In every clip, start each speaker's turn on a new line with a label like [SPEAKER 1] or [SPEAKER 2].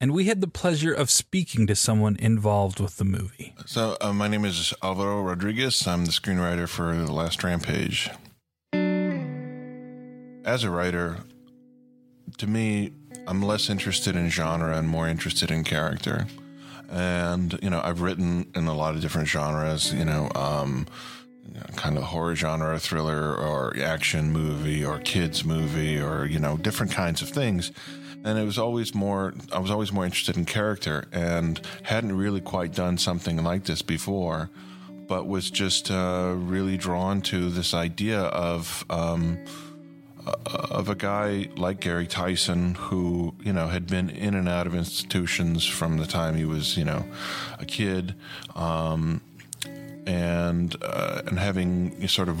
[SPEAKER 1] And we had the pleasure of speaking to someone involved with the movie.
[SPEAKER 2] So, uh, my name is Alvaro Rodriguez. I'm the screenwriter for The Last Rampage. As a writer, to me, I'm less interested in genre and more interested in character. And, you know, I've written in a lot of different genres, you know, um, you know, kind of horror genre, thriller, or action movie, or kids movie, or, you know, different kinds of things and it was always more i was always more interested in character and hadn't really quite done something like this before but was just uh, really drawn to this idea of um, of a guy like Gary Tyson who, you know, had been in and out of institutions from the time he was, you know, a kid, um, and uh, and having sort of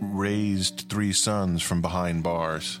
[SPEAKER 2] raised three sons from behind bars,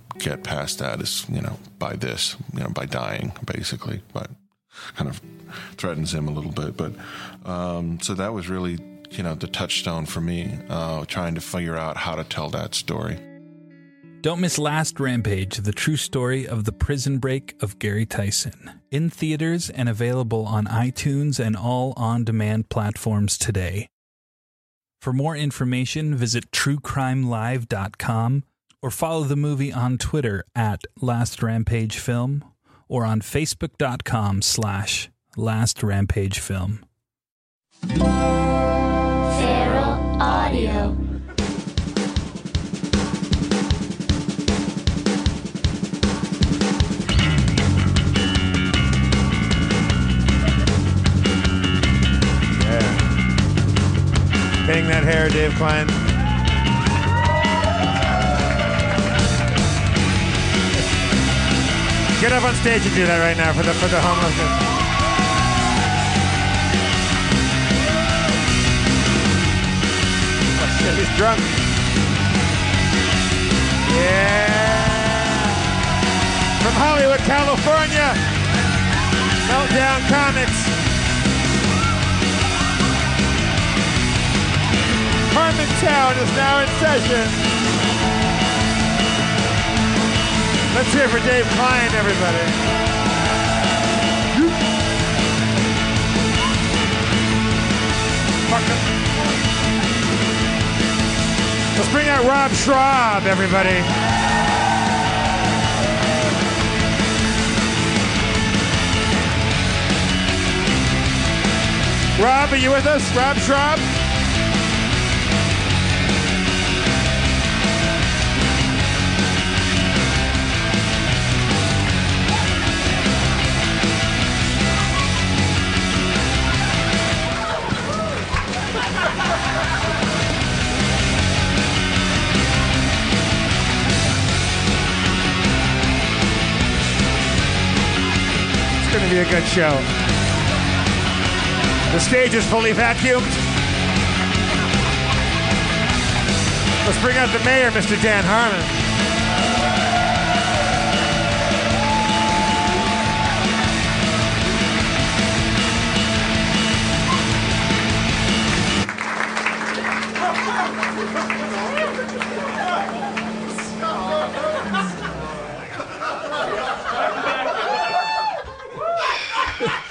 [SPEAKER 2] get past that is, you know, by this, you know, by dying, basically. But kind of threatens him a little bit. But um, so that was really, you know, the touchstone for me, uh, trying to figure out how to tell that story.
[SPEAKER 1] Don't miss Last Rampage, the true story of the prison break of Gary Tyson. In theaters and available on iTunes and all on demand platforms today. For more information, visit truecrimelive.com or follow the movie on Twitter at Last Rampage Film or on facebook.com slash Last Rampage Film.
[SPEAKER 3] Feral Audio.
[SPEAKER 4] Bang that hair, Dave Klein. Get up on stage and do that right now for the for the homeless. Shit, he's drunk. Yeah. From Hollywood, California. Meltdown Comics. Town is now in session. Let's hear for Dave Klein, everybody. Fuck 'em. Let's bring out Rob Schraub, everybody. Rob, are you with us? Rob Schraub? It's going to be a good show. The stage is fully vacuumed. Let's bring out the mayor, Mr. Dan Harmon.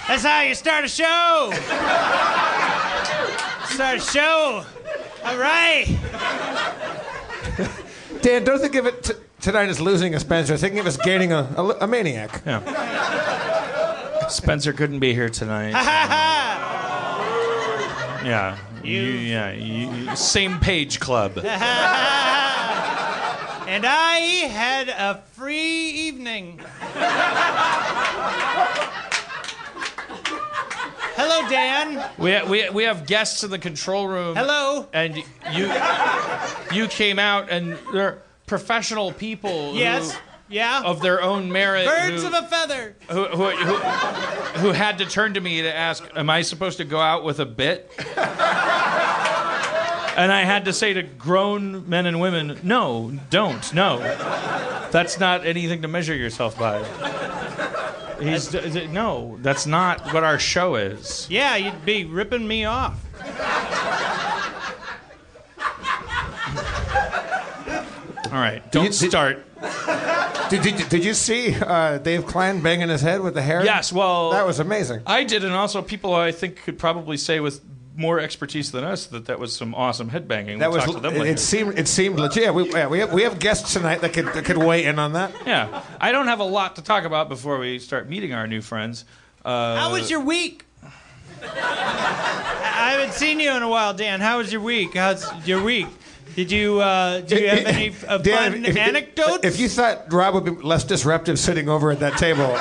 [SPEAKER 5] That's how you start a show. start a show. All right.
[SPEAKER 6] Dan, don't think of it t- tonight as losing a Spencer. Think of us gaining a, a, a maniac.
[SPEAKER 7] Spencer couldn't be here tonight.
[SPEAKER 5] Ha ha.
[SPEAKER 7] Yeah. You, yeah. You, you- same page club.
[SPEAKER 5] And I had a free evening. Hello, Dan.
[SPEAKER 7] We, ha- we, we have guests in the control room.
[SPEAKER 5] Hello.
[SPEAKER 7] And you you came out and they're professional people. who-
[SPEAKER 5] Yes. Yeah.
[SPEAKER 7] of their own merit.
[SPEAKER 5] Birds
[SPEAKER 7] who,
[SPEAKER 5] of a feather.
[SPEAKER 7] who, who, who, who had to turn to me to ask, Am I supposed to go out with a bit? And I had to say to grown men and women, No, don't, no. That's not anything to measure yourself by. He's, d- d- no, that's not what our show is.
[SPEAKER 5] Yeah, you'd be ripping me off.
[SPEAKER 7] All right, don't
[SPEAKER 6] you- did-
[SPEAKER 7] start.
[SPEAKER 6] Did, did, did you see uh, Dave Klein banging his head with the hair?
[SPEAKER 7] Yes, well,
[SPEAKER 6] That was amazing.
[SPEAKER 7] I did, and also people I think could probably say with more expertise than us that that was some awesome headbanging.
[SPEAKER 6] That
[SPEAKER 7] we'll
[SPEAKER 6] was
[SPEAKER 7] talk to them
[SPEAKER 6] it,
[SPEAKER 7] later.
[SPEAKER 6] it seemed it seemed legit. Yeah, we, yeah, we have we have guests tonight that could that could weigh in on that.
[SPEAKER 7] Yeah, I don't have a lot to talk about before we start meeting our new friends. Uh,
[SPEAKER 5] How was your week? I I haven't seen you in a while, Dan. How was your week? How's your week? Did you uh, do you have any uh, fun
[SPEAKER 6] Dan, if- if-
[SPEAKER 5] anecdotes?
[SPEAKER 6] If you thought Rob would be less disruptive sitting over at that table,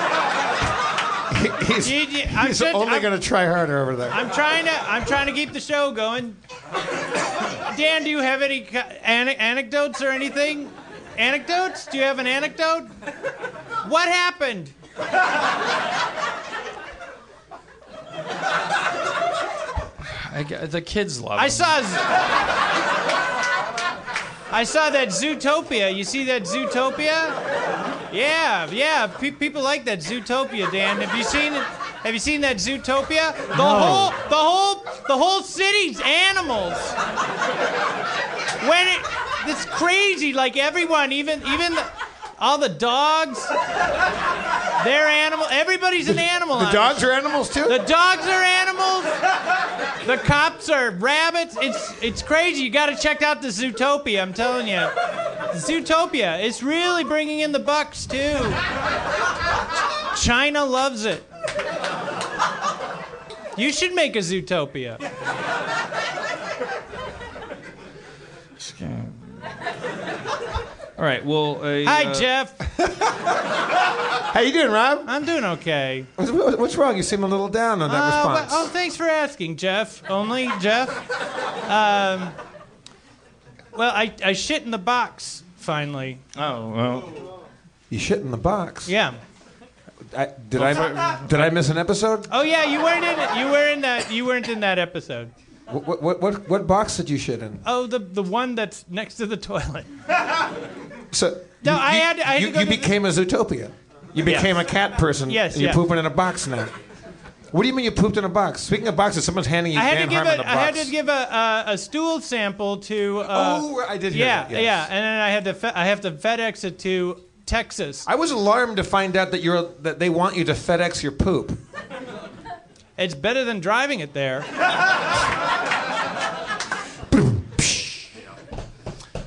[SPEAKER 6] he- he's,
[SPEAKER 5] You- you- I'm
[SPEAKER 6] he's
[SPEAKER 5] good-
[SPEAKER 6] only
[SPEAKER 5] I'm-
[SPEAKER 6] going to try harder over there.
[SPEAKER 5] I'm trying to I'm trying to keep the show going. Dan, do you have any co- ane- anecdotes or anything? Anecdotes? Do you have an anecdote? What happened?
[SPEAKER 7] I g the kids love.
[SPEAKER 5] I
[SPEAKER 7] him.
[SPEAKER 5] saw. I saw that Zootopia. You see that Zootopia? Yeah, yeah. Pe- people like that Zootopia, Dan. Have you seen it? Have you seen that Zootopia? The whole, the whole, the whole city's animals. When it, it's crazy. Like everyone, even even the, all the dogs. They're animal. Everybody's an animal.
[SPEAKER 6] the
[SPEAKER 5] on it.
[SPEAKER 6] dogs are animals too.
[SPEAKER 5] The dogs are animals. The cops are rabbits. It's it's crazy. You got to check out the Zootopia. I'm telling you, Zootopia. It's really bringing in the bucks too. China loves it. You should make a Zootopia.
[SPEAKER 7] All right, well, uh,
[SPEAKER 5] Hi,
[SPEAKER 7] uh,
[SPEAKER 5] Jeff.
[SPEAKER 6] How you doing, Rob?
[SPEAKER 5] I'm doing okay.
[SPEAKER 6] What's, what's wrong? You seem a little down on that
[SPEAKER 5] Uh, well,
[SPEAKER 6] response.
[SPEAKER 5] oh, thanks for asking, Jeff. Only Jeff. Um,
[SPEAKER 8] Um,
[SPEAKER 5] well, I, I shit in the box finally.
[SPEAKER 7] Oh well,
[SPEAKER 6] you shit in the box.
[SPEAKER 5] Yeah.
[SPEAKER 6] I, did I did I miss an episode?
[SPEAKER 8] Oh yeah, you weren't in it. You were in that. You weren't in that episode.
[SPEAKER 6] What what what, what box did you shit in?
[SPEAKER 8] Oh, the the one that's next to the toilet.
[SPEAKER 6] So
[SPEAKER 8] No,
[SPEAKER 6] you,
[SPEAKER 8] I
[SPEAKER 6] you-
[SPEAKER 8] had to- I had
[SPEAKER 6] you,
[SPEAKER 8] to go
[SPEAKER 6] you
[SPEAKER 8] to the-
[SPEAKER 6] became a Zootopia. You became a cat person.
[SPEAKER 8] Yes,
[SPEAKER 6] and you're
[SPEAKER 8] yeah.
[SPEAKER 6] pooping in a box now. What do you mean you pooped in a box? Speaking of boxes, someone's handing you
[SPEAKER 8] I had to
[SPEAKER 6] Dan
[SPEAKER 8] give
[SPEAKER 6] Harmon
[SPEAKER 8] a,
[SPEAKER 6] a
[SPEAKER 8] I had
[SPEAKER 6] box.
[SPEAKER 8] to give a, a, a stool sample to. Uh,
[SPEAKER 6] Oh, I did hear
[SPEAKER 8] Yeah,
[SPEAKER 6] that, yes.
[SPEAKER 8] yeah, and then I had to fe- I have to FedEx it to Texas.
[SPEAKER 6] I was alarmed to find out that you're that they want you to FedEx your poop.
[SPEAKER 8] It's better than driving it there.
[SPEAKER 7] All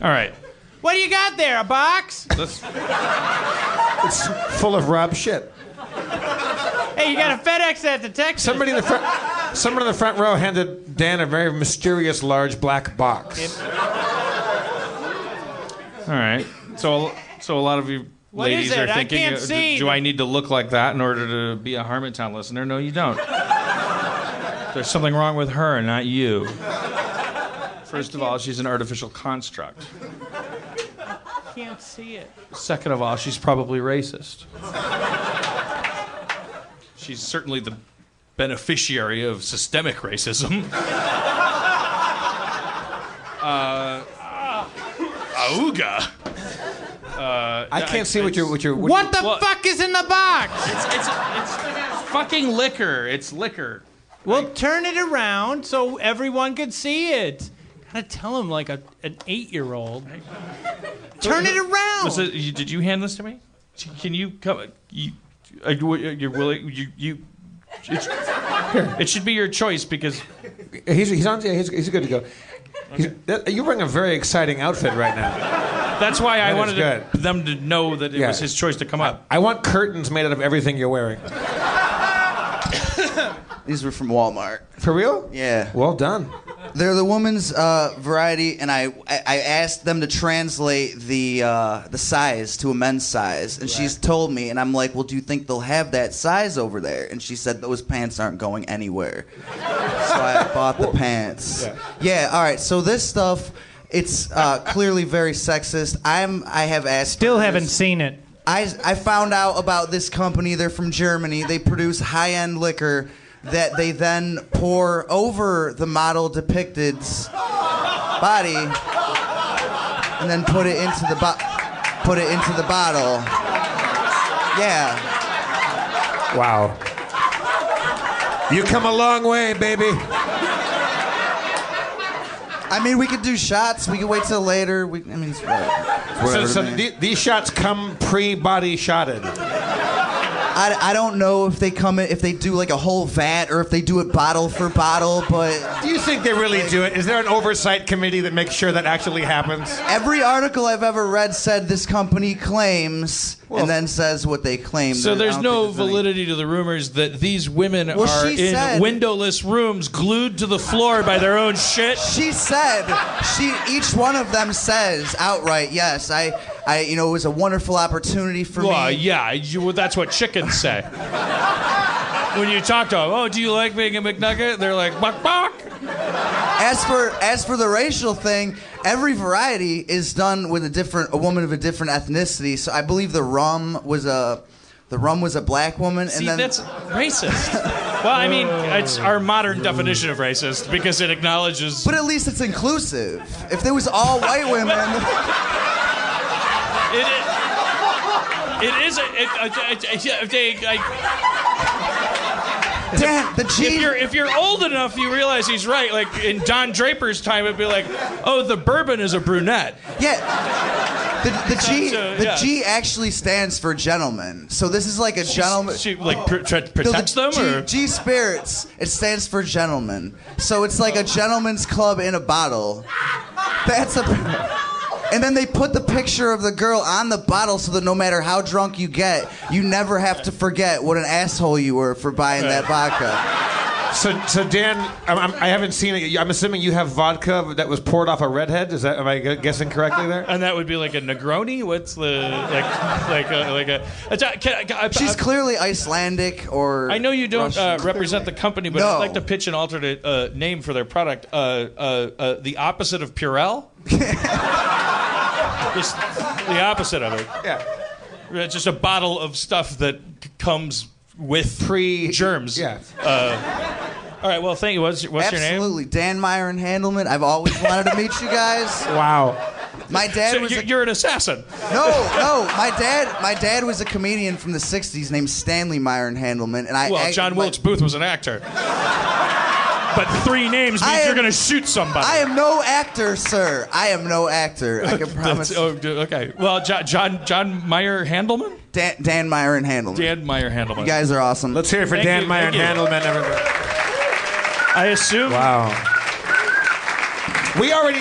[SPEAKER 7] right.
[SPEAKER 8] What do you got there? A box?
[SPEAKER 7] Let's,
[SPEAKER 6] It's full of Rob shit.
[SPEAKER 8] Hey, you got to FedEx that to Texas.
[SPEAKER 6] Somebody in the front, someone in the front row handed Dan a very mysterious large black box.
[SPEAKER 7] all right. So, so a lot of you
[SPEAKER 8] What is
[SPEAKER 7] ladies
[SPEAKER 8] it?
[SPEAKER 7] are
[SPEAKER 8] I
[SPEAKER 7] thinking,
[SPEAKER 8] can't
[SPEAKER 7] uh, d-
[SPEAKER 8] see.
[SPEAKER 7] do I need to look like that in order to be a Harmontown listener? No, you don't. There's something wrong with her, not you. First of all, she's an artificial construct.
[SPEAKER 8] I can't see it.
[SPEAKER 7] Second of all, she's probably racist. She's certainly the beneficiary of systemic racism. Uh, Uh, auga. Uh,
[SPEAKER 6] I can't see what you're what you're.
[SPEAKER 8] What the
[SPEAKER 7] What?
[SPEAKER 8] fuck is in the box?
[SPEAKER 7] It's, it's, it's fucking liquor. It's liquor.
[SPEAKER 8] Well, turn it around so everyone could see it. Gotta tell him like a, an eight year old. Turn it around.
[SPEAKER 7] Was it- you- did you hand this to me? Can you come? You, uh, you're willing? You, you, it's, it should be your choice because
[SPEAKER 6] He's he's on. yeah, He's, he's good to go. He's, that, you're wearing a very exciting outfit right now.
[SPEAKER 7] that's why I
[SPEAKER 6] That is
[SPEAKER 7] wanted to-
[SPEAKER 6] good.
[SPEAKER 7] them to know that it
[SPEAKER 6] Yeah.
[SPEAKER 7] was his choice to come up.
[SPEAKER 6] I want curtains made out of everything you're wearing.
[SPEAKER 9] These were from Walmart.
[SPEAKER 6] For real?
[SPEAKER 9] Yeah.
[SPEAKER 6] Well done.
[SPEAKER 9] They're the woman's uh, variety, and I, I I asked them to translate the uh, the size to a men's size, and she's told me, and I'm like, well, do you think they'll have that size over there? And she said those pants aren't going anywhere, so I bought the pants. Yeah. all right. So this stuff, it's uh, clearly very sexist. I'm I have asked.
[SPEAKER 8] Still haven't seen it.
[SPEAKER 9] I, I found out about this company. They're from Germany. They produce high end liquor that they then pour over the model depicted's body and then put it into the bo- put it into the bottle. Yeah.
[SPEAKER 6] Wow. You come a long way, baby.
[SPEAKER 9] I mean, we could do shots. We could wait till later. We, I mean, it's whatever. It's
[SPEAKER 6] So,
[SPEAKER 9] whatever
[SPEAKER 6] so
[SPEAKER 9] to me.
[SPEAKER 6] the- these shots come pre-body shotted.
[SPEAKER 9] I, I don't know if they come in, if they do like a whole vat or if they do it bottle for bottle, but.
[SPEAKER 6] Do you think they really do it? Is there an oversight committee that makes sure that actually happens?
[SPEAKER 9] Every article I've ever read said this company claims, and then says what they claim.
[SPEAKER 7] So
[SPEAKER 9] I
[SPEAKER 7] there's
[SPEAKER 9] don't
[SPEAKER 7] no
[SPEAKER 9] think any-
[SPEAKER 7] validity to the rumors that these women
[SPEAKER 9] Well,
[SPEAKER 7] are
[SPEAKER 9] she
[SPEAKER 7] in
[SPEAKER 9] said-
[SPEAKER 7] windowless rooms, glued to the floor by their own shit.
[SPEAKER 9] She said, she each one of them says outright, yes, I, I, you know, it was a wonderful opportunity for
[SPEAKER 7] Well,
[SPEAKER 9] me.
[SPEAKER 7] yeah, you, well, that's what chickens say. when you talk to them, oh, do you like being a McNugget? They're like, buck, buck.
[SPEAKER 9] As for as for the racial thing, every variety is done with a different a woman of a different ethnicity. So I believe the rum was a, the rum was a black woman,
[SPEAKER 7] See,
[SPEAKER 9] and then
[SPEAKER 7] that's racist. well, I mean, it's our modern definition of racist because it acknowledges.
[SPEAKER 9] but at least it's inclusive. If there was all white women.
[SPEAKER 7] It is. It is. A, it, it, it, yeah, they- like,
[SPEAKER 9] Dan, the
[SPEAKER 7] if
[SPEAKER 9] cheese.
[SPEAKER 7] you're if you're old enough, you realize he's right. Like in Don Draper's time, it'd be like, oh, the bourbon is a brunette.
[SPEAKER 9] Yeah. The, the G
[SPEAKER 7] so,
[SPEAKER 9] the
[SPEAKER 7] yeah.
[SPEAKER 9] G actually stands for gentleman. So this is like a gentleman.
[SPEAKER 7] She like pr- try to
[SPEAKER 9] No, the
[SPEAKER 7] protect them,
[SPEAKER 9] G,
[SPEAKER 7] or
[SPEAKER 9] G Spirits. It stands for gentleman. So it's like a gentleman's club in a bottle. That's a. And then they put the picture of the girl on the bottle so that no matter how drunk you get, you never have to forget what an asshole you were for buying that vodka.
[SPEAKER 6] So, so Dan, I'm, I'm, I haven't seen it. I'm assuming you have vodka that was poured off a redhead. Is that am I gu- guessing correctly there?
[SPEAKER 7] and that would be like a Negroni. What's the like like a, uh, like a? a can, I- can,
[SPEAKER 9] She's
[SPEAKER 7] I,
[SPEAKER 9] clearly Icelandic or.
[SPEAKER 7] I know you don't uh,
[SPEAKER 9] Russian.
[SPEAKER 7] represent the company, but
[SPEAKER 9] No.
[SPEAKER 7] I'd like to pitch an alternate uh, name for their product. Uh, uh, uh, the opposite of Purell. Just the opposite of Uh, it.
[SPEAKER 6] Yeah.
[SPEAKER 7] It's just a bottle of stuff that c- comes with pre germs.
[SPEAKER 6] yeah.
[SPEAKER 7] Uh, all right. Well, thank you. What's, what's your name?
[SPEAKER 9] Absolutely, Dan Meyer and Handelman. I've always wanted to meet you guys.
[SPEAKER 6] Wow.
[SPEAKER 9] My dad
[SPEAKER 7] So
[SPEAKER 9] was.
[SPEAKER 7] you're,
[SPEAKER 9] a,
[SPEAKER 7] you're an assassin.
[SPEAKER 9] no, no. My dad, my dad was a comedian from the '60s named Stanley Meyer and Handelman, and I.
[SPEAKER 7] well,
[SPEAKER 9] I-
[SPEAKER 7] John
[SPEAKER 9] my-
[SPEAKER 7] Wilkes Booth was an actor. but three names means
[SPEAKER 9] I am-
[SPEAKER 7] you're going to shoot somebody.
[SPEAKER 9] I am no actor, sir. I am no actor. I can
[SPEAKER 7] That's-
[SPEAKER 9] promise.
[SPEAKER 7] oh, d- okay. Well, John John, John Meyer Handelman.
[SPEAKER 9] Dan, Dan Meyer and Handelman.
[SPEAKER 7] Dan Meyer Handelman.
[SPEAKER 9] You guys are awesome.
[SPEAKER 6] Let's hear it for
[SPEAKER 7] Thank
[SPEAKER 6] Dan
[SPEAKER 7] you,
[SPEAKER 6] Meyer and
[SPEAKER 7] thank you.
[SPEAKER 6] Handelman, everybody.
[SPEAKER 7] I assume.
[SPEAKER 6] Wow. We already.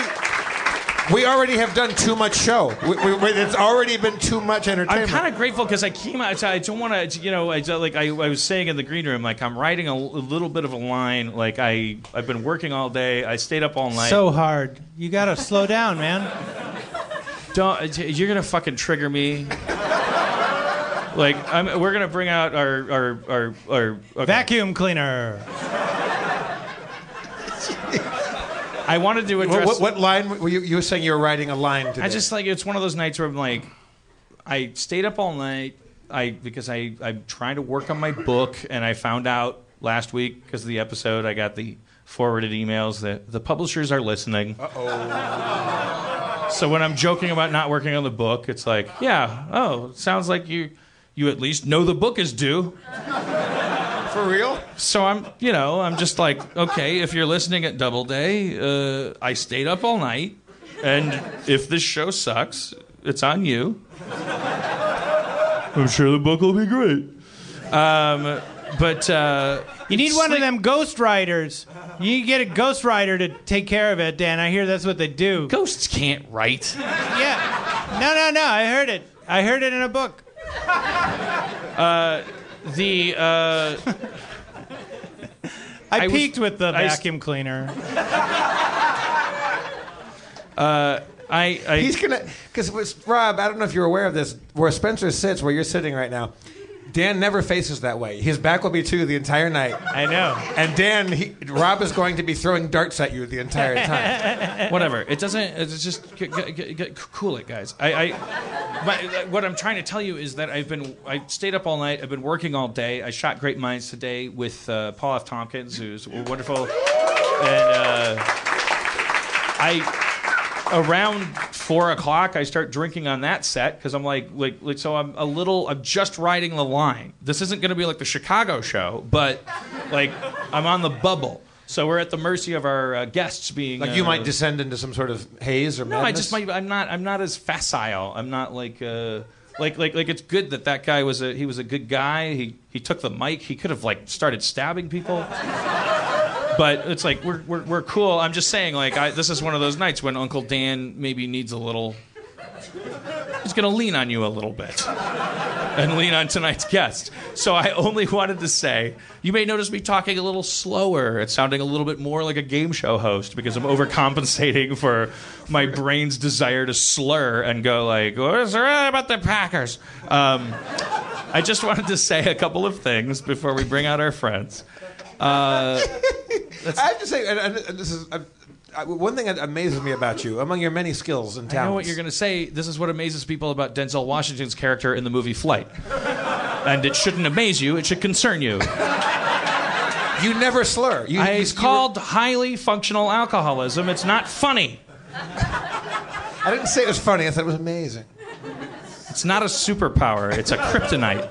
[SPEAKER 6] We already have done too much show. We, we, we- it's already been too much
[SPEAKER 7] I'm
[SPEAKER 6] entertainment.
[SPEAKER 7] kind of grateful because I came out. I don't want to, you know, I don't- like I, I was saying in the green room, like I'm writing a, l- a little bit of a line. Like I, I've been working all day. I stayed up all night.
[SPEAKER 8] So hard. You gotta slow down, man.
[SPEAKER 7] don't uh, you're gonna fucking trigger me. like I'm, we're gonna bring out our our our, our okay.
[SPEAKER 8] Vacuum cleaner.
[SPEAKER 7] I wanted to
[SPEAKER 6] What,
[SPEAKER 7] address.
[SPEAKER 6] what, what line were you, you were saying you were writing a line today?
[SPEAKER 7] I just like it's one of those nights where I'm like, I stayed up all night. I because I I'm trying to work on my book, and I found out last week because of the episode. I got the forwarded emails that the publishers are listening. Uh oh. So when I'm joking about not working on the book, it's like, yeah, oh, sounds like you you at least know the book is due.
[SPEAKER 6] for real.
[SPEAKER 7] So I'm, you know, I'm just like, okay, if you're listening at Doubleday, uh, I stayed up all night, and if this show sucks, it's on you. I'm sure the book will be great. Um, but uh,
[SPEAKER 8] You need one of them ghost riders. You need to get a ghost rider to take care of it, Dan. I hear that's what they do.
[SPEAKER 7] ghosts can't write.
[SPEAKER 8] Yeah. No, no, no. I heard it. I heard it in a book.
[SPEAKER 7] The uh,
[SPEAKER 8] I,
[SPEAKER 7] I was-
[SPEAKER 8] peaked with the
[SPEAKER 7] I s-
[SPEAKER 8] vacuum cleaner.
[SPEAKER 7] Uh, I, I
[SPEAKER 6] He's gonna because Rob. I don't know if you're aware of this. Where Spencer sits, where you're sitting right now, Dan never faces that way. His back will be to you the entire night.
[SPEAKER 8] I know.
[SPEAKER 6] And Dan, he, Rob is going to be throwing darts at you the entire time.
[SPEAKER 7] whatever. It doesn't. It's just g- g- g- g- cool it, guys. I, I my, what I'm trying to tell you is that I've been I stayed up all night. I've been working all day. I shot Great Minds today with uh, Paul F. Tompkins, who's wonderful, and uh, I. Around four o'clock, I start drinking on that set because I'm like, like, like, so I'm a little, I'm just riding the line. This isn't going to be like the Chicago show, but like, I'm on the bubble. So we're at the mercy of our uh, guests being
[SPEAKER 6] Like you
[SPEAKER 7] uh,
[SPEAKER 6] might descend into some sort of haze or
[SPEAKER 7] no, I
[SPEAKER 6] madness.
[SPEAKER 7] just might. I'm not. I'm not as facile. I'm not like. Uh, like, like, like, it's good that that guy was a he was a good guy. He he took the mic. He could have like started stabbing people, but it's like we're we're, we're cool. I'm just saying, like, I, this is one of those nights when Uncle Dan maybe needs a little. He's gonna lean on you a little bit, and lean on tonight's guest. So I only wanted to say, you may notice me talking a little slower. It's sounding a little bit more like a game show host because I'm overcompensating for my brain's desire to slur and go like, "What is right about the Packers?" Um, I just wanted to say a couple of things before we bring out our friends. Uh,
[SPEAKER 6] Uh, I have to say, and, and this is uh, uh, one thing that amazes me about you, among your many skills and
[SPEAKER 7] I
[SPEAKER 6] talents.
[SPEAKER 7] know what you're going to say. This is what amazes people about Denzel Washington's character in the movie Flight. And it shouldn't amaze you, it should concern you.
[SPEAKER 6] You never slur. You,
[SPEAKER 7] I-
[SPEAKER 6] you-
[SPEAKER 7] It's
[SPEAKER 6] you-
[SPEAKER 7] called highly functional alcoholism. It's not funny.
[SPEAKER 6] I didn't say it was funny. I said it was amazing.
[SPEAKER 7] It's not a superpower, it's a kryptonite.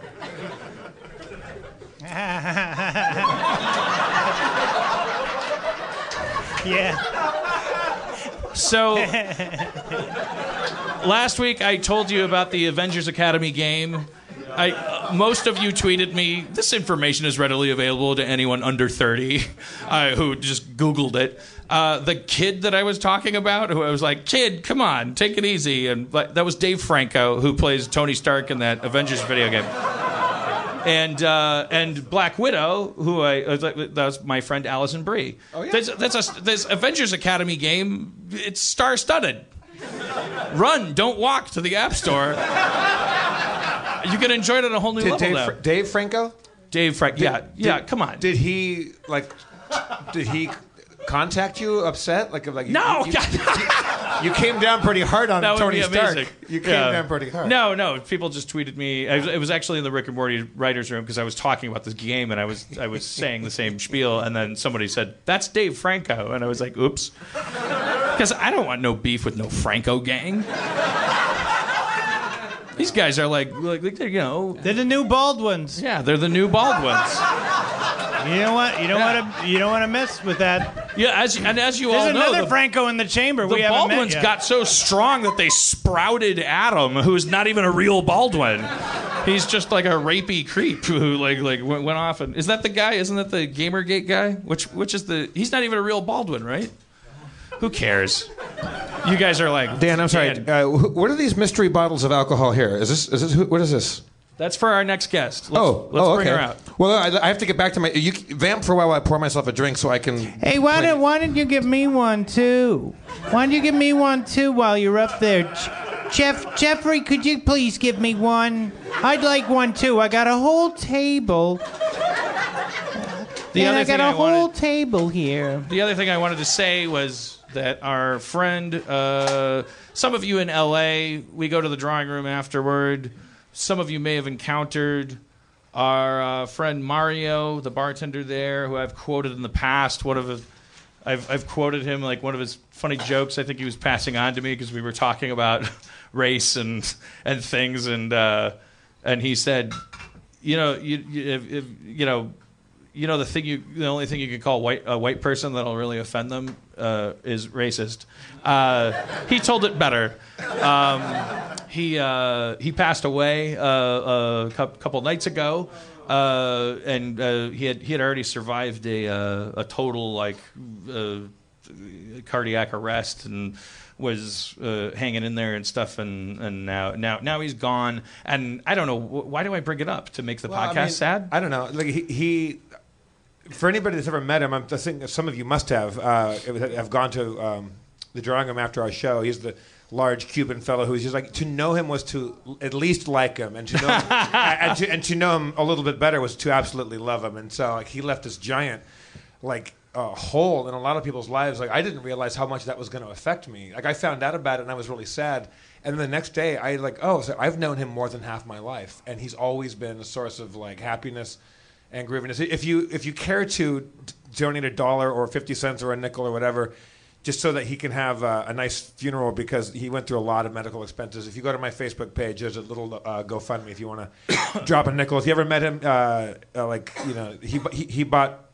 [SPEAKER 8] Yeah.
[SPEAKER 7] So, last week I told you about the Avengers Academy game. I, uh, most of you tweeted me, this information is readily available to anyone under 30 uh, who just Googled it. Uh, the kid that I was talking about, who I was like, kid, come on, take it easy. And but that was Dave Franco, who plays Tony Stark in that Avengers video game and uh, and Black Widow, who I uh, that was my friend Allison Brie. Oh yeah, that's, that's a, this Avengers Academy game. It's star studded. Run, don't walk to the App Store. you can enjoy it on a whole new
[SPEAKER 6] Did
[SPEAKER 7] level
[SPEAKER 6] Dave,
[SPEAKER 7] now.
[SPEAKER 6] Fr- Dave Franco?
[SPEAKER 7] Dave Frank, yeah,
[SPEAKER 6] Did-
[SPEAKER 7] yeah,
[SPEAKER 6] did-
[SPEAKER 7] come on.
[SPEAKER 6] Did he like? Did he contact you upset? Like, like
[SPEAKER 7] no,
[SPEAKER 6] You, you,
[SPEAKER 7] God,
[SPEAKER 6] You came down pretty hard on
[SPEAKER 7] That would
[SPEAKER 6] Tony
[SPEAKER 7] be amazing.
[SPEAKER 6] Stark. You came
[SPEAKER 7] Yeah.
[SPEAKER 6] down pretty hard.
[SPEAKER 7] No, no. People just tweeted me. I was- It was actually in the Rick and Morty writers' room because I was talking about this game and I was I was saying the same spiel, and then somebody said, "That's Dave Franco," and I was like, "Oops," because I don't want no beef with no Franco gang. These guys are like, like, like, you know,
[SPEAKER 8] they're the new Baldwins.
[SPEAKER 7] Yeah, they're the new Baldwins.
[SPEAKER 8] You know what? You don't want to. You don't want to mess with that.
[SPEAKER 7] Yeah, as and as you
[SPEAKER 8] There's
[SPEAKER 7] all know,
[SPEAKER 8] another
[SPEAKER 7] the-
[SPEAKER 8] Franco in the chamber.
[SPEAKER 7] The
[SPEAKER 8] we haven't met
[SPEAKER 7] Baldwins
[SPEAKER 8] yet.
[SPEAKER 7] got so strong that they sprouted Adam, who's not even a real Baldwin. He's just like a rapey creep who like like went, went off and is that the guy? Isn't that the GamerGate guy? Which which is the he's not even a real Baldwin, right? Who cares? You guys are like
[SPEAKER 6] Dan, I'm sorry.
[SPEAKER 7] Dan,
[SPEAKER 6] Uh, wh- what are these mystery bottles of alcohol here? Is this? Is this? who- What is this?
[SPEAKER 7] that's for our next guest. Let's,
[SPEAKER 6] oh,
[SPEAKER 7] let's
[SPEAKER 6] oh,
[SPEAKER 7] bring
[SPEAKER 6] okay.
[SPEAKER 7] her out.
[SPEAKER 6] Well, I, I have to get back to my. You c- vamp for a while. while I pour myself a drink so I can.
[SPEAKER 8] Hey, why did why didn't you give me one too? Why didn't you give me one too while you're up there? Ch- Jeff Jeffrey, could you please give me one? I'd like one too. I got a whole table.
[SPEAKER 7] The
[SPEAKER 8] and
[SPEAKER 7] other
[SPEAKER 8] I got
[SPEAKER 7] thing
[SPEAKER 8] a
[SPEAKER 7] I wanted-
[SPEAKER 8] whole table here.
[SPEAKER 7] The other thing I wanted to say was that our friend, uh, some of you in LA, we go to the drawing room afterward. Some of you may have encountered our uh, friend Mario, the bartender there, who I've quoted in the past. One of his, I've, I've quoted him like one of his funny jokes. I think he was passing on to me because we were talking about race and and things, and uh, and he said, you know, you, you if, if you know you know the thing you the only thing you could call white a white person that'll really offend them uh, is racist. Uh, he told it better. Um, he uh, he passed away uh, a cou- couple nights ago, uh, and uh, he had he had already survived a uh, a total like uh, cardiac arrest and was uh, hanging in there and stuff and, and now now now he's gone and I don't know wh- why do I bring it up to make the
[SPEAKER 6] Well, I
[SPEAKER 7] podcast
[SPEAKER 6] mean,
[SPEAKER 7] sad
[SPEAKER 6] I don't know. Like he, he, for anybody that's ever met him, I'm thinking some of you must have. Uh, have gone to um, the drawing room after our show. He's the large Cuban fellow who's just like to know him was to l- at least like him, and to know him, and, to, and to know him a little bit better was to absolutely love him. And so like he left this giant like a hole in a lot of people's lives. Like I didn't realize how much that was going to affect me. Like I found out about it and I was really sad. And the next day I like, oh, so I've known him more than half my life, and he's always been a source of like happiness and grievingness. If you if you care to d- donate a dollar or fifty cents or a nickel or whatever. Just so that he can have uh, a nice funeral because he went through a lot of medical expenses. If you go to my Facebook page, there's a little uh, GoFundMe if you want to drop a nickel. If you ever met him, uh, uh, like you know, he bu- he, he bought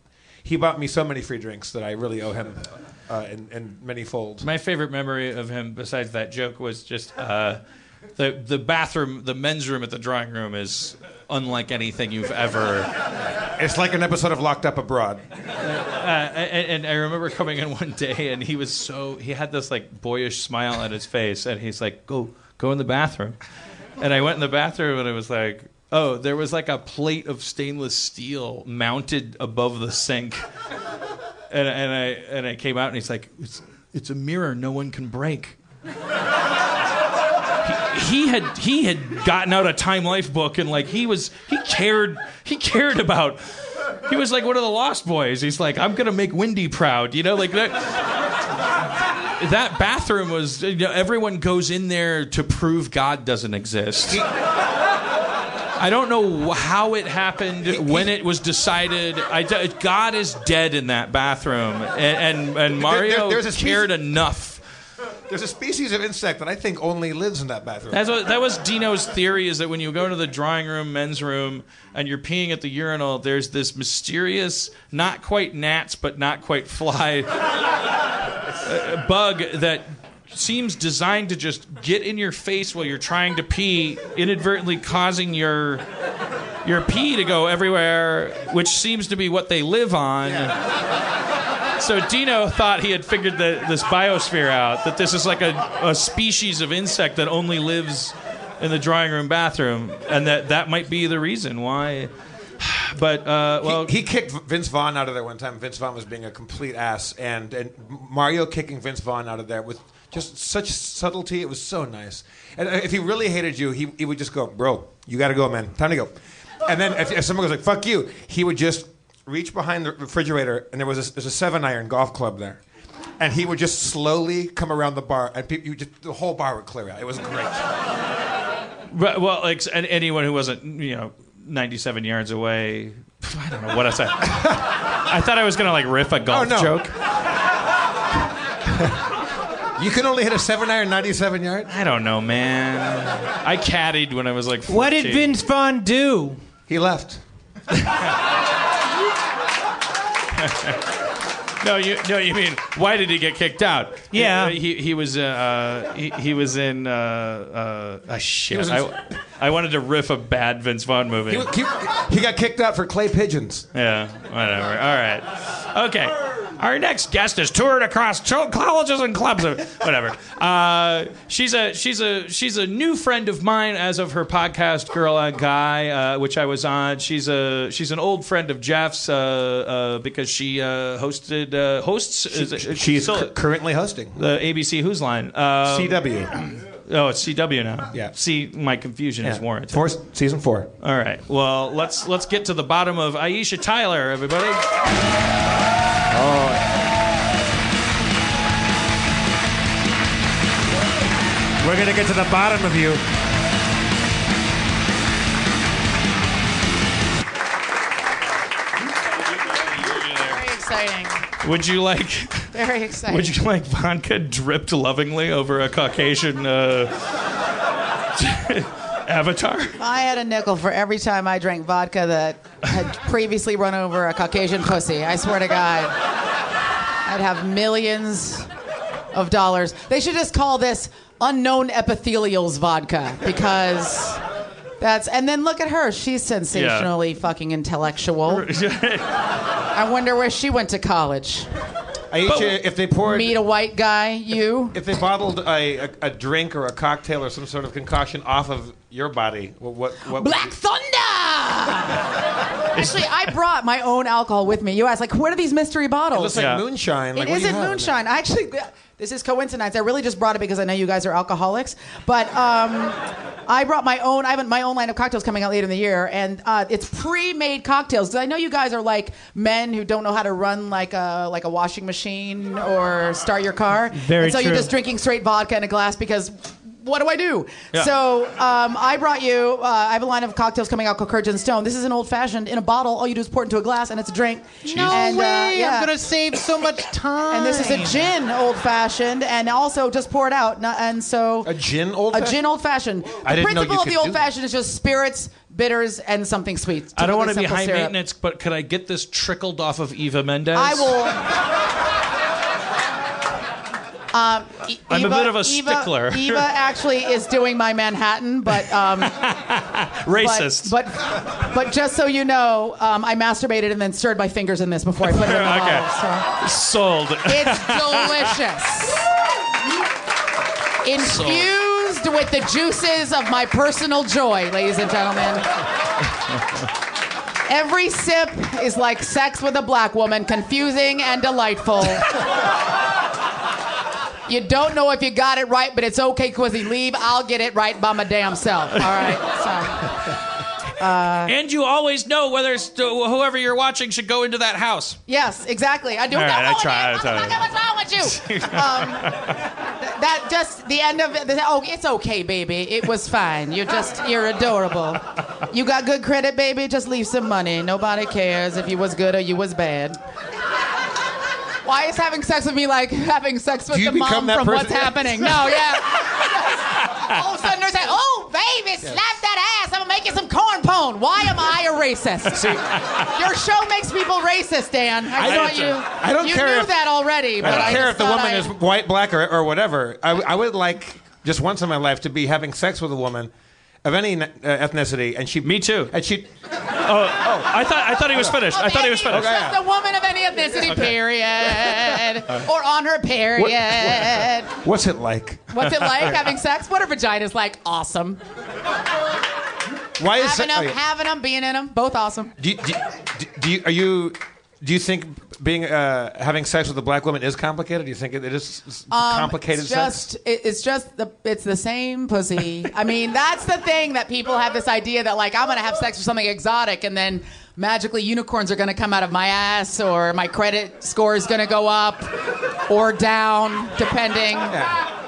[SPEAKER 6] he bought me so many free drinks that I really owe him uh, in, in many fold.
[SPEAKER 7] My favorite memory of him, besides that joke, was just uh, the the bathroom, the men's room at the drawing room is unlike anything you've ever.
[SPEAKER 6] It's like an episode of Locked Up Abroad.
[SPEAKER 7] Uh, and, and I remember coming in one day, and he was so he had this like boyish smile on his face, and he's like, "Go, go in the bathroom," and I went in the bathroom, and I was like. Oh, there was like a plate of stainless steel mounted above the sink, and, and I and I came out and he's like, "It's it's a mirror no one can break." he had he had gotten out a Time Life book and like he was he cared he cared about he was like one of the Lost Boys. He's like I'm gonna make Wendy proud, you know, like that. That bathroom was you know, everyone goes in there to prove God doesn't exist. I don't know wh- how it happened, when it was decided. I d God is dead in that bathroom, and and, and
[SPEAKER 6] There- there-
[SPEAKER 7] Mario
[SPEAKER 6] there's a species-
[SPEAKER 7] cared enough.
[SPEAKER 6] There's a species of insect that I think only lives in that bathroom.
[SPEAKER 7] That's what, that was Dino's theory: is that when you go into the drawing room, men's room, and you're peeing at the urinal, there's this mysterious, not quite gnats, but not quite fly uh, bug that seems designed to just get in your face while you're trying to pee, inadvertently causing your your pee to go everywhere, which seems to be what they live on. So Dino thought he had figured the, this biosphere out, that this is like a, a species of insect that only lives in the drawing room bathroom, and that that might be the reason why. But uh, well,
[SPEAKER 6] he, he kicked Vince Vaughn out of there one time. Vince Vaughn was being a complete ass, and and Mario kicking Vince Vaughn out of there with just such subtlety. It was so nice. And uh, if he really hated you, he, he would just go, "Bro, you got to go, man. Time to go." And then if, if someone goes like, "Fuck you," he would just reach behind the refrigerator, and there was a, there's a seven iron golf club there. and he would just slowly come around the bar, and people, you just, the whole bar would clear out. It was great.
[SPEAKER 7] Right, well, like and anyone who wasn't, you know, 97 yards away. I don't know what I said. I thought I was gonna like riff a golf
[SPEAKER 6] Oh, no.
[SPEAKER 7] joke.
[SPEAKER 6] You can only hit a seven iron 97 yard.
[SPEAKER 7] I don't know, man. I caddied when I was like. 14.
[SPEAKER 8] What did Vince Vaughn do?
[SPEAKER 6] He left.
[SPEAKER 7] No, you no, you mean why did he get kicked out?
[SPEAKER 8] Yeah.
[SPEAKER 7] he he, he was uh, uh, he, he was in uh, uh, ah, shit.
[SPEAKER 6] was in-
[SPEAKER 7] I, I wanted to riff a bad Vince Vaughn movie.
[SPEAKER 6] He, he, he got kicked out for clay pigeons.
[SPEAKER 7] Yeah, whatever. All right. Okay. Our next guest is toured across cho- colleges and clubs. or Whatever. Uh, she's a she's a she's a new friend of mine as of her podcast Girl and Guy, uh, which I was on. She's a she's an old friend of Jeff's uh, uh, because she uh, hosted uh, hosts. is it-
[SPEAKER 6] She's
[SPEAKER 7] still-
[SPEAKER 6] cu- currently hosting.
[SPEAKER 7] the ABC Who's line. Um,
[SPEAKER 6] CW.
[SPEAKER 7] Oh, it's CW now.
[SPEAKER 6] Yeah.
[SPEAKER 7] See, my confusion is warranted.
[SPEAKER 6] Four, season four.
[SPEAKER 7] All right. Well, let's let's get to the bottom of Aisha Tyler, everybody. Oh.
[SPEAKER 10] We're going to get to the bottom of you.
[SPEAKER 11] Very exciting.
[SPEAKER 7] Would you like
[SPEAKER 11] Very exciting.
[SPEAKER 7] Would you like vodka dripped lovingly over a Caucasian uh, avatar?
[SPEAKER 11] I had a nickel for every time I drank vodka that had previously run over a Caucasian pussy. I swear to God. I'd have millions of dollars. They should just call this unknown epithelials vodka because that's. And then look at her. She's sensationally fucking intellectual. I wonder where she went to college.
[SPEAKER 6] Aisha, if they poured,
[SPEAKER 11] Meet a white guy, you.
[SPEAKER 6] if they bottled a, a, a drink or a cocktail or some sort of concoction off of your body, what what, what would
[SPEAKER 11] Black Thunder! Actually, I brought my own alcohol with me. You asked, like, what are these mystery
[SPEAKER 6] you,
[SPEAKER 11] bottles?
[SPEAKER 6] it looks like
[SPEAKER 7] Yeah.
[SPEAKER 6] moonshine. Like,
[SPEAKER 11] It
[SPEAKER 6] what do you
[SPEAKER 11] isn't
[SPEAKER 6] have?
[SPEAKER 11] moonshine. I actually, this is coincidence. I really just brought it because I know you guys are alcoholics. But um, I brought my own. I have my own line of cocktails coming out later in the year, and uh, it's pre-made cocktails. 'Cause I know you guys are like men who don't know how to run like a like a washing machine or start your car.
[SPEAKER 8] Very
[SPEAKER 11] and so you're
[SPEAKER 8] true.
[SPEAKER 11] just drinking straight vodka in a glass because. What do I do?
[SPEAKER 7] Yeah.
[SPEAKER 11] So um, I brought you. Uh, I have a line of cocktails coming out called Courage and Stone. This is an old fashioned in a bottle. All you do is pour it into a glass, and it's a drink.
[SPEAKER 8] No
[SPEAKER 11] And, uh,
[SPEAKER 8] way!
[SPEAKER 11] yeah.
[SPEAKER 8] I'm gonna save so much time.
[SPEAKER 11] And this is a gin old fashioned, and also just pour it out. No- And so
[SPEAKER 6] A gin old.
[SPEAKER 11] a gin old fashioned. The
[SPEAKER 6] I didn't know
[SPEAKER 11] principle
[SPEAKER 6] you
[SPEAKER 11] of the
[SPEAKER 6] could do
[SPEAKER 11] old fashioned is just spirits, bitters, and something sweet.
[SPEAKER 7] I don't want to
[SPEAKER 11] Typically
[SPEAKER 7] be
[SPEAKER 11] simple
[SPEAKER 7] high
[SPEAKER 11] syrup.
[SPEAKER 7] maintenance, but could I get this trickled off of Eva Mendes?
[SPEAKER 11] I will. Um, E-
[SPEAKER 7] I'm a
[SPEAKER 11] Eva-
[SPEAKER 7] bit of a
[SPEAKER 11] Eva-
[SPEAKER 7] stickler.
[SPEAKER 11] Eva actually is doing my Manhattan, but um, but-
[SPEAKER 7] Racist.
[SPEAKER 11] But, but just so you know, um, I masturbated and then stirred my fingers in this before I put it in the
[SPEAKER 7] Okay.
[SPEAKER 11] bottle. So.
[SPEAKER 7] sold.
[SPEAKER 11] It's delicious. Infused with the juices of my personal joy, ladies and gentlemen. Every sip is like sex with a black woman, confusing and delightful. You don't know if you got it right, but it's okay, Quizzy. Leave. I'll get it right by my damn self. All right. So, uh,
[SPEAKER 7] and you always know whether it's, whoever you're watching should go into that house.
[SPEAKER 11] yes, exactly. I do.
[SPEAKER 7] All
[SPEAKER 11] not
[SPEAKER 7] right, I
[SPEAKER 11] know
[SPEAKER 7] try-
[SPEAKER 11] it.
[SPEAKER 7] I try.
[SPEAKER 11] Motherfucker, What's wrong with you? Um, That just the end of it. the- Oh, it's okay, baby. It was fine. You're just you're adorable. You got good credit, baby. Just leave some money. Nobody cares if you was good or you was bad. Why is having sex with me like having sex with
[SPEAKER 6] Do you
[SPEAKER 11] the mom
[SPEAKER 6] become that
[SPEAKER 11] from what's
[SPEAKER 6] person?
[SPEAKER 11] happening? No, yeah. All of a sudden, there's that. Oh, baby, slap that ass. I'm gonna make you some corn pone. Why am I a racist? Your show makes people racist, Dan. I,
[SPEAKER 6] I
[SPEAKER 11] thought
[SPEAKER 6] don't-
[SPEAKER 11] you.
[SPEAKER 6] I don't
[SPEAKER 11] you
[SPEAKER 6] care
[SPEAKER 11] knew
[SPEAKER 6] if-
[SPEAKER 11] that already.
[SPEAKER 6] I
[SPEAKER 11] But
[SPEAKER 6] don't care
[SPEAKER 11] just
[SPEAKER 6] if the
[SPEAKER 11] thought
[SPEAKER 6] woman
[SPEAKER 11] I-
[SPEAKER 6] is white, black, or, or whatever. I, I would like just once in my life to be having sex with a woman of any na- uh, ethnicity, and she.
[SPEAKER 7] Me too. Oh,
[SPEAKER 6] And she.
[SPEAKER 7] I thought I thought he was finished. I thought he was
[SPEAKER 11] Maybe
[SPEAKER 7] finished.
[SPEAKER 6] Okay.
[SPEAKER 11] Just a woman of any ethnicity, period. Or on her period.
[SPEAKER 6] What's it like?
[SPEAKER 11] What's it like having sex? What are vaginas like? Awesome.
[SPEAKER 6] Why is
[SPEAKER 11] Having
[SPEAKER 6] se-
[SPEAKER 11] them,
[SPEAKER 6] oh, yeah.
[SPEAKER 11] having them, being in them, both awesome.
[SPEAKER 6] Do you, do, you- do you, are you do you think being uh, having sex with a black woman is complicated? Do you think it, it is s-
[SPEAKER 11] Um,
[SPEAKER 6] complicated
[SPEAKER 11] it's just,
[SPEAKER 6] sex?
[SPEAKER 11] it- it's just the it's the same pussy. I mean, that's the thing that people have this idea that like I'm gonna have sex with something exotic and then magically unicorns are gonna come out of my ass or my credit score is gonna go up or down depending.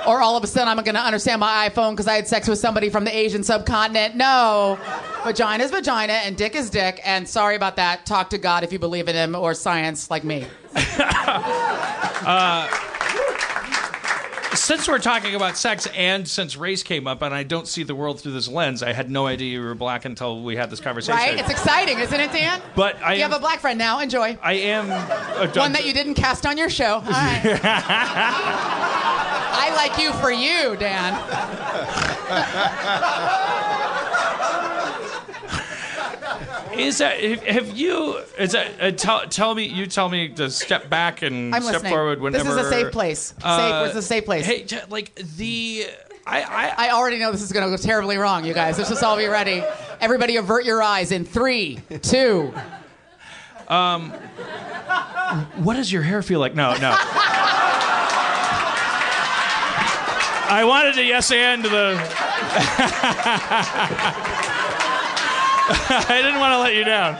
[SPEAKER 11] Or all of a sudden I'm gonna understand my iPhone because I had sex with somebody from the Asian subcontinent. No, vagina is vagina and dick is dick. And sorry about that. Talk to God if you believe in him or science like me.
[SPEAKER 7] Uh, since we're talking about sex and since race came up and I don't see the world through this lens, I had no idea you were black until we had this conversation.
[SPEAKER 11] Right? It's exciting, isn't it, Dan?
[SPEAKER 7] but I
[SPEAKER 11] you
[SPEAKER 7] am,
[SPEAKER 11] have a black friend now. Enjoy.
[SPEAKER 7] I am a-
[SPEAKER 11] One that you didn't cast on your show. All right. I like you for you, Dan.
[SPEAKER 7] Is that have- have you? Is that uh, tell tell me? You tell me to step back and
[SPEAKER 11] I'm
[SPEAKER 7] step
[SPEAKER 11] listening.
[SPEAKER 7] forward
[SPEAKER 11] This is
[SPEAKER 7] whenever. uh,
[SPEAKER 11] a safe place. Safe. Where's the safe place?
[SPEAKER 7] Hey, j- like the I I,
[SPEAKER 11] already know this is going to go terribly wrong, you guys. Let's just all be ready. Everybody, avert your eyes in three, two.
[SPEAKER 7] um, what does your hair feel like? No, no. I wanted to yes and the. I didn't want to let you down. I,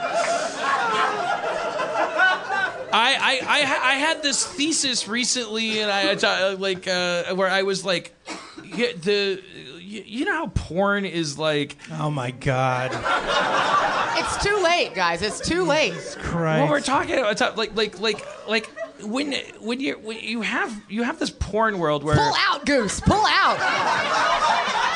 [SPEAKER 7] I, I, ha- I had this thesis recently, and I, I ta- like uh, where I was like, y- the y- you know how porn is like. Oh my god.
[SPEAKER 11] It's too late, guys. It's too late.
[SPEAKER 7] What we're talking about, it's, uh, like like like like when when you when you have you have this porn world where
[SPEAKER 11] Pull out, Goose. Pull out.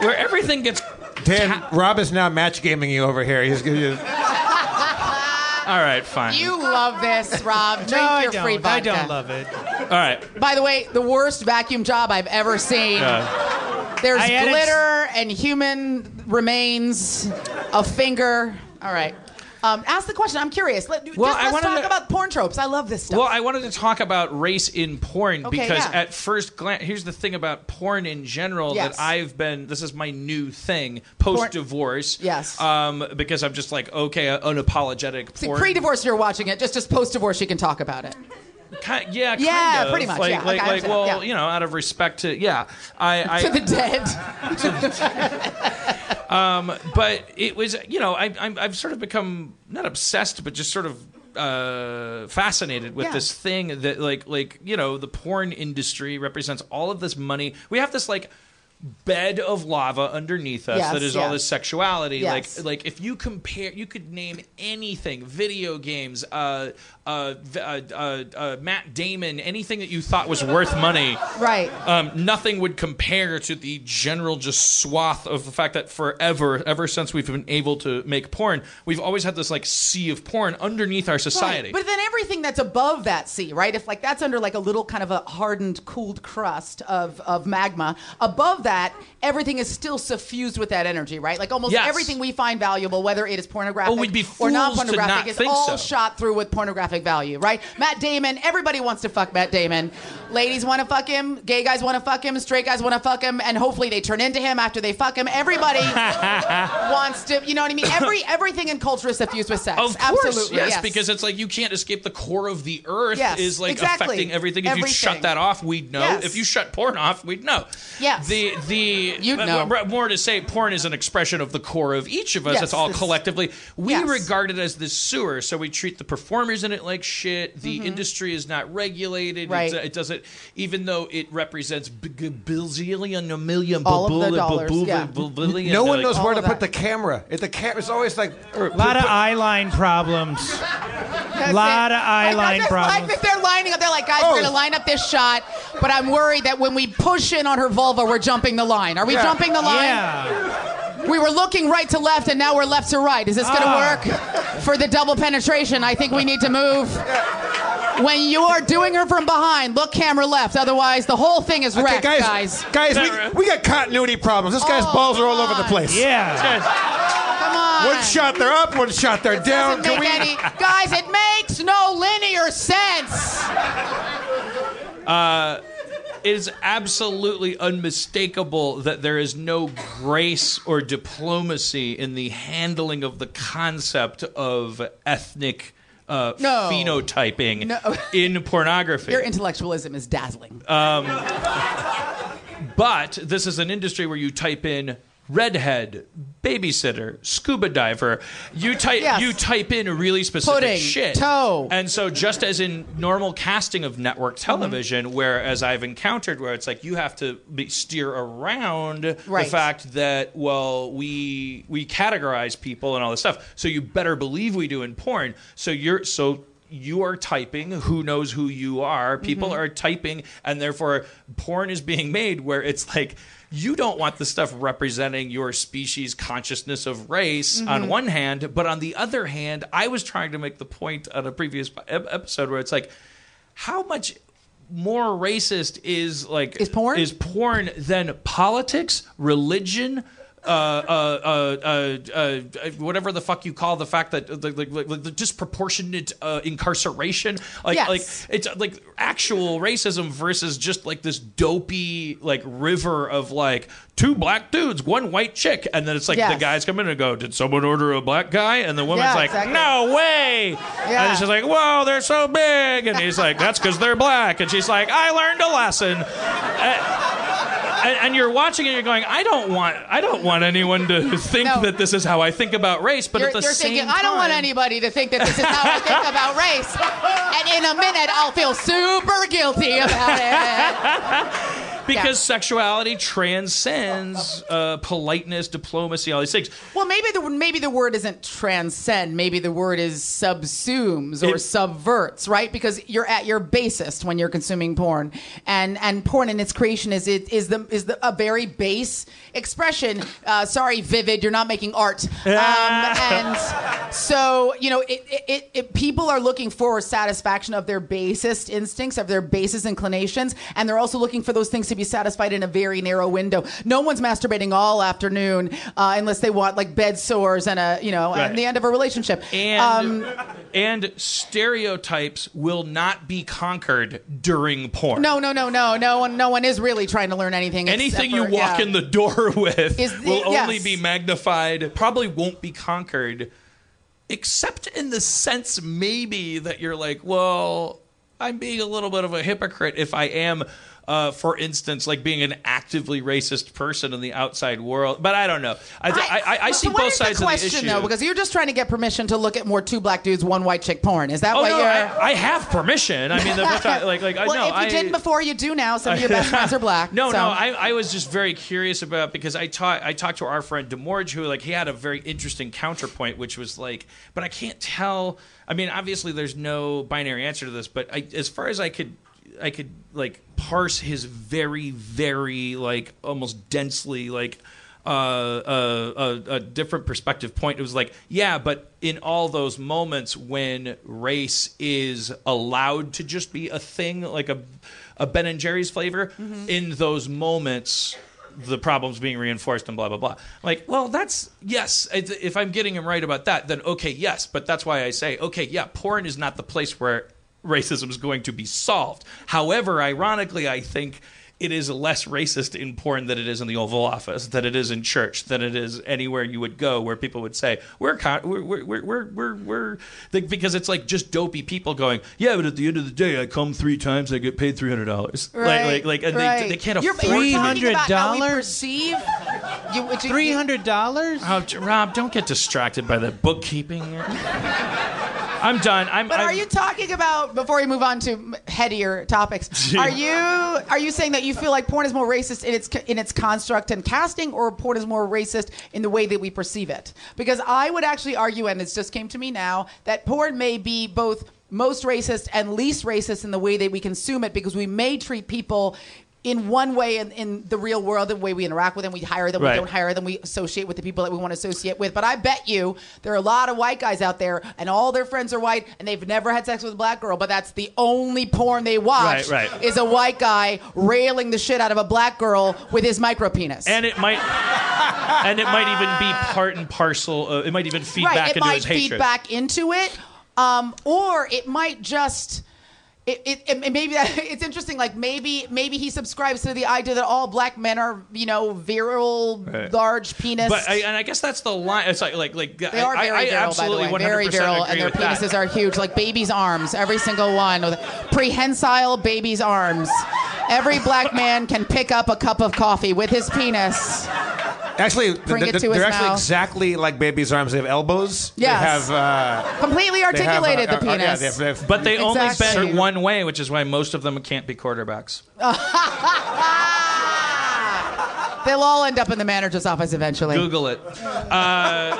[SPEAKER 7] where everything gets.
[SPEAKER 6] Dan, Rob is now match gaming you over here. He's gonna just,
[SPEAKER 7] All right, fine.
[SPEAKER 11] You love this, Rob. Drink
[SPEAKER 8] I
[SPEAKER 11] your
[SPEAKER 8] don't.
[SPEAKER 11] free vodka.
[SPEAKER 8] I don't love it.
[SPEAKER 7] All right.
[SPEAKER 11] By the way, the worst vacuum job I've ever seen. There's
[SPEAKER 8] I added-
[SPEAKER 11] glitter and human remains, a finger. All right. Um, ask the question. I'm curious. Let,
[SPEAKER 7] Well,
[SPEAKER 11] just,
[SPEAKER 7] I
[SPEAKER 11] let's
[SPEAKER 7] wanted
[SPEAKER 11] talk
[SPEAKER 7] to-
[SPEAKER 11] about porn tropes. I love this stuff.
[SPEAKER 7] Well, I wanted to talk about race in porn
[SPEAKER 11] Okay,
[SPEAKER 7] because
[SPEAKER 11] yeah.
[SPEAKER 7] at first glance, here's the thing about porn in general
[SPEAKER 11] Yes.
[SPEAKER 7] that I've been. This is my new thing post divorce.
[SPEAKER 11] Yes.
[SPEAKER 7] Um, because I'm just like okay, uh, unapologetic
[SPEAKER 11] See,
[SPEAKER 7] porn.
[SPEAKER 11] pre-divorce, you're watching it. Just, just post-divorce, you can talk about it.
[SPEAKER 7] Ki- yeah. Kind
[SPEAKER 11] Yeah,
[SPEAKER 7] of.
[SPEAKER 11] pretty much,
[SPEAKER 7] Like
[SPEAKER 11] yeah.
[SPEAKER 7] like,
[SPEAKER 11] Okay, I
[SPEAKER 7] like
[SPEAKER 11] understand.
[SPEAKER 7] well,
[SPEAKER 11] Yeah.
[SPEAKER 7] you know, out of respect to yeah, I, I
[SPEAKER 11] to the dead.
[SPEAKER 7] Um, but it was, you know, I, I'm, I've sort of become not obsessed, but just sort of uh, fascinated with
[SPEAKER 5] Yeah.
[SPEAKER 7] this thing that, like, like you know, the porn industry represents all of this money. We have this like bed of lava underneath us
[SPEAKER 5] Yes,
[SPEAKER 7] that is
[SPEAKER 5] yeah.
[SPEAKER 7] all this sexuality.
[SPEAKER 5] Yes.
[SPEAKER 7] Like, like if you compare, you could name anything: video games, uh, uh, v- uh, uh, uh, Matt Damon, anything that you thought was worth money.
[SPEAKER 11] Right.
[SPEAKER 7] Um, nothing would compare to the general just swath of the fact that forever, ever since we've been able to make porn, we've always had this like sea of porn underneath our society.
[SPEAKER 11] Right. But then everything that's above that sea, right? If like that's under like a little kind of a hardened, cooled crust of, of magma, above that, everything is still suffused with that energy, right? Like almost
[SPEAKER 7] Yes.
[SPEAKER 11] everything we find valuable, whether it is pornographic
[SPEAKER 7] Oh, we'd be
[SPEAKER 11] or
[SPEAKER 7] fools to
[SPEAKER 11] non-pornographic,
[SPEAKER 7] not
[SPEAKER 11] is
[SPEAKER 7] think
[SPEAKER 11] all
[SPEAKER 7] so.
[SPEAKER 11] shot through with pornographic value, right? Matt Damon, everybody wants to fuck Matt Damon. Ladies want to fuck him, gay guys want to fuck him, straight guys want to fuck him, and hopefully they turn into him after they fuck him. Everybody wants to, you know what I mean? Every everything in culture is suffused with sex.
[SPEAKER 7] of course,
[SPEAKER 11] Absolutely,
[SPEAKER 7] yes, because it's like you can't escape the core of the earth
[SPEAKER 11] Yes,
[SPEAKER 7] is like
[SPEAKER 11] exactly.
[SPEAKER 7] affecting everything. If you
[SPEAKER 11] Everything.
[SPEAKER 7] shut that off, we'd know.
[SPEAKER 11] Yes.
[SPEAKER 7] If you shut porn off, we'd know.
[SPEAKER 11] Yes.
[SPEAKER 7] The the
[SPEAKER 11] You'd
[SPEAKER 7] but-
[SPEAKER 11] know.
[SPEAKER 7] but more to say, porn is an expression of the core of each of us.
[SPEAKER 11] Yes,
[SPEAKER 7] it's all
[SPEAKER 11] it's-
[SPEAKER 7] collectively. We regard it as this sewer, so we treat the performers in it like shit. The
[SPEAKER 6] Mm-hmm.
[SPEAKER 7] industry is not regulated.
[SPEAKER 11] Right.
[SPEAKER 7] It's- It, doesn't, even though it represents b- g- billion, a million,
[SPEAKER 6] All of the
[SPEAKER 7] bu- bu-
[SPEAKER 6] dollars,
[SPEAKER 7] bu-
[SPEAKER 6] yeah.
[SPEAKER 7] bu- billion,
[SPEAKER 6] no one
[SPEAKER 7] like-
[SPEAKER 6] knows where to put the camera. It, the cam- it's always like a
[SPEAKER 8] lot of eye line problems. A lot of eye line
[SPEAKER 11] Like
[SPEAKER 8] problems.
[SPEAKER 11] if they're lining up, they're like, guys,
[SPEAKER 6] Oh.
[SPEAKER 11] we're gonna line up this shot, but I'm worried that when we push in on her vulva, we're jumping the line. Are we
[SPEAKER 8] Yeah.
[SPEAKER 11] jumping the line?
[SPEAKER 8] Yeah.
[SPEAKER 11] We were looking right to left, and now we're left to right. Is this gonna
[SPEAKER 8] Ah.
[SPEAKER 11] work for the double penetration? I think we need to move. When you are doing her from behind, look camera left. Otherwise, the whole thing is wrecked,
[SPEAKER 6] guys,
[SPEAKER 11] guys. Oh,
[SPEAKER 6] guys, we, we got continuity problems. This guy's balls are all over the place.
[SPEAKER 8] Yeah.
[SPEAKER 11] Come on.
[SPEAKER 6] One shot they're up, one shot they're down.
[SPEAKER 11] Doesn't make
[SPEAKER 6] Can we-
[SPEAKER 11] any- guys, it makes no linear sense.
[SPEAKER 7] Uh, it is absolutely unmistakable that there is no grace or diplomacy in the handling of the concept of ethnic uh,
[SPEAKER 11] No.
[SPEAKER 7] phenotyping
[SPEAKER 11] No.
[SPEAKER 7] in pornography.
[SPEAKER 11] Your intellectualism is dazzling.
[SPEAKER 7] Um, but this is an industry where you type in redhead, babysitter, scuba diver. You type
[SPEAKER 11] Yes.
[SPEAKER 7] you type in really specific
[SPEAKER 11] Pudding,
[SPEAKER 7] shit.
[SPEAKER 11] toe.
[SPEAKER 7] And so just as in normal casting of
[SPEAKER 11] Mm-hmm.
[SPEAKER 7] network television, where as I've encountered where it's like you have to be, steer around
[SPEAKER 5] Right.
[SPEAKER 7] the fact that well we we categorize people and all this stuff. So you better believe we do in porn. So you're so you are typing who knows who you are people
[SPEAKER 5] Mhm.
[SPEAKER 7] are typing and therefore porn is being made where it's like you don't want the stuff representing your species consciousness of race
[SPEAKER 5] Mhm.
[SPEAKER 7] on one hand but on the other hand i was trying to make the point on a previous ep- episode where it's like how much more racist is like is porn is porn than politics religion uh, uh, uh, uh, uh, uh, whatever the fuck you call the fact that the, like like the disproportionate uh, incarceration, like
[SPEAKER 5] Yes.
[SPEAKER 7] like it's uh, like actual racism versus just like this dopey like river of like two black dudes, one white chick, and then it's like
[SPEAKER 5] Yes.
[SPEAKER 7] the guys come in and go, "Did someone order a black guy?" And the woman's
[SPEAKER 5] Yeah,
[SPEAKER 7] like,
[SPEAKER 5] exactly.
[SPEAKER 7] "No way!" And it's just like, "Whoa, they're so big!" And he's like, "That's because they're black," and she's like, "I learned a lesson." and, and you're watching and you're going, I don't want, I don't want anyone to think that this is how I think about race. But
[SPEAKER 11] you're
[SPEAKER 7] at the
[SPEAKER 11] you're
[SPEAKER 7] same
[SPEAKER 11] thinking,
[SPEAKER 7] time,
[SPEAKER 11] I don't want anybody to think that this is how I think about race. And in a minute, I'll feel super guilty about it.
[SPEAKER 7] because sexuality transcends uh, politeness, diplomacy, all these things.
[SPEAKER 11] Well, maybe the maybe the word isn't transcend. Maybe the word is subsumes or
[SPEAKER 7] It-
[SPEAKER 11] subverts, right? Because you're at your basest when you're consuming porn, and and porn in its creation is it is the is the, a very base expression. Uh, sorry, vivid, you're not making art. Um, and so you know, it, it, it, it people are looking for satisfaction of their basest instincts, of their basest inclinations, and they're also looking for those things to be satisfied in a very narrow window. No one's masturbating all afternoon uh, unless they want like bed sores and a you know
[SPEAKER 7] Right.
[SPEAKER 11] and the end of a relationship.
[SPEAKER 7] And
[SPEAKER 11] Um,
[SPEAKER 7] and stereotypes will not be conquered during porn.
[SPEAKER 11] no, no, no, no, no one, no one is really trying to learn anything.
[SPEAKER 7] Anything
[SPEAKER 11] except
[SPEAKER 7] you
[SPEAKER 11] for-
[SPEAKER 7] walk
[SPEAKER 11] yeah.
[SPEAKER 7] in the door with
[SPEAKER 11] Is the-
[SPEAKER 7] will only
[SPEAKER 11] yes.
[SPEAKER 7] be magnified, probably won't be conquered, except in the sense maybe that you're like, well, I'm being a little bit of a hypocrite if I am, uh, for instance, like being an actively racist person in the outside world. But I don't know. I, I, I, I see both sides
[SPEAKER 11] question
[SPEAKER 7] of the issue.
[SPEAKER 11] though, because you're just trying to get permission to look at more two black dudes, one white chick porn. Is that
[SPEAKER 7] oh,
[SPEAKER 11] what
[SPEAKER 7] no,
[SPEAKER 11] you're?
[SPEAKER 7] I, I have permission. I mean, the first time, like, like, I-
[SPEAKER 11] well,
[SPEAKER 7] no,
[SPEAKER 11] if you
[SPEAKER 7] I,
[SPEAKER 11] didn't before, you do now. Some of your best friends are black.
[SPEAKER 7] No,
[SPEAKER 11] so.
[SPEAKER 7] no, I, I was just very curious about because I taught I talked to our friend Demorge who like he had a very interesting counterpoint, which was like, but I can't tell. I mean, obviously there's no binary answer to this, but I, as far as I could, I could like parse his very, very like almost densely like. Uh, uh, uh, a different perspective point. It was like, yeah, but in all those moments when race is allowed to just be a thing, like a a Ben and Jerry's flavor, in those moments, the problem's being reinforced and blah blah blah. Like, well, that's yes. I- If I'm getting him right about that, then okay, yes. But that's why I say, okay, yeah, porn is not the place where racism is going to be solved. However, ironically, I think it is less racist in porn than it is in the Oval Office, than it is in church, than it is anywhere you would go where people would say we're con- we're we're we're we're, we're, we're like, because it's like just dopey people going yeah, but at the end of the day, I come three times, I get paid three hundred dollars. Like like like and they, they can't afford
[SPEAKER 11] You're,
[SPEAKER 7] to
[SPEAKER 11] you're
[SPEAKER 7] make-
[SPEAKER 11] talking about how we perceive. You, which you-
[SPEAKER 7] dollars? Oh, Rob, don't get distracted by the bookkeeping. I'm done. I'm.
[SPEAKER 11] But
[SPEAKER 7] I'm,
[SPEAKER 11] are you talking about before we move on to m- headier topics?
[SPEAKER 7] Yeah.
[SPEAKER 11] Are you are you saying that you feel like porn is more racist in its in its construct and casting, or porn is more racist in the way that we perceive it? Because I would actually argue, and it just came to me now, that porn may be both most racist and least racist in the way that we consume it, because we may treat people. In one way, in, in the real world, the way we interact with them, we hire them,
[SPEAKER 12] Right.
[SPEAKER 11] we don't hire them, we associate with the people that we want to associate with. But I bet you there are a lot of white guys out there, and all their friends are white, and they've never had sex with a black girl, but that's the only porn they watch
[SPEAKER 7] Right, right.
[SPEAKER 11] is a white guy railing the shit out of a black girl with his micro penis.
[SPEAKER 7] and it might, and it might even be part and parcel. Uh, it might even feed
[SPEAKER 11] right,
[SPEAKER 7] back
[SPEAKER 11] it
[SPEAKER 7] into
[SPEAKER 11] might
[SPEAKER 7] his
[SPEAKER 11] feed
[SPEAKER 7] hatred.
[SPEAKER 11] back into it, um, or it might just it, it, it maybe that, it's interesting. Like maybe maybe he subscribes to the idea that all black men are you know virile,
[SPEAKER 7] Right.
[SPEAKER 11] large penis.
[SPEAKER 7] But I, and I guess that's the line. It's like like like
[SPEAKER 11] they are
[SPEAKER 7] I,
[SPEAKER 11] very
[SPEAKER 7] I, I
[SPEAKER 11] virile,
[SPEAKER 7] absolutely
[SPEAKER 11] by the way.
[SPEAKER 7] 100%
[SPEAKER 11] Very virile,
[SPEAKER 7] agree
[SPEAKER 11] and their
[SPEAKER 7] with that.
[SPEAKER 11] penises are huge, like babies' arms. Every single one, with prehensile babies' arms. Every black man can pick up a cup of coffee with his penis.
[SPEAKER 6] Actually, th-
[SPEAKER 11] Bring
[SPEAKER 6] th-
[SPEAKER 11] it
[SPEAKER 6] th-
[SPEAKER 11] to his
[SPEAKER 6] they're actually
[SPEAKER 11] mouth.
[SPEAKER 6] exactly like babies' arms. They have elbows.
[SPEAKER 11] Yes.
[SPEAKER 6] They have. Uh,
[SPEAKER 11] Completely articulated the penis.
[SPEAKER 7] but uh, they only
[SPEAKER 11] Exactly.
[SPEAKER 7] bend one way, which is why most of them can't be quarterbacks.
[SPEAKER 11] They'll all end up in the manager's office eventually.
[SPEAKER 7] Google it. Uh,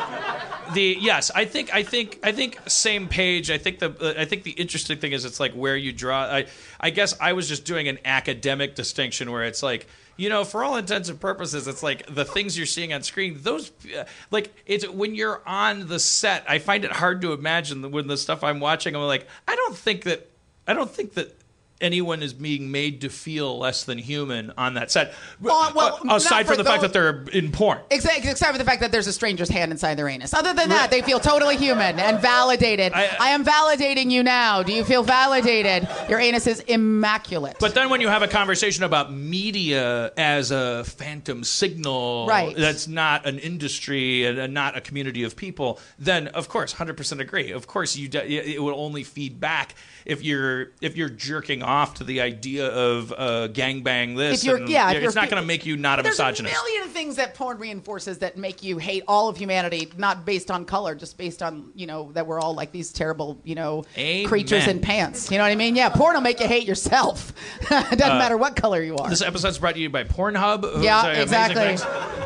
[SPEAKER 7] the yes, I think I think I think same page. I think the uh, I think the interesting thing is it's like where you draw. I I guess I was just doing an academic distinction where it's like. You know, for all intents and purposes, it's like the things you're seeing on screen. Those, uh, like, it's when you're on the set. I find it hard to imagine that when the stuff I'm watching, I'm like, I don't think that, I don't think that anyone is being made to feel less than human on that set.
[SPEAKER 11] Oh, well,
[SPEAKER 7] Uh, aside
[SPEAKER 11] not for
[SPEAKER 7] from the fact
[SPEAKER 11] those-
[SPEAKER 7] that they're in porn.
[SPEAKER 11] Except, except for the fact that there's a stranger's hand inside their anus. Other than that, they feel totally human and validated. I, am validating you now. Do you feel validated? Your anus is immaculate.
[SPEAKER 7] But then when you have a conversation about media as a phantom signal,
[SPEAKER 11] Right.
[SPEAKER 7] that's not an industry and and not a community of people, then of course, 100% agree. Of course, you de- it will only feed back if you're if you're jerking off to the idea of uh, gangbang this.
[SPEAKER 11] If you're-
[SPEAKER 7] and-
[SPEAKER 11] yeah, if
[SPEAKER 7] it's
[SPEAKER 11] you're
[SPEAKER 7] not
[SPEAKER 11] fe-
[SPEAKER 7] going to make you not a
[SPEAKER 11] there's
[SPEAKER 7] misogynist.
[SPEAKER 11] a million things that porn reinforces that make you hate all of humanity, not based on color, just based on you know that we're all like these terrible you know
[SPEAKER 7] Amen.
[SPEAKER 11] creatures in pants. You know what I mean? Yeah, porn will make you hate yourself. it doesn't
[SPEAKER 7] Uh,
[SPEAKER 11] matter what color you are.
[SPEAKER 7] This episode's brought to you by Pornhub. who's,
[SPEAKER 11] Yeah,
[SPEAKER 7] uh, amazing
[SPEAKER 11] exactly. Um,
[SPEAKER 7] things,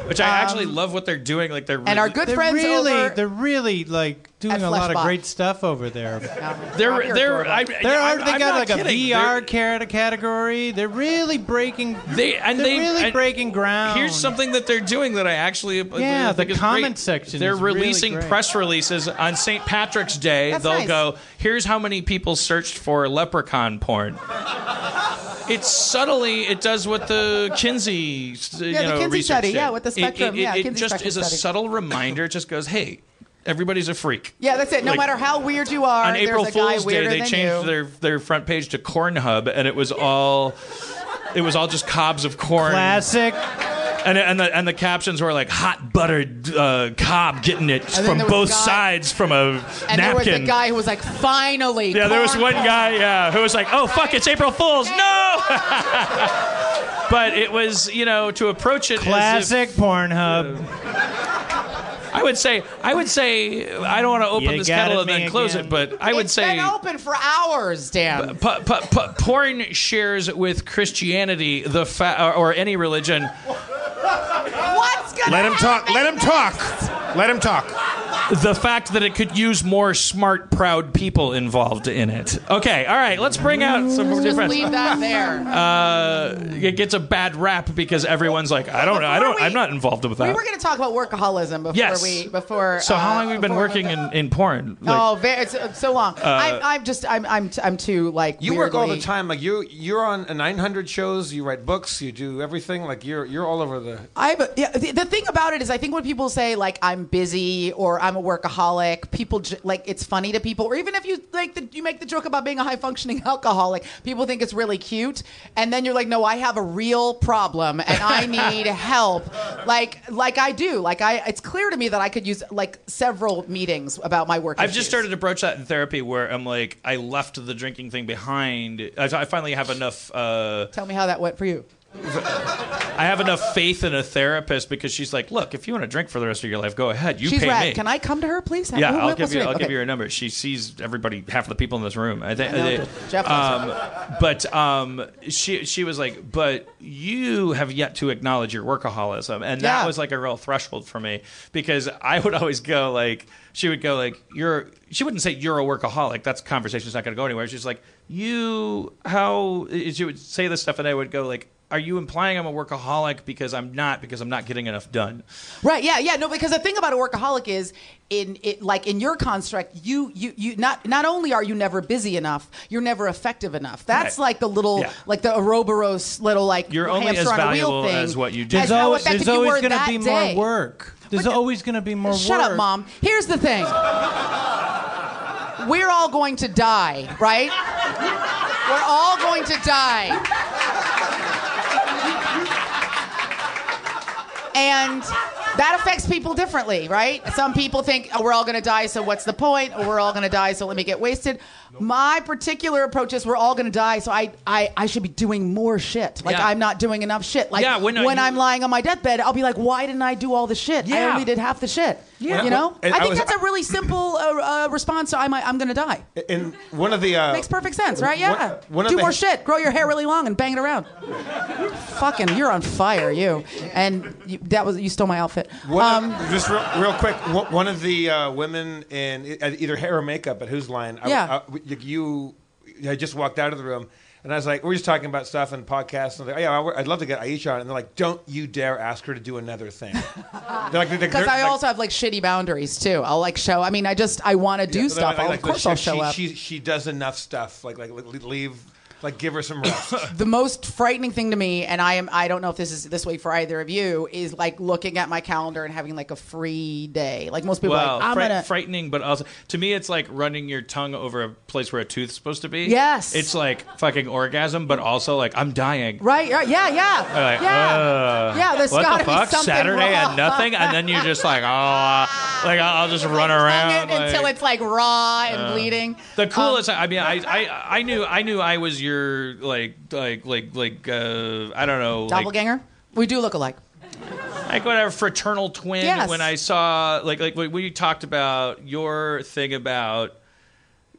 [SPEAKER 7] which I actually love what they're doing. Like they're
[SPEAKER 11] And our
[SPEAKER 7] really-
[SPEAKER 11] good
[SPEAKER 7] they're
[SPEAKER 11] friends
[SPEAKER 7] really-
[SPEAKER 11] over-
[SPEAKER 5] They're really like doing
[SPEAKER 11] At
[SPEAKER 5] a lot of
[SPEAKER 11] Fleshbot.
[SPEAKER 5] great stuff over there.
[SPEAKER 7] They're they're I, I-
[SPEAKER 5] There are.
[SPEAKER 7] I'm-
[SPEAKER 5] They
[SPEAKER 7] I'm
[SPEAKER 5] got
[SPEAKER 7] not
[SPEAKER 5] like
[SPEAKER 7] kidding.
[SPEAKER 5] a
[SPEAKER 7] They're-
[SPEAKER 5] VR character category. They're really breaking.
[SPEAKER 7] They and
[SPEAKER 5] they're
[SPEAKER 7] they
[SPEAKER 5] really
[SPEAKER 7] and
[SPEAKER 5] breaking ground.
[SPEAKER 7] Here's something that they're doing that I actually
[SPEAKER 5] Yeah,
[SPEAKER 7] I think
[SPEAKER 5] the
[SPEAKER 7] is
[SPEAKER 5] comment
[SPEAKER 7] great.
[SPEAKER 5] section
[SPEAKER 7] They're
[SPEAKER 5] is really
[SPEAKER 7] releasing
[SPEAKER 5] great.
[SPEAKER 7] press releases on St. Patrick's Day.
[SPEAKER 5] That's
[SPEAKER 7] They'll
[SPEAKER 5] nice.
[SPEAKER 7] go, "Here's how many people searched for leprechaun porn." It's subtly it does what the Kinsey yeah, you
[SPEAKER 11] Yeah, the
[SPEAKER 7] know,
[SPEAKER 11] Kinsey
[SPEAKER 7] research
[SPEAKER 11] study,
[SPEAKER 7] did.
[SPEAKER 11] yeah, with the
[SPEAKER 7] It-
[SPEAKER 11] spectrum,
[SPEAKER 7] It, it,
[SPEAKER 11] yeah,
[SPEAKER 7] it
[SPEAKER 11] Kinsey
[SPEAKER 7] just
[SPEAKER 11] spectrum
[SPEAKER 7] is a
[SPEAKER 11] study.
[SPEAKER 7] subtle reminder. It just goes, "Hey, everybody's a freak."
[SPEAKER 11] yeah, that's it. No
[SPEAKER 7] Like-
[SPEAKER 11] matter how weird you are,
[SPEAKER 7] on
[SPEAKER 11] there's
[SPEAKER 7] April
[SPEAKER 11] a guy
[SPEAKER 7] Fool's Day,
[SPEAKER 11] weirder
[SPEAKER 7] they
[SPEAKER 11] than
[SPEAKER 7] changed
[SPEAKER 11] you.
[SPEAKER 7] their their front page to Corn Hub, and it was all it was all just cobs of corn. Classic. And, and the and the captions were like hot buttered uh, cob getting it
[SPEAKER 11] then
[SPEAKER 7] from
[SPEAKER 11] there was
[SPEAKER 7] both
[SPEAKER 11] a guy-
[SPEAKER 7] sides from a napkin.
[SPEAKER 11] And there was a guy who was like, finally.
[SPEAKER 7] yeah, there was
[SPEAKER 11] corn
[SPEAKER 7] one
[SPEAKER 11] pop.
[SPEAKER 7] guy yeah who was like, oh fuck, it's April Fools, no. but it was you know to approach it as if- uh,
[SPEAKER 5] Classic Pornhub.
[SPEAKER 7] I would say I would say I don't want to open
[SPEAKER 5] You
[SPEAKER 7] this
[SPEAKER 5] got
[SPEAKER 7] kettle
[SPEAKER 5] it,
[SPEAKER 7] and then
[SPEAKER 5] me
[SPEAKER 7] close
[SPEAKER 5] again.
[SPEAKER 7] it, but I would
[SPEAKER 11] It's
[SPEAKER 7] say
[SPEAKER 11] been open for hours, damn.
[SPEAKER 7] P- p- p- porn shares with Christianity the fa- or any religion.
[SPEAKER 11] What's gonna
[SPEAKER 7] Let him talk. Let him talk. Let him talk. The fact that it could use more smart, proud people involved in it. Okay, all right. Let's bring out some more
[SPEAKER 11] Just
[SPEAKER 7] different.
[SPEAKER 11] leave that there.
[SPEAKER 7] Uh, it gets a bad rap because everyone's like, I don't know, I don't, I'm not involved with
[SPEAKER 11] We
[SPEAKER 7] that.
[SPEAKER 11] were going to talk about workaholism before
[SPEAKER 7] Yes.
[SPEAKER 11] we before.
[SPEAKER 7] so how
[SPEAKER 11] uh,
[SPEAKER 7] long have we been
[SPEAKER 11] before-
[SPEAKER 7] working in, in porn? Like,
[SPEAKER 11] oh, very, it's, uh, so long.
[SPEAKER 7] Uh,
[SPEAKER 11] I'm, I'm just I'm I'm I'm too like
[SPEAKER 6] You work all the
[SPEAKER 11] weirdly-
[SPEAKER 6] time. Like you, you're on 900 shows. You write books. You do everything. Like you're, you're all over the.
[SPEAKER 11] I have a, yeah, the, the thing about it is I think when people say like I'm busy or I'm a workaholic, people j- like it's funny to people or even if you like the, you make the joke about being a high functioning alcoholic, people think it's really cute and then you're like no, I have a real problem and I need help. Like like I do. Like I it's clear to me that I could use like several meetings about my work.
[SPEAKER 7] I've just started to broach that in therapy where I'm like, I left the drinking thing behind. I, I finally have enough. Uh,
[SPEAKER 11] Tell me how that went for you.
[SPEAKER 7] I have enough faith in a therapist because she's like, look, if you want to drink for the rest of your life, go ahead. You
[SPEAKER 11] She's
[SPEAKER 7] pay
[SPEAKER 11] rad.
[SPEAKER 7] me.
[SPEAKER 11] Can I come to her, please?
[SPEAKER 7] Yeah,
[SPEAKER 11] Who-
[SPEAKER 7] I'll
[SPEAKER 11] what's
[SPEAKER 7] give
[SPEAKER 11] her
[SPEAKER 7] you.
[SPEAKER 11] name?
[SPEAKER 7] I'll
[SPEAKER 11] Okay.
[SPEAKER 7] give you her number. She sees everybody, half of the people in this room. I think.
[SPEAKER 11] I know,
[SPEAKER 7] they-
[SPEAKER 11] Jeff knows
[SPEAKER 7] um, but um, she she was like, but you have yet to acknowledge your workaholism, and that
[SPEAKER 12] Yeah.
[SPEAKER 7] was like a real threshold for me because I would always go like, she would go like, you're. She wouldn't say you're a workaholic. That's conversation's not going to go anywhere. She's like, you how? She would say this stuff, and I would go like. Are you implying I'm a workaholic because I'm not because I'm not getting enough done?
[SPEAKER 11] Right. Yeah. Yeah. No, because the thing about a workaholic is in it, like in your construct, you, you, you, not, not only are you never busy enough, you're never effective enough. That's
[SPEAKER 7] Right.
[SPEAKER 11] like the little,
[SPEAKER 7] Yeah.
[SPEAKER 11] like the Ouroboros little, like
[SPEAKER 7] You're only
[SPEAKER 11] hamster
[SPEAKER 7] as
[SPEAKER 11] on a
[SPEAKER 7] valuable
[SPEAKER 11] wheel thing.
[SPEAKER 7] as what you do.
[SPEAKER 5] There's
[SPEAKER 11] As how
[SPEAKER 5] always,
[SPEAKER 11] effective
[SPEAKER 5] there's
[SPEAKER 11] you
[SPEAKER 5] always
[SPEAKER 11] were
[SPEAKER 5] going to
[SPEAKER 11] that
[SPEAKER 5] be
[SPEAKER 11] day.
[SPEAKER 5] more work. There's always going to be more
[SPEAKER 11] Shut
[SPEAKER 5] work.
[SPEAKER 11] up, mom. Here's the thing. We're all going to die, right? We're all going to die. And that affects people differently, right? Some people think, oh, we're all going to die, so what's the point? Or we're all going to die, so let me get wasted. My particular approach is we're all going to die, so I, I, I should be doing more shit. Like,
[SPEAKER 12] Yeah.
[SPEAKER 11] I'm not doing enough shit. Like,
[SPEAKER 12] Yeah, when I- you-
[SPEAKER 11] I'm lying on my deathbed, I'll be like, why didn't I do all the shit? I
[SPEAKER 12] Yeah.
[SPEAKER 11] only did half the shit.
[SPEAKER 6] Yeah.
[SPEAKER 11] You know?
[SPEAKER 6] And
[SPEAKER 11] I
[SPEAKER 6] I
[SPEAKER 11] think
[SPEAKER 6] was-
[SPEAKER 11] that's a really simple uh, uh, response to I'm, I'm going to die.
[SPEAKER 6] And one of the uh,
[SPEAKER 11] Makes perfect sense, right? Yeah.
[SPEAKER 6] One, one of
[SPEAKER 11] Do
[SPEAKER 6] the,
[SPEAKER 11] more shit. Grow your hair really long and bang it around. Fucking, you're on fire, you. And you, that was you stole my outfit. Um,
[SPEAKER 6] One, just real, real quick, one one of the uh, women in uh, either hair or makeup at Who's Line, I,
[SPEAKER 11] Yeah.
[SPEAKER 6] I- we- you, I just walked out of the room, and I was like, we're just talking about stuff and podcasts, and they're like, yeah, I- I'd love to get Aisha on, and they're like, don't you dare ask her to do another thing. they're like, they're,
[SPEAKER 11] Because I also have like shitty boundaries too. I'll like show. I mean, I just I want to do stuff. I'll, of course, I'll show
[SPEAKER 6] she,
[SPEAKER 11] up.
[SPEAKER 6] She, she does enough stuff, like like le- leave, like give her some rest.
[SPEAKER 11] the most frightening thing to me and i am i don't know if this is this way for either of you is like looking at my calendar and having like a free day like most people
[SPEAKER 7] Wow,
[SPEAKER 11] are like i'm
[SPEAKER 7] fri-
[SPEAKER 11] gonna
[SPEAKER 7] frightening, but also to me, it's like running your tongue over a place where a tooth's supposed to be.
[SPEAKER 11] Yes.
[SPEAKER 7] it's like fucking orgasm, but also like I'm dying.
[SPEAKER 11] right right yeah yeah
[SPEAKER 7] I'm like,
[SPEAKER 11] yeah
[SPEAKER 7] "Ugh,
[SPEAKER 11] Yeah, there's
[SPEAKER 7] what
[SPEAKER 11] gotta
[SPEAKER 7] the
[SPEAKER 11] be
[SPEAKER 7] fuck?
[SPEAKER 11] something
[SPEAKER 7] Saturday
[SPEAKER 11] wrong."
[SPEAKER 7] and nothing, and then you're just like, oh, uh, like I'll I'll just run around like-
[SPEAKER 11] until um, it's like raw and
[SPEAKER 7] Uh,
[SPEAKER 11] bleeding
[SPEAKER 7] The coolest. I mean, I, I I knew I knew I was your like like like like uh, I don't know like,
[SPEAKER 11] doppelganger we do look alike
[SPEAKER 7] like whatever fraternal twin
[SPEAKER 11] Yes.
[SPEAKER 7] when I saw like like when you talked about your thing about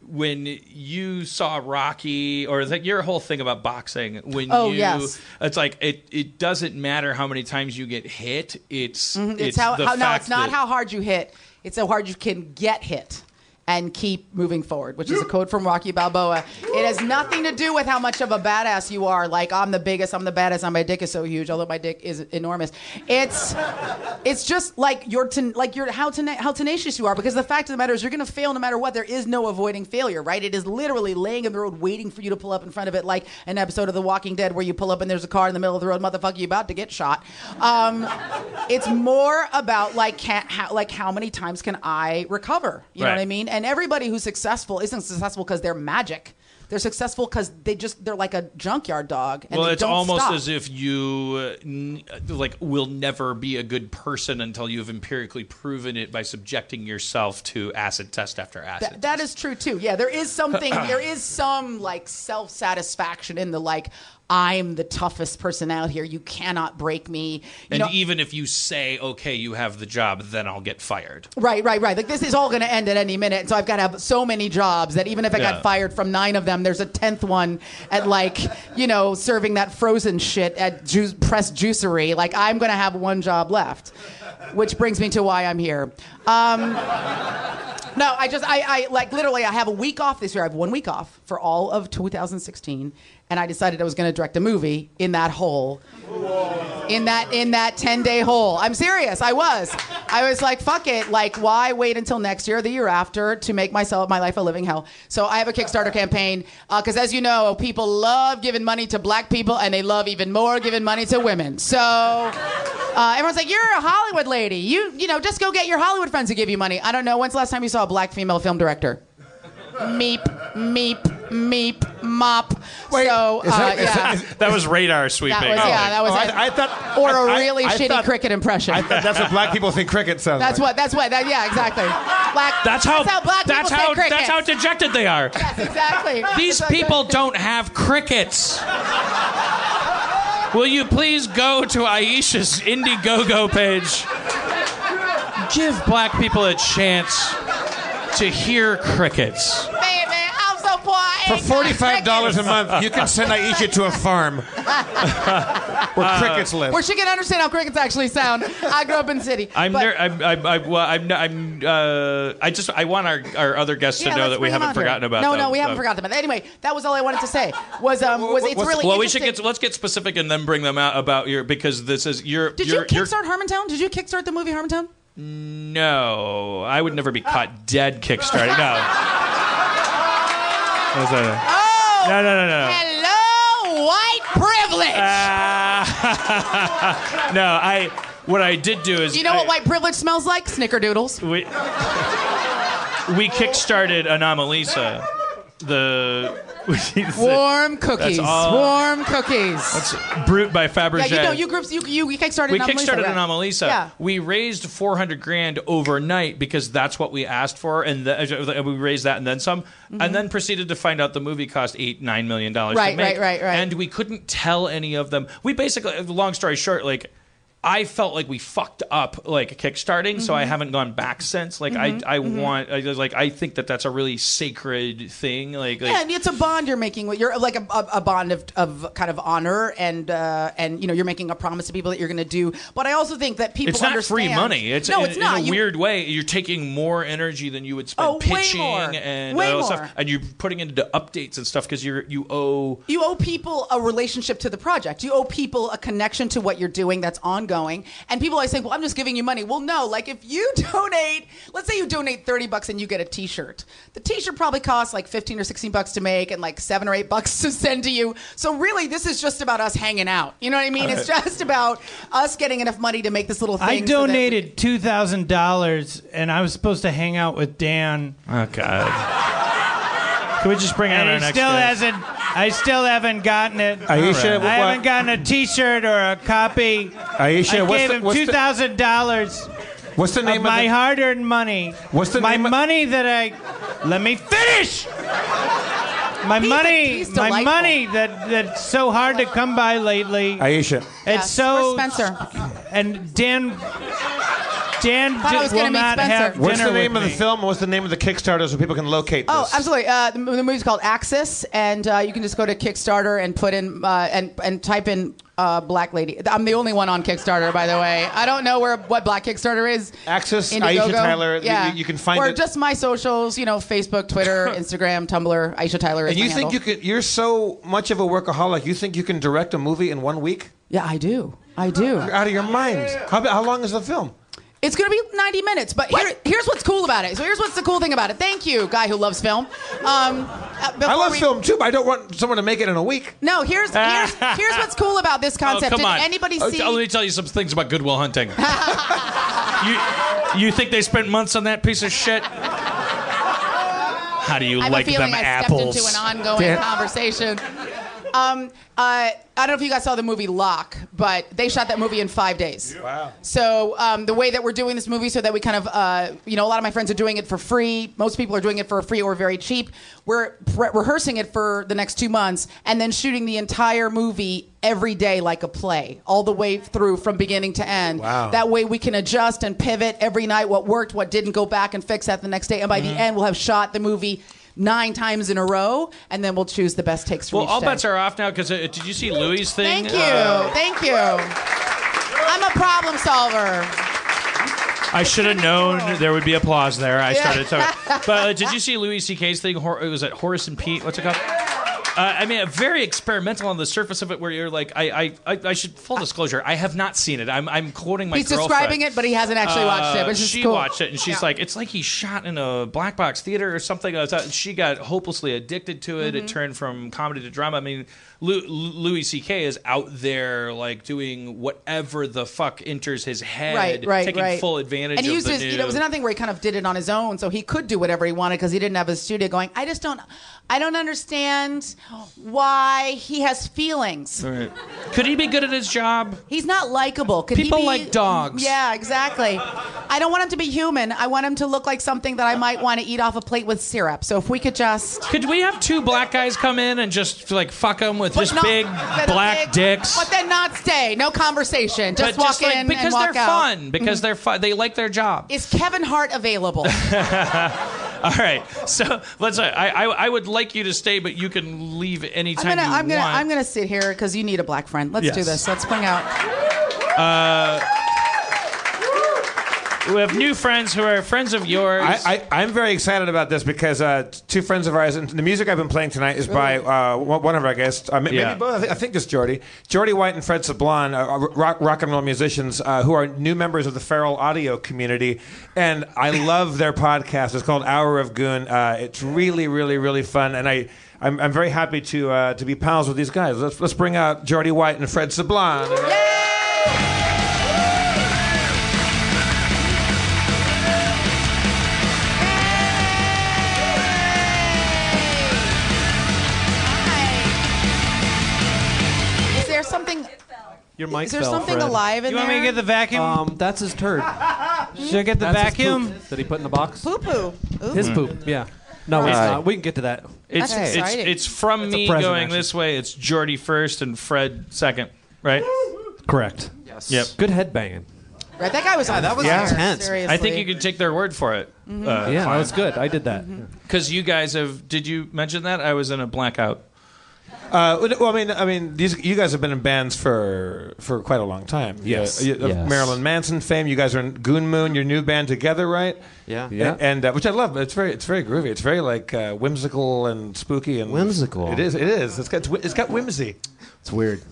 [SPEAKER 7] when you saw Rocky or like your whole thing about boxing when
[SPEAKER 11] Oh,
[SPEAKER 7] you
[SPEAKER 11] yes.
[SPEAKER 7] it's like it it doesn't matter how many times you get hit it's
[SPEAKER 11] Mhm,
[SPEAKER 7] it's,
[SPEAKER 11] it's, how,
[SPEAKER 7] the
[SPEAKER 11] how no
[SPEAKER 7] fact
[SPEAKER 11] it's not
[SPEAKER 7] that-
[SPEAKER 11] how hard you hit it's how hard you can get hit and keep moving forward, which is a code from Rocky Balboa. It has nothing to do with how much of a badass you are. Like I'm the biggest, I'm the baddest, and my dick is so huge. Although my dick is enormous, it's it's just like your ten, like your how tena- how tenacious you are. Because the fact of the matter is, you're gonna fail no matter what. There is no avoiding failure, right? It is literally laying in the road, waiting for you to pull up in front of it, like an episode of The Walking Dead where you pull up and there's a car in the middle of the road, motherfucker, you about to get shot. Um, it's more about like can how like how many times can I recover? You know what I
[SPEAKER 12] Right.
[SPEAKER 11] mean? And everybody who's successful isn't successful because they're magic. They're successful because they just they're like a junkyard dog. And
[SPEAKER 7] well,
[SPEAKER 11] they
[SPEAKER 7] it's
[SPEAKER 11] don't
[SPEAKER 7] almost
[SPEAKER 11] stop.
[SPEAKER 7] as if you uh, n- like will never be a good person until you've empirically proven it by subjecting yourself to acid test after acid.
[SPEAKER 11] That, that is true too. Yeah, there is something. there is some like self satisfaction in the like I'm the toughest person out here. You cannot break me. You
[SPEAKER 7] and
[SPEAKER 11] know,
[SPEAKER 7] even if you say, "Okay, you have the job," then I'll get fired.
[SPEAKER 11] Right, right, right. Like this is all going to end at any minute, so I've got to have so many jobs that even if I
[SPEAKER 7] Yeah.
[SPEAKER 11] got fired from nine of them, there's a tenth one at like you know serving that frozen shit at juice, press juicery. Like I'm going to have one job left, which brings me to why I'm here. Um, no, I just I, I like literally I have a week off this year. I have one week off for all of 2016, and I decided I was going to direct a movie in that hole in that in that 10 day hole. I'm serious. I was. I was like, fuck it. Like, why wait until next year, or the year after, to make myself my life a living hell? So I have a Kickstarter campaign because, as you know, people love giving money to black people, and they love even more giving money to women. So uh, everyone's like, you're a Hollywood lady. You you know, just go get your Hollywood friends to give you money. I don't know. When's the last time you saw a black female film director? Meep, meep, meep, mop. so, uh, yeah.
[SPEAKER 7] that was radar sweeping.
[SPEAKER 11] That was, yeah, that was
[SPEAKER 6] Oh, I-
[SPEAKER 11] it.
[SPEAKER 6] I thought-
[SPEAKER 11] or
[SPEAKER 6] I-
[SPEAKER 11] a
[SPEAKER 6] I-
[SPEAKER 11] really
[SPEAKER 6] I
[SPEAKER 11] shitty
[SPEAKER 6] thought-
[SPEAKER 11] cricket impression.
[SPEAKER 6] I thought that's what black people think cricket sounds
[SPEAKER 11] That's
[SPEAKER 6] like.
[SPEAKER 11] what. That's what. That, yeah, exactly. Black.
[SPEAKER 7] That's how.
[SPEAKER 11] That's how black
[SPEAKER 7] that's
[SPEAKER 11] people
[SPEAKER 7] how.
[SPEAKER 11] say cricket.
[SPEAKER 7] That's how dejected they are.
[SPEAKER 11] Exactly.
[SPEAKER 7] These
[SPEAKER 11] Exactly.
[SPEAKER 7] people don't have crickets. Will you please go to Aisha's Indiegogo page? Give black people a chance to hear crickets.
[SPEAKER 11] Baby, I'm so poor. I
[SPEAKER 6] For
[SPEAKER 11] ain't got
[SPEAKER 6] forty-five dollars a
[SPEAKER 11] crickets.
[SPEAKER 6] month, you can send Aisha to a farm where
[SPEAKER 7] Uh,
[SPEAKER 6] crickets live.
[SPEAKER 11] Where she can understand how crickets actually sound. I grew up in the city.
[SPEAKER 7] I'm, ner- I'm, I'm, I'm, well, I'm, I'm uh, I just, I want our, our other guests
[SPEAKER 11] Yeah,
[SPEAKER 7] to know
[SPEAKER 11] let's
[SPEAKER 7] that we
[SPEAKER 11] bring 'em
[SPEAKER 7] haven't
[SPEAKER 11] out here.
[SPEAKER 7] forgotten about
[SPEAKER 11] No,
[SPEAKER 7] them.
[SPEAKER 11] no, we haven't
[SPEAKER 7] so.
[SPEAKER 11] forgotten about that. Anyway, that was all I wanted to say. Was um was it's really
[SPEAKER 7] well, we should
[SPEAKER 11] interesting.
[SPEAKER 7] get, let's get specific and then bring them out about your, because this is your,
[SPEAKER 11] Did
[SPEAKER 7] your,
[SPEAKER 11] you
[SPEAKER 7] your
[SPEAKER 11] kickstart Harmontown? Did you kickstart the movie Harmontown?
[SPEAKER 7] No, I would never be caught dead kickstarting. No. That's a-
[SPEAKER 11] Oh!
[SPEAKER 7] no, no, no, no.
[SPEAKER 11] Hello, white privilege.
[SPEAKER 7] Uh. Ah, no, I. What I did do is
[SPEAKER 11] you know
[SPEAKER 7] I-
[SPEAKER 11] what white privilege smells like? Snickerdoodles.
[SPEAKER 7] we kickstarted Anomalisa. the
[SPEAKER 11] Warm cookies. Warm cookies.
[SPEAKER 7] That's Brute by Fabergé.
[SPEAKER 11] Yeah, you know, you groups, you you, you kickstarted
[SPEAKER 7] we
[SPEAKER 11] an Anomalisa,
[SPEAKER 7] kickstarted
[SPEAKER 11] right?
[SPEAKER 7] Anomalisa.
[SPEAKER 11] Yeah.
[SPEAKER 7] We raised 400 grand overnight because that's what we asked for, and, the, and we raised that and then some,
[SPEAKER 11] Mhm.
[SPEAKER 7] and then proceeded to find out the movie cost eight nine million dollars.
[SPEAKER 11] Right,
[SPEAKER 7] to make,
[SPEAKER 11] right, right, right.
[SPEAKER 7] And we couldn't tell any of them. We basically, long story short, like. I felt like we fucked up like kickstarting, so I
[SPEAKER 11] Mm-hmm.
[SPEAKER 12] Mhm.
[SPEAKER 7] haven't gone back since. Like
[SPEAKER 11] Mhm,
[SPEAKER 7] I, I
[SPEAKER 11] mhm.
[SPEAKER 7] want, I, like I think that that's a really sacred thing. Like, like
[SPEAKER 11] yeah, and it's a bond you're making. with- You're like a, a, a bond of, of kind of honor, and uh, and you know you're making a promise to people that you're going to do. But I also think that people
[SPEAKER 7] it's not
[SPEAKER 11] understand.
[SPEAKER 7] free money. It's,
[SPEAKER 11] no,
[SPEAKER 7] in,
[SPEAKER 11] it's not.
[SPEAKER 7] in a
[SPEAKER 11] You-
[SPEAKER 7] weird way. You're taking more energy than you would spend
[SPEAKER 11] Oh, way
[SPEAKER 7] pitching
[SPEAKER 11] more.
[SPEAKER 7] and
[SPEAKER 11] Way
[SPEAKER 7] all that
[SPEAKER 11] more.
[SPEAKER 7] stuff, and you're putting it into updates and stuff because you're you owe.
[SPEAKER 11] You owe people a relationship to the project. You owe people a connection to what you're doing that's ongoing. And people always say, "Well, I'm just giving you money." Well, no. Like if you donate, let's say you donate 30 bucks and you get a T-shirt. The T-shirt probably costs like 15 or 16 bucks to make and like seven or eight bucks to send to you. So really, this is just about us hanging out. You know what I mean? It's
[SPEAKER 5] Right.
[SPEAKER 11] just about us getting enough money to make this little thing.
[SPEAKER 5] I
[SPEAKER 11] so that-
[SPEAKER 5] donated two thousand dollars, and I was supposed to hang out with Dan.
[SPEAKER 7] Oh God. Can we just bring out
[SPEAKER 5] and
[SPEAKER 7] our
[SPEAKER 5] he
[SPEAKER 7] next
[SPEAKER 5] still
[SPEAKER 7] guest?
[SPEAKER 5] hasn't. I still haven't gotten it.
[SPEAKER 7] Aisha,
[SPEAKER 5] I
[SPEAKER 7] what-
[SPEAKER 5] haven't gotten a T-shirt or a copy.
[SPEAKER 7] Aisha,
[SPEAKER 5] I
[SPEAKER 7] what's
[SPEAKER 5] gave
[SPEAKER 7] the-
[SPEAKER 5] him
[SPEAKER 7] what's
[SPEAKER 5] two
[SPEAKER 7] the-
[SPEAKER 5] thousand dollars.
[SPEAKER 6] What's the name of
[SPEAKER 5] my
[SPEAKER 6] the-
[SPEAKER 5] hard-earned money? What's the my money that I? Let me finish. My
[SPEAKER 11] He's-
[SPEAKER 5] money,
[SPEAKER 11] he's
[SPEAKER 5] my
[SPEAKER 11] delightful.
[SPEAKER 5] money that that's so hard to come by lately.
[SPEAKER 6] Aisha.
[SPEAKER 5] It's
[SPEAKER 11] Yes,
[SPEAKER 5] so
[SPEAKER 11] where's Spencer.
[SPEAKER 5] and Dan. Dan
[SPEAKER 11] Thought I
[SPEAKER 5] di-
[SPEAKER 11] was
[SPEAKER 5] will
[SPEAKER 11] gonna meet
[SPEAKER 5] not
[SPEAKER 11] Spencer.
[SPEAKER 5] have
[SPEAKER 6] What's
[SPEAKER 5] dinner
[SPEAKER 6] the name
[SPEAKER 5] with
[SPEAKER 6] of the
[SPEAKER 5] me.
[SPEAKER 6] film? and What's the name of the Kickstarter so people can locate this?
[SPEAKER 11] Oh, absolutely. Uh, the, mo- the movie's called Axis, and uh, you can just go to Kickstarter and put in uh, and and type in uh, Black Lady. I'm the only one on Kickstarter, by the way. I don't know where what Black Kickstarter is.
[SPEAKER 6] Axis,
[SPEAKER 11] Indiegogo.
[SPEAKER 6] Aisha Tyler, you-
[SPEAKER 11] Yeah,
[SPEAKER 6] you- you can find
[SPEAKER 11] or
[SPEAKER 6] it-
[SPEAKER 11] just my socials. You know, Facebook, Twitter, Instagram, Tumblr. Aisha Tyler. Is
[SPEAKER 6] And you
[SPEAKER 11] my
[SPEAKER 6] think
[SPEAKER 11] handle.
[SPEAKER 6] you could? You're so much of a workaholic. You think you can direct a movie in one week?
[SPEAKER 11] Yeah, I do. I do.
[SPEAKER 6] You're out of your mind. How, how long is the film?
[SPEAKER 11] It's going to be 90 minutes, but here, here's what's cool about it. So here's what's the cool thing about it. Thank you, guy who loves film. Um, uh, before
[SPEAKER 6] I love
[SPEAKER 11] we-
[SPEAKER 6] film too, but I don't want someone to make it in a week.
[SPEAKER 11] No, here's here's here's what's cool about this concept.
[SPEAKER 7] Oh, come
[SPEAKER 11] Did
[SPEAKER 7] on.
[SPEAKER 11] anybody
[SPEAKER 7] Oh,
[SPEAKER 11] see?
[SPEAKER 7] t- let me tell you some things about Goodwill Hunting. you, you think they spent months on that piece of shit? How do you
[SPEAKER 11] I have
[SPEAKER 7] like
[SPEAKER 11] a feeling
[SPEAKER 7] them
[SPEAKER 11] I
[SPEAKER 7] apples?
[SPEAKER 11] stepped into an ongoing
[SPEAKER 7] Dan-
[SPEAKER 11] conversation. Um, uh, I don't know if you guys saw the movie Lock, but they shot that movie in five days. Wow. So um, the way that we're doing this movie, so that we kind of, uh, you know, a lot of my friends are doing it for free. Most people are doing it for free or very cheap. We're pre- rehearsing it for the next two months and then shooting the entire movie every day like a play, all the way through from beginning to end.
[SPEAKER 13] Wow.
[SPEAKER 11] That way we can adjust and pivot every night what worked, what didn't, go back and fix that the next day. And
[SPEAKER 7] Mm-hmm.
[SPEAKER 11] by the end, we'll have shot the movie nine times in a row, and then we'll choose the best takes from
[SPEAKER 7] well,
[SPEAKER 11] each
[SPEAKER 7] all
[SPEAKER 11] day.
[SPEAKER 7] bets are off now because uh, did you see Louis' thing?
[SPEAKER 11] Thank you.
[SPEAKER 7] Uh,
[SPEAKER 11] Thank you. I'm a problem solver.
[SPEAKER 7] I should have known there would be applause there. I
[SPEAKER 11] Yeah.
[SPEAKER 7] started talking. But uh, did you see Louis C.K.'s thing? Hor- it was at Horace and Pete. What's it called? Uh, I mean, very experimental on the surface of it, where you're like, I, I, I, I should full disclosure, I have not seen it. I'm, I'm quoting my.
[SPEAKER 11] Uh, He's
[SPEAKER 7] girlfriend.
[SPEAKER 11] describing it, but he hasn't actually watched it,
[SPEAKER 7] Uh,
[SPEAKER 11] which is
[SPEAKER 7] she
[SPEAKER 11] cool.
[SPEAKER 7] watched it, and she's like, it's like he shot in a black box theater or something. I was out- She got hopelessly addicted to it. It
[SPEAKER 11] Mm-hmm.
[SPEAKER 12] Mhm.
[SPEAKER 7] turned from comedy to drama. I mean, Lu- Lu- Louis C.K. is out there like doing whatever the fuck enters his head,
[SPEAKER 11] right, right,
[SPEAKER 7] taking
[SPEAKER 11] right.
[SPEAKER 7] full advantage
[SPEAKER 11] and he
[SPEAKER 7] of
[SPEAKER 11] used
[SPEAKER 7] the
[SPEAKER 11] his,
[SPEAKER 7] new.
[SPEAKER 11] you know, it was another thing where he kind of did it on his own, so he could do whatever he wanted because he didn't have a studio going. I just don't, I don't understand why he has feelings.
[SPEAKER 7] All right. Could he be good at his job?
[SPEAKER 11] He's not likable. Could he
[SPEAKER 7] People
[SPEAKER 11] be-
[SPEAKER 7] like dogs.
[SPEAKER 11] Yeah, exactly. I don't want him to be human. I want him to look like something that I might want to eat off a plate with syrup. So if we could just.
[SPEAKER 7] Could we have two black guys come in and just like fuck them with
[SPEAKER 11] But
[SPEAKER 7] just
[SPEAKER 11] not-
[SPEAKER 7] big
[SPEAKER 11] but
[SPEAKER 7] black
[SPEAKER 11] big-
[SPEAKER 7] dicks?
[SPEAKER 11] But then not stay. No conversation. Just
[SPEAKER 7] but
[SPEAKER 11] walk
[SPEAKER 7] just, like,
[SPEAKER 11] in
[SPEAKER 7] because
[SPEAKER 11] and walk
[SPEAKER 7] they're
[SPEAKER 11] out. Mm-hmm.
[SPEAKER 7] fun. Because they're fun. They like their job.
[SPEAKER 11] Is Kevin Hart available?
[SPEAKER 7] All right. So let's. I, I I would like you to stay, but you can leave
[SPEAKER 11] I'm
[SPEAKER 7] anytime
[SPEAKER 11] gonna,
[SPEAKER 7] you
[SPEAKER 11] I'm gonna,
[SPEAKER 7] want.
[SPEAKER 11] I'm gonna sit here because you need a black friend. Let's do
[SPEAKER 7] Yes.
[SPEAKER 11] this. Let's bring out.
[SPEAKER 7] Uh, we have new friends who are friends of yours.
[SPEAKER 6] I, I, I'm very excited about this because uh, t- two friends of ours, and the music I've been playing tonight is by uh, one one of our guests, uh, ma-
[SPEAKER 7] Yeah.
[SPEAKER 6] maybe both, I think, I think it's Jordy. Jordy White and Fred Sablon, uh, are rock, rock and roll musicians uh, who are new members of the Feral Audio community. And I love their podcast. It's called Hour of Goon. Uh, it's really, really, really fun. And I, I'm, I'm very happy to, uh, to be pals with these guys. Let's, let's bring out Jordy White and Fred Sablon.
[SPEAKER 12] mic
[SPEAKER 11] Is there
[SPEAKER 12] fell,
[SPEAKER 11] something
[SPEAKER 12] Fred.
[SPEAKER 11] alive in You want me to there? Ah. get the vacuum?
[SPEAKER 12] Um, that's his turd.
[SPEAKER 8] Should I get the
[SPEAKER 12] That's his
[SPEAKER 8] vacuum?
[SPEAKER 12] poop that he put in the box?
[SPEAKER 11] Poo poo.
[SPEAKER 12] His poop. Yeah. No, it's
[SPEAKER 7] Alright.
[SPEAKER 12] not. We can get to that.
[SPEAKER 7] It's it's, it's from
[SPEAKER 12] It's a
[SPEAKER 7] me
[SPEAKER 12] present,
[SPEAKER 7] going
[SPEAKER 12] actually.
[SPEAKER 7] this way. It's Jordy first and Fred second, right?
[SPEAKER 12] Correct.
[SPEAKER 7] Yes. Yep.
[SPEAKER 12] Good headbanging.
[SPEAKER 11] Right, that guy was on fire, Seriously.
[SPEAKER 7] I think you can take their word for it.
[SPEAKER 6] Mm-hmm.
[SPEAKER 11] Mhm.
[SPEAKER 12] yeah, that was good. I did that.
[SPEAKER 7] Because you guys have. Did you mention that I was in a blackout?
[SPEAKER 6] Uh, well, I mean, I mean, these you guys have been in bands for for quite a long time.
[SPEAKER 12] Yes.
[SPEAKER 6] You- you- of
[SPEAKER 12] Yes.
[SPEAKER 6] Marilyn Manson fame. You guys are in Goon Moon, your new band together, right?
[SPEAKER 12] Yeah.
[SPEAKER 6] yeah. And, uh, which I love. It's very, it's very groovy. It's very like uh, whimsical and spooky and
[SPEAKER 12] Whimsical.
[SPEAKER 6] It is. It is. It's got it's got whimsy.
[SPEAKER 12] It's weird.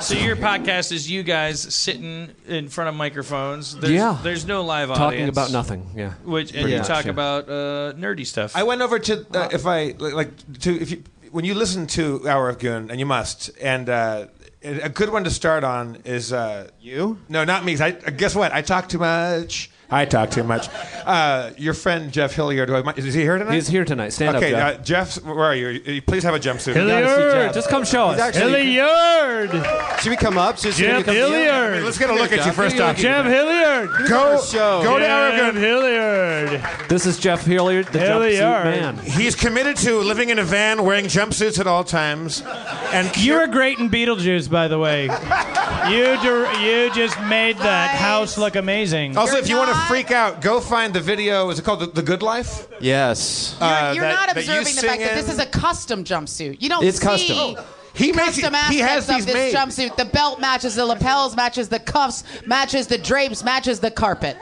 [SPEAKER 7] So your podcast is you guys sitting in front of microphones. There's,
[SPEAKER 12] Yeah.
[SPEAKER 7] There's no live
[SPEAKER 12] Talking
[SPEAKER 7] audience.
[SPEAKER 12] about nothing, yeah.
[SPEAKER 7] Which and
[SPEAKER 12] Pretty
[SPEAKER 7] you
[SPEAKER 12] much,
[SPEAKER 7] talk
[SPEAKER 12] yeah.
[SPEAKER 7] about uh, nerdy stuff.
[SPEAKER 6] I went over to uh, if I like- like to if you when you listen to Hour of Goon and you must and uh, a good one to start on is uh, you. No, not me. 'cause I uh, guess what I talk too much. I talk too much. Uh, your friend Jeff Hilliard, who I, might- is he here tonight?
[SPEAKER 12] He's here tonight. Stand up,
[SPEAKER 6] okay,
[SPEAKER 12] Jeff.
[SPEAKER 6] uh, Jeff, where are you? You- Please have a jumpsuit.
[SPEAKER 12] Hilliard, just come show us.
[SPEAKER 13] Hilliard.
[SPEAKER 12] Should we come up?
[SPEAKER 13] Jeff Hilliard.
[SPEAKER 6] Let's get a look at you first off.
[SPEAKER 13] Jeff Hilliard.
[SPEAKER 6] Go, go to Hour of
[SPEAKER 13] Jeff
[SPEAKER 6] Goon.
[SPEAKER 13] Hilliard.
[SPEAKER 12] This is Jeff Hilliard, the jumpsuit man.
[SPEAKER 6] He's committed to living in a van wearing jumpsuits at all times. And
[SPEAKER 5] you were great in Beetlejuice, by the way. you dir- you just made that house look amazing.
[SPEAKER 6] Also, if you want to freak out, go find the video. Is it called The, the Good Life?
[SPEAKER 12] Yes.
[SPEAKER 6] Uh,
[SPEAKER 11] You're
[SPEAKER 6] that-
[SPEAKER 11] not
[SPEAKER 6] that you
[SPEAKER 11] observing the fact
[SPEAKER 6] sing
[SPEAKER 11] that this
[SPEAKER 6] in.
[SPEAKER 11] is a custom jumpsuit. You don't
[SPEAKER 6] It's
[SPEAKER 11] see
[SPEAKER 6] custom. He makes-
[SPEAKER 11] custom
[SPEAKER 6] he has
[SPEAKER 11] aspects of
[SPEAKER 6] these
[SPEAKER 11] this
[SPEAKER 6] made.
[SPEAKER 11] jumpsuit. The belt matches the lapels, matches the cuffs, matches the drapes, matches the carpet.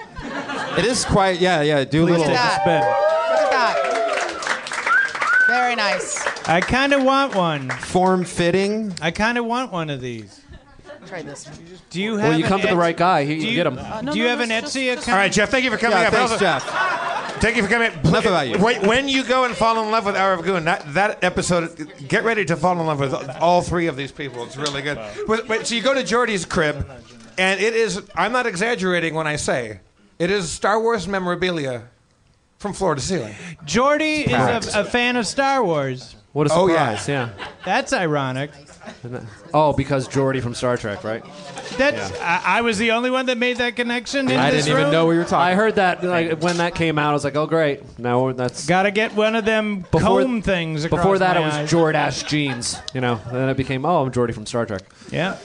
[SPEAKER 13] It is quite, yeah, yeah. Do
[SPEAKER 5] Please
[SPEAKER 11] Look at that. Look at that. Very nice.
[SPEAKER 5] I kind of want one.
[SPEAKER 13] Form fitting.
[SPEAKER 5] I kind of want one of these.
[SPEAKER 11] Try this. one. Uh,
[SPEAKER 5] Do you have?
[SPEAKER 12] Well, you
[SPEAKER 5] an
[SPEAKER 12] come to the
[SPEAKER 5] Etsy-
[SPEAKER 12] right guy. He
[SPEAKER 5] do
[SPEAKER 12] can
[SPEAKER 5] you-
[SPEAKER 12] get him.
[SPEAKER 11] no,
[SPEAKER 5] do you
[SPEAKER 11] no,
[SPEAKER 5] have an Etsy account?
[SPEAKER 6] All right, Jeff, thank you for coming
[SPEAKER 12] Yeah,
[SPEAKER 6] up.
[SPEAKER 12] thanks,
[SPEAKER 6] Also- Thank you for coming. Enough
[SPEAKER 12] about you.
[SPEAKER 6] Wait, when you go and fall in love with Hour of Goon, that, that episode, get ready to fall in love with all three of these people. It's really good. But, but so you go to Jordy's crib, and it is, I'm not exaggerating when I say, it is Star Wars memorabilia from floor to ceiling.
[SPEAKER 5] Jordy is
[SPEAKER 6] Correct.
[SPEAKER 5] a, a fan of Star Wars.
[SPEAKER 12] What a
[SPEAKER 6] Oh,
[SPEAKER 12] surprise! yeah.
[SPEAKER 5] That's ironic.
[SPEAKER 12] Oh, because Geordi from Star Trek, right?
[SPEAKER 5] That's I, I was the only one that made that connection. In
[SPEAKER 12] I
[SPEAKER 5] this
[SPEAKER 12] didn't even
[SPEAKER 5] room?
[SPEAKER 12] know we were talking. I heard that like when that came out. I was like, oh great, now that's
[SPEAKER 5] Got to get one of them comb things. Across
[SPEAKER 12] Before that,
[SPEAKER 5] my
[SPEAKER 12] it was
[SPEAKER 5] eyes.
[SPEAKER 12] Jordash jeans. You know, then it became oh, I'm Geordi from Star Trek.
[SPEAKER 5] Yeah.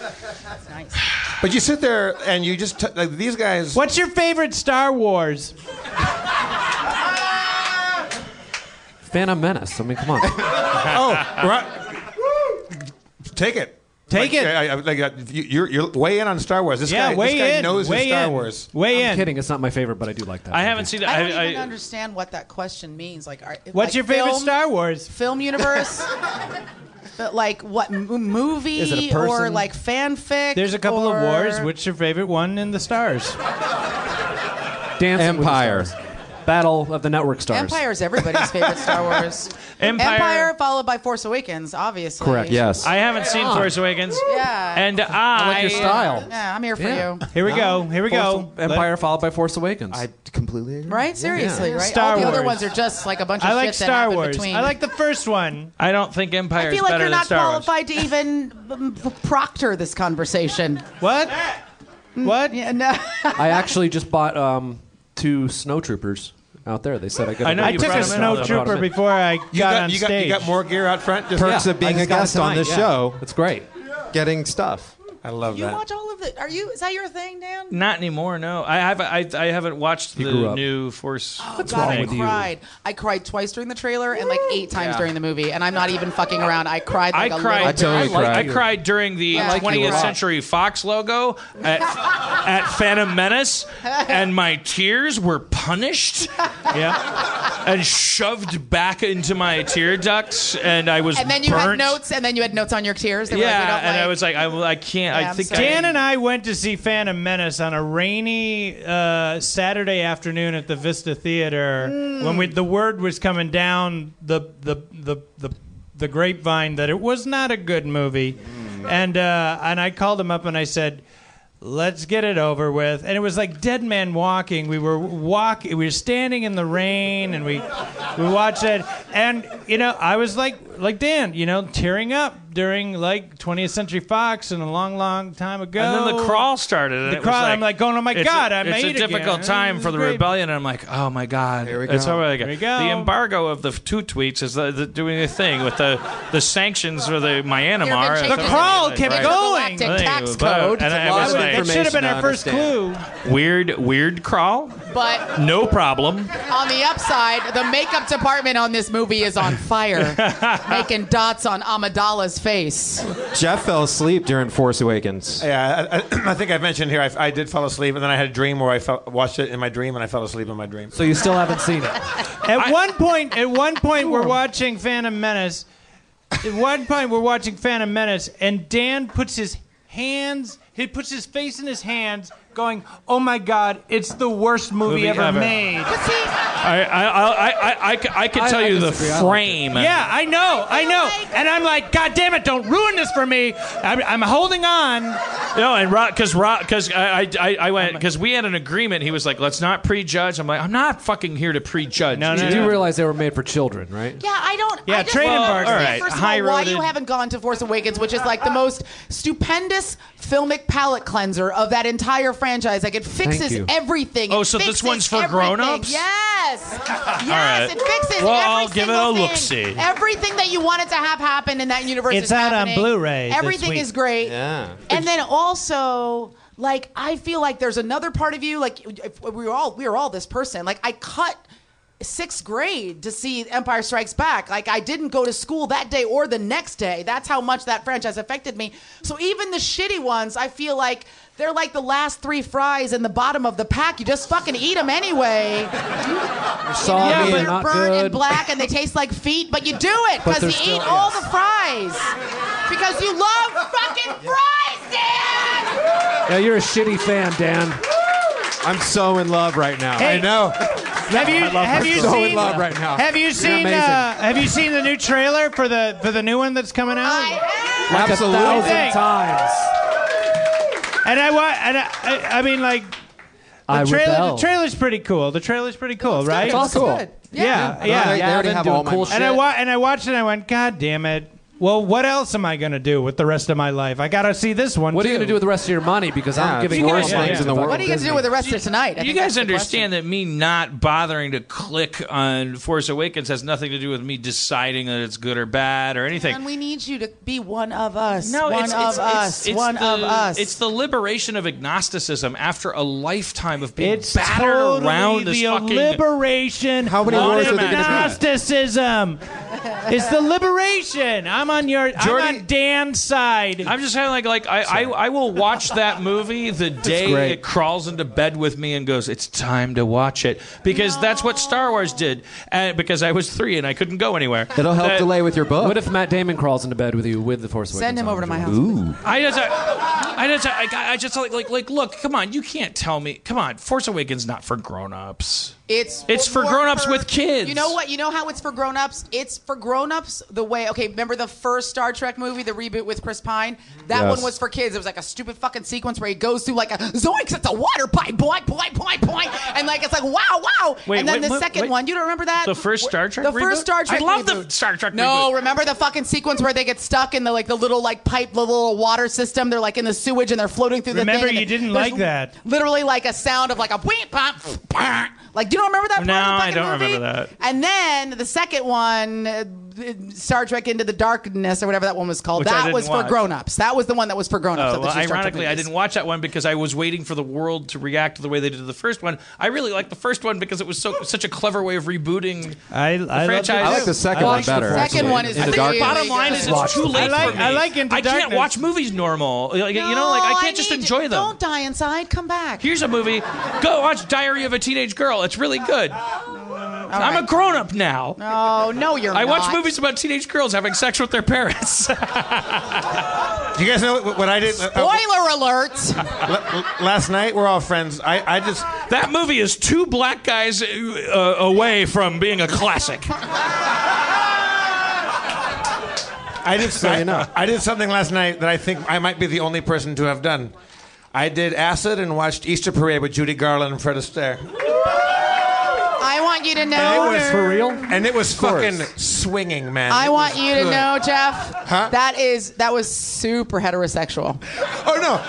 [SPEAKER 6] But you sit there and you just, t- like, these guys.
[SPEAKER 5] What's your favorite Star Wars?
[SPEAKER 12] Phantom Menace. I mean, come on.
[SPEAKER 6] oh, right. Take it. Like,
[SPEAKER 5] Take it.
[SPEAKER 6] I, I, like, uh, you- you're, you're way in on Star Wars. This
[SPEAKER 5] Yeah,
[SPEAKER 6] guy,
[SPEAKER 5] weigh
[SPEAKER 6] this guy
[SPEAKER 5] in,
[SPEAKER 6] knows his
[SPEAKER 5] weigh
[SPEAKER 6] Star
[SPEAKER 5] in.
[SPEAKER 6] Wars.
[SPEAKER 5] Weigh
[SPEAKER 12] I'm kidding. It's not my favorite, but I do like that.
[SPEAKER 7] I haven't seen.
[SPEAKER 11] I don't
[SPEAKER 7] I,
[SPEAKER 11] even
[SPEAKER 7] I,
[SPEAKER 11] understand what that question means. Like, are,
[SPEAKER 5] What's
[SPEAKER 11] like
[SPEAKER 5] your favorite
[SPEAKER 11] film-
[SPEAKER 5] Star Wars?
[SPEAKER 11] Film universe. but like, what m- movie
[SPEAKER 5] Is it a
[SPEAKER 11] or
[SPEAKER 5] person?
[SPEAKER 11] like fanfic?
[SPEAKER 5] There's a couple
[SPEAKER 11] or-
[SPEAKER 5] of wars. What's your favorite one in the stars?
[SPEAKER 12] Dancing Empire, Battle of the Network Stars.
[SPEAKER 11] Empire is everybody's favorite Star Wars.
[SPEAKER 7] Empire-
[SPEAKER 11] followed by Force Awakens, obviously.
[SPEAKER 7] I haven't seen
[SPEAKER 11] Yeah.
[SPEAKER 7] Force Awakens.
[SPEAKER 11] Yeah.
[SPEAKER 7] And I.
[SPEAKER 11] Yeah, I'm here for
[SPEAKER 12] Yeah.
[SPEAKER 11] you.
[SPEAKER 5] Here we go. Here we
[SPEAKER 12] Force-
[SPEAKER 5] go.
[SPEAKER 12] Empire followed by Force Awakens. I
[SPEAKER 13] completely agree.
[SPEAKER 11] Right? Seriously,
[SPEAKER 12] Yeah.
[SPEAKER 11] right?
[SPEAKER 12] Star
[SPEAKER 11] All the other
[SPEAKER 12] Wars.
[SPEAKER 11] ones are just like a bunch of
[SPEAKER 5] I like
[SPEAKER 11] shit that
[SPEAKER 5] Star
[SPEAKER 11] happened
[SPEAKER 5] Wars.
[SPEAKER 11] between.
[SPEAKER 5] I like the first one.
[SPEAKER 7] I don't think Empire
[SPEAKER 11] I feel
[SPEAKER 7] is
[SPEAKER 11] like
[SPEAKER 7] better
[SPEAKER 11] you're
[SPEAKER 7] than
[SPEAKER 11] not
[SPEAKER 7] Star Wars.
[SPEAKER 11] qualified to even um, p- proctor this conversation. Mm.
[SPEAKER 5] What? What?
[SPEAKER 11] Yeah, no.
[SPEAKER 12] I actually just bought um, two snowtroopers out there. They said I could.
[SPEAKER 5] I know you brought 'em in. I brought 'em in. before I
[SPEAKER 12] You got- you got- you
[SPEAKER 13] got
[SPEAKER 6] more gear out front.
[SPEAKER 13] Perks of being a guest on this show.
[SPEAKER 12] It's great.
[SPEAKER 13] Getting stuff.
[SPEAKER 6] I love
[SPEAKER 11] You watch all of the. Are you? Is that your thing, Dan?
[SPEAKER 7] Not anymore. No, I have. I, I haven't watched
[SPEAKER 12] He grew
[SPEAKER 7] the
[SPEAKER 12] up.
[SPEAKER 7] new Force.
[SPEAKER 11] Oh, God, I cried. I cried twice during the trailer and like eight times
[SPEAKER 7] Yeah.
[SPEAKER 11] during the movie, and I'm not even fucking around. I cried.
[SPEAKER 7] I
[SPEAKER 11] Like a
[SPEAKER 7] cried.
[SPEAKER 11] little
[SPEAKER 7] I,
[SPEAKER 11] girl.
[SPEAKER 7] cried. during the
[SPEAKER 11] I like you a
[SPEAKER 7] 20th
[SPEAKER 11] lot.
[SPEAKER 7] Century Fox logo at, at Phantom Menace, and my tears were punished. Yeah, and shoved back into my tear ducts, and I was
[SPEAKER 11] And then you had
[SPEAKER 7] burnt.
[SPEAKER 11] notes, and then you had notes on your tears. They were
[SPEAKER 7] yeah,
[SPEAKER 11] like, we don't
[SPEAKER 7] and
[SPEAKER 11] like-
[SPEAKER 7] I was like, I, I can't.
[SPEAKER 11] Yeah,
[SPEAKER 7] I
[SPEAKER 11] I'm
[SPEAKER 7] think
[SPEAKER 11] sorry.
[SPEAKER 7] I,
[SPEAKER 5] Dan and I went to see Phantom Menace on a rainy uh, Saturday afternoon at the Vista Theater
[SPEAKER 11] Hmm.
[SPEAKER 7] Mm.
[SPEAKER 5] when we, the word was coming down the the, the the the grapevine that it was not a good movie,
[SPEAKER 11] Hmm.
[SPEAKER 5] and uh, and I called him up and I said. Let's get it over with. And it was like Dead Man Walking. We were walk. We were standing in the rain, and we we watched it. And you know, I was like, like Dan, you know, tearing up during like 20th Century Fox and a long, long time ago.
[SPEAKER 7] And then the crawl started. And
[SPEAKER 5] The
[SPEAKER 7] it was
[SPEAKER 5] crawl, I'm like going, oh my
[SPEAKER 7] it's
[SPEAKER 5] God,
[SPEAKER 7] a,
[SPEAKER 5] I made it
[SPEAKER 7] It's a
[SPEAKER 5] again.
[SPEAKER 7] difficult time
[SPEAKER 5] This
[SPEAKER 7] for
[SPEAKER 5] is
[SPEAKER 7] the
[SPEAKER 5] great.
[SPEAKER 7] rebellion. And I'm like, oh my God. Here
[SPEAKER 5] we
[SPEAKER 7] It's
[SPEAKER 5] go.
[SPEAKER 7] over again.
[SPEAKER 5] Here we go.
[SPEAKER 7] The embargo of the f- two tweets is uh, the, the, doing a thing with the, the sanctions for the Myanmar.
[SPEAKER 5] The
[SPEAKER 7] and stuff
[SPEAKER 5] crawl
[SPEAKER 7] like that.
[SPEAKER 5] kept
[SPEAKER 7] Right.
[SPEAKER 5] going.
[SPEAKER 7] I think it was about- And I was like,
[SPEAKER 5] that should have been our first clue.
[SPEAKER 7] Weird, weird crawl.
[SPEAKER 11] But
[SPEAKER 7] No problem.
[SPEAKER 11] on the upside, the makeup department on this movie is on fire, making dots on Amidala's face.
[SPEAKER 13] Jeff fell asleep during Force Awakens.
[SPEAKER 6] Yeah, I, I, I think I mentioned here I, I did fall asleep, and then I had a dream where I fell, watched it in my dream, and I fell asleep in my dream.
[SPEAKER 5] So you still haven't seen it? At one point, at one point, we're watching Phantom Menace. At one point, we're watching Phantom Menace, and Dan puts his hands, he puts his face in his hands, going, "Oh my God, it's the worst movie,
[SPEAKER 7] Movie
[SPEAKER 5] ever,
[SPEAKER 7] ever."
[SPEAKER 5] made."
[SPEAKER 7] I, I, I, I, I, I, I can
[SPEAKER 5] I-
[SPEAKER 7] tell
[SPEAKER 5] I
[SPEAKER 7] you the
[SPEAKER 5] disagree. I liked it.
[SPEAKER 7] frame.
[SPEAKER 5] Yeah, I know, I know, and I'm like, "God damn it, don't ruin this for me." I'm, I'm holding on.
[SPEAKER 7] No, and Rob, because Rob, because I, I- I, I went, because we had an agreement. He was like, "Let's not prejudge." I'm like, "I'm not fucking here to prejudge."
[SPEAKER 5] no,
[SPEAKER 12] you do realize they were made for children, right?
[SPEAKER 11] Yeah, I don't.
[SPEAKER 7] Yeah,
[SPEAKER 11] I just
[SPEAKER 7] train
[SPEAKER 11] don't
[SPEAKER 7] embargo.
[SPEAKER 11] understand,
[SPEAKER 7] All right,
[SPEAKER 11] First of
[SPEAKER 7] high
[SPEAKER 11] all, why
[SPEAKER 7] roaded.
[SPEAKER 11] you haven't gone to Force Awakens, which is like the most stupendous filmic palate cleanser of that entire franchise. Like it fixes
[SPEAKER 7] you.
[SPEAKER 11] everything.
[SPEAKER 7] Oh,
[SPEAKER 11] It
[SPEAKER 7] so this
[SPEAKER 11] fixes
[SPEAKER 7] one's for
[SPEAKER 11] everything.
[SPEAKER 7] grown-ups?
[SPEAKER 11] Yes. yes,
[SPEAKER 7] right.
[SPEAKER 11] it fixes.
[SPEAKER 7] Well,
[SPEAKER 11] every
[SPEAKER 7] I'll give it
[SPEAKER 11] single
[SPEAKER 7] a
[SPEAKER 11] thing.
[SPEAKER 7] look-see.
[SPEAKER 11] Everything that you wanted to have happen in that universe.
[SPEAKER 5] It's
[SPEAKER 11] is
[SPEAKER 5] out on
[SPEAKER 11] happening.
[SPEAKER 5] Blu-ray this
[SPEAKER 11] Everything
[SPEAKER 5] week.
[SPEAKER 11] is great.
[SPEAKER 5] Yeah.
[SPEAKER 11] And then also, like, I feel like there's another part of you. Like, if we were all we were all this person. Like, I cut sixth grade to see Empire Strikes Back. Like, I didn't go to school that day or the next day. That's how much that franchise affected me. So even the shitty ones, I feel like. They're like the last three fries in the bottom of the pack. You just fucking eat them anyway.
[SPEAKER 12] Soggy
[SPEAKER 11] you know,
[SPEAKER 12] and
[SPEAKER 11] they're
[SPEAKER 12] not
[SPEAKER 11] burnt
[SPEAKER 12] good.
[SPEAKER 11] and black and they taste like feet, but you do it
[SPEAKER 12] But
[SPEAKER 11] because
[SPEAKER 12] they're
[SPEAKER 11] you
[SPEAKER 12] still-
[SPEAKER 11] eat all the fries. Because you love fucking fries, Dan!
[SPEAKER 12] Yeah, you're a shitty fan, Dan.
[SPEAKER 13] I'm so in love right now.
[SPEAKER 5] Hey,
[SPEAKER 13] I know.
[SPEAKER 5] Have you have you
[SPEAKER 13] so
[SPEAKER 5] seen
[SPEAKER 13] in love right now.
[SPEAKER 5] Have you
[SPEAKER 13] You're
[SPEAKER 5] seen
[SPEAKER 13] amazing.
[SPEAKER 5] uh, Have you seen the new trailer for the for the new one that's coming out?
[SPEAKER 12] Like a thousand
[SPEAKER 5] Hey.
[SPEAKER 12] times.
[SPEAKER 5] And I wa- and I, I, I mean like the
[SPEAKER 12] I
[SPEAKER 5] trailer
[SPEAKER 12] rebel.
[SPEAKER 5] the trailer's pretty cool. The trailer's pretty cool, right?
[SPEAKER 12] It's awesome.
[SPEAKER 5] cool.
[SPEAKER 12] good.
[SPEAKER 5] Yeah, yeah.
[SPEAKER 12] Yeah. They- they already have all my cool
[SPEAKER 5] And I
[SPEAKER 12] shit.
[SPEAKER 5] wa- and I watched it and I went, God damn it. Well, what else am I going to do with the rest of my life? I got to see this one. What
[SPEAKER 12] are you going to do with the rest of your money? Because I'm giving all
[SPEAKER 7] guys-
[SPEAKER 12] things
[SPEAKER 7] yeah.
[SPEAKER 12] in the world.
[SPEAKER 11] What are you going to do with the rest of tonight? I
[SPEAKER 7] You
[SPEAKER 11] think
[SPEAKER 7] guys
[SPEAKER 11] that's the question.
[SPEAKER 7] understand that me not bothering to click on Force Awakens has nothing to do with me deciding that it's good or bad or anything.
[SPEAKER 11] And we need you to be one of us.
[SPEAKER 7] No,
[SPEAKER 11] one
[SPEAKER 7] it's,
[SPEAKER 11] of
[SPEAKER 7] it's, it's-
[SPEAKER 11] us.
[SPEAKER 7] it's
[SPEAKER 11] one
[SPEAKER 7] the,
[SPEAKER 11] of us.
[SPEAKER 7] It's the liberation of agnosticism after a lifetime of being
[SPEAKER 5] It's
[SPEAKER 7] battered
[SPEAKER 5] totally
[SPEAKER 7] around this
[SPEAKER 5] the
[SPEAKER 7] fucking.
[SPEAKER 5] liberation. How
[SPEAKER 7] many wars are they gonna do?
[SPEAKER 5] Agnosticism. it's the liberation. I'm on your. I'm
[SPEAKER 7] Jordy-
[SPEAKER 5] on Dan's side.
[SPEAKER 7] I'm just kind of like like I, I I will watch that movie the day
[SPEAKER 5] great.
[SPEAKER 7] it crawls into bed with me and goes it's time to watch it because that's what Star Wars did and because I was three and I couldn't go anywhere.
[SPEAKER 12] It'll help
[SPEAKER 7] That-
[SPEAKER 12] delay with your book. What if Matt Damon crawls into bed with you with the Force Awakens?
[SPEAKER 11] Send him over to my house.
[SPEAKER 12] Ooh.
[SPEAKER 7] I just, I, I just, I, I just like, like, like, look, come on, you can't tell me, come on, Force Awakens not for grown-ups.
[SPEAKER 11] It's
[SPEAKER 7] It's for
[SPEAKER 11] more
[SPEAKER 7] grown-ups with kids.
[SPEAKER 11] You know what? You know how it's for grown-ups? It's for grown-ups the way Okay, remember the first Star Trek movie, the reboot with Chris Pine? That
[SPEAKER 7] Yes.
[SPEAKER 11] one was for kids. It was like a stupid fucking sequence where he goes through like a zoinks, it's a water pipe, boink, boink, boink, boink, and like it's like wow, wow.
[SPEAKER 7] Wait,
[SPEAKER 11] and then
[SPEAKER 7] wait,
[SPEAKER 11] the
[SPEAKER 7] wait,
[SPEAKER 11] second
[SPEAKER 7] wait.
[SPEAKER 11] one, you don't remember that?
[SPEAKER 7] The first Star Trek
[SPEAKER 11] The first
[SPEAKER 7] reboot?
[SPEAKER 11] Star Trek.
[SPEAKER 7] I love the
[SPEAKER 11] reboot.
[SPEAKER 7] Star Trek
[SPEAKER 11] No, remember the fucking sequence where they get stuck in the like the little like pipe, the little water system. They're like in the sewage and they're floating through the
[SPEAKER 5] Remember,
[SPEAKER 11] thing. and
[SPEAKER 5] you
[SPEAKER 11] then
[SPEAKER 5] didn't
[SPEAKER 11] there's
[SPEAKER 5] like that.
[SPEAKER 11] Literally like a sound of like a wheat pop. Like, do you don't remember that part
[SPEAKER 7] No,
[SPEAKER 11] of the
[SPEAKER 7] I
[SPEAKER 11] fucking
[SPEAKER 7] don't
[SPEAKER 11] movie?
[SPEAKER 7] remember that.
[SPEAKER 11] And then the second one, uh, Star Trek Into the Darkness or whatever that one was called,
[SPEAKER 7] Which I
[SPEAKER 11] that
[SPEAKER 7] didn't
[SPEAKER 11] was
[SPEAKER 7] watch.
[SPEAKER 11] for grown-ups. That was the one that was for grown-ups.
[SPEAKER 7] Oh,
[SPEAKER 11] of the
[SPEAKER 7] well,
[SPEAKER 11] two Star Trek
[SPEAKER 7] ironically, I
[SPEAKER 11] movies.
[SPEAKER 7] didn't watch that one because I was waiting for the world to react the way they did to the first one. I really liked the first one because it was so such a clever way of rebooting
[SPEAKER 5] I,
[SPEAKER 7] the
[SPEAKER 5] I love
[SPEAKER 7] franchise.
[SPEAKER 5] it. I like the second I one like the better,
[SPEAKER 11] second actually. one is
[SPEAKER 7] I think
[SPEAKER 11] really
[SPEAKER 7] the bottom
[SPEAKER 11] good.
[SPEAKER 7] line is it's
[SPEAKER 5] Watch
[SPEAKER 7] too
[SPEAKER 5] the
[SPEAKER 7] late
[SPEAKER 5] first
[SPEAKER 7] for
[SPEAKER 5] one.
[SPEAKER 7] me.
[SPEAKER 5] I like- I like Into
[SPEAKER 7] can't
[SPEAKER 5] Darkness.
[SPEAKER 7] watch movies normal. Like, you know, like I
[SPEAKER 11] No,
[SPEAKER 7] can't just
[SPEAKER 11] need-
[SPEAKER 7] enjoy them.
[SPEAKER 11] Don't die inside. Come back.
[SPEAKER 7] Here's a movie. Go watch Diary of a Teenage Girl. It's really good. I'm a grown up now.
[SPEAKER 11] Oh no, you're.
[SPEAKER 7] I watch
[SPEAKER 11] not.
[SPEAKER 7] movies about teenage girls having sex with their parents.
[SPEAKER 6] Do you guys know what, what I did? uh, uh,
[SPEAKER 11] Spoiler alert.
[SPEAKER 6] l- last night we're all friends. I, I just
[SPEAKER 7] that movie is two black guys uh, away from being a classic.
[SPEAKER 6] I did I, I did something last night that I think I might be the only person to have done. I did acid and watched Easter Parade with Judy Garland and Fred Astaire.
[SPEAKER 11] I want you to know.
[SPEAKER 6] And it was fucking swinging, man.
[SPEAKER 11] I
[SPEAKER 6] It
[SPEAKER 11] want
[SPEAKER 6] was
[SPEAKER 11] you to
[SPEAKER 6] good.
[SPEAKER 11] know, Jeff.
[SPEAKER 6] Huh?
[SPEAKER 11] That is that was super heterosexual.
[SPEAKER 6] Oh no.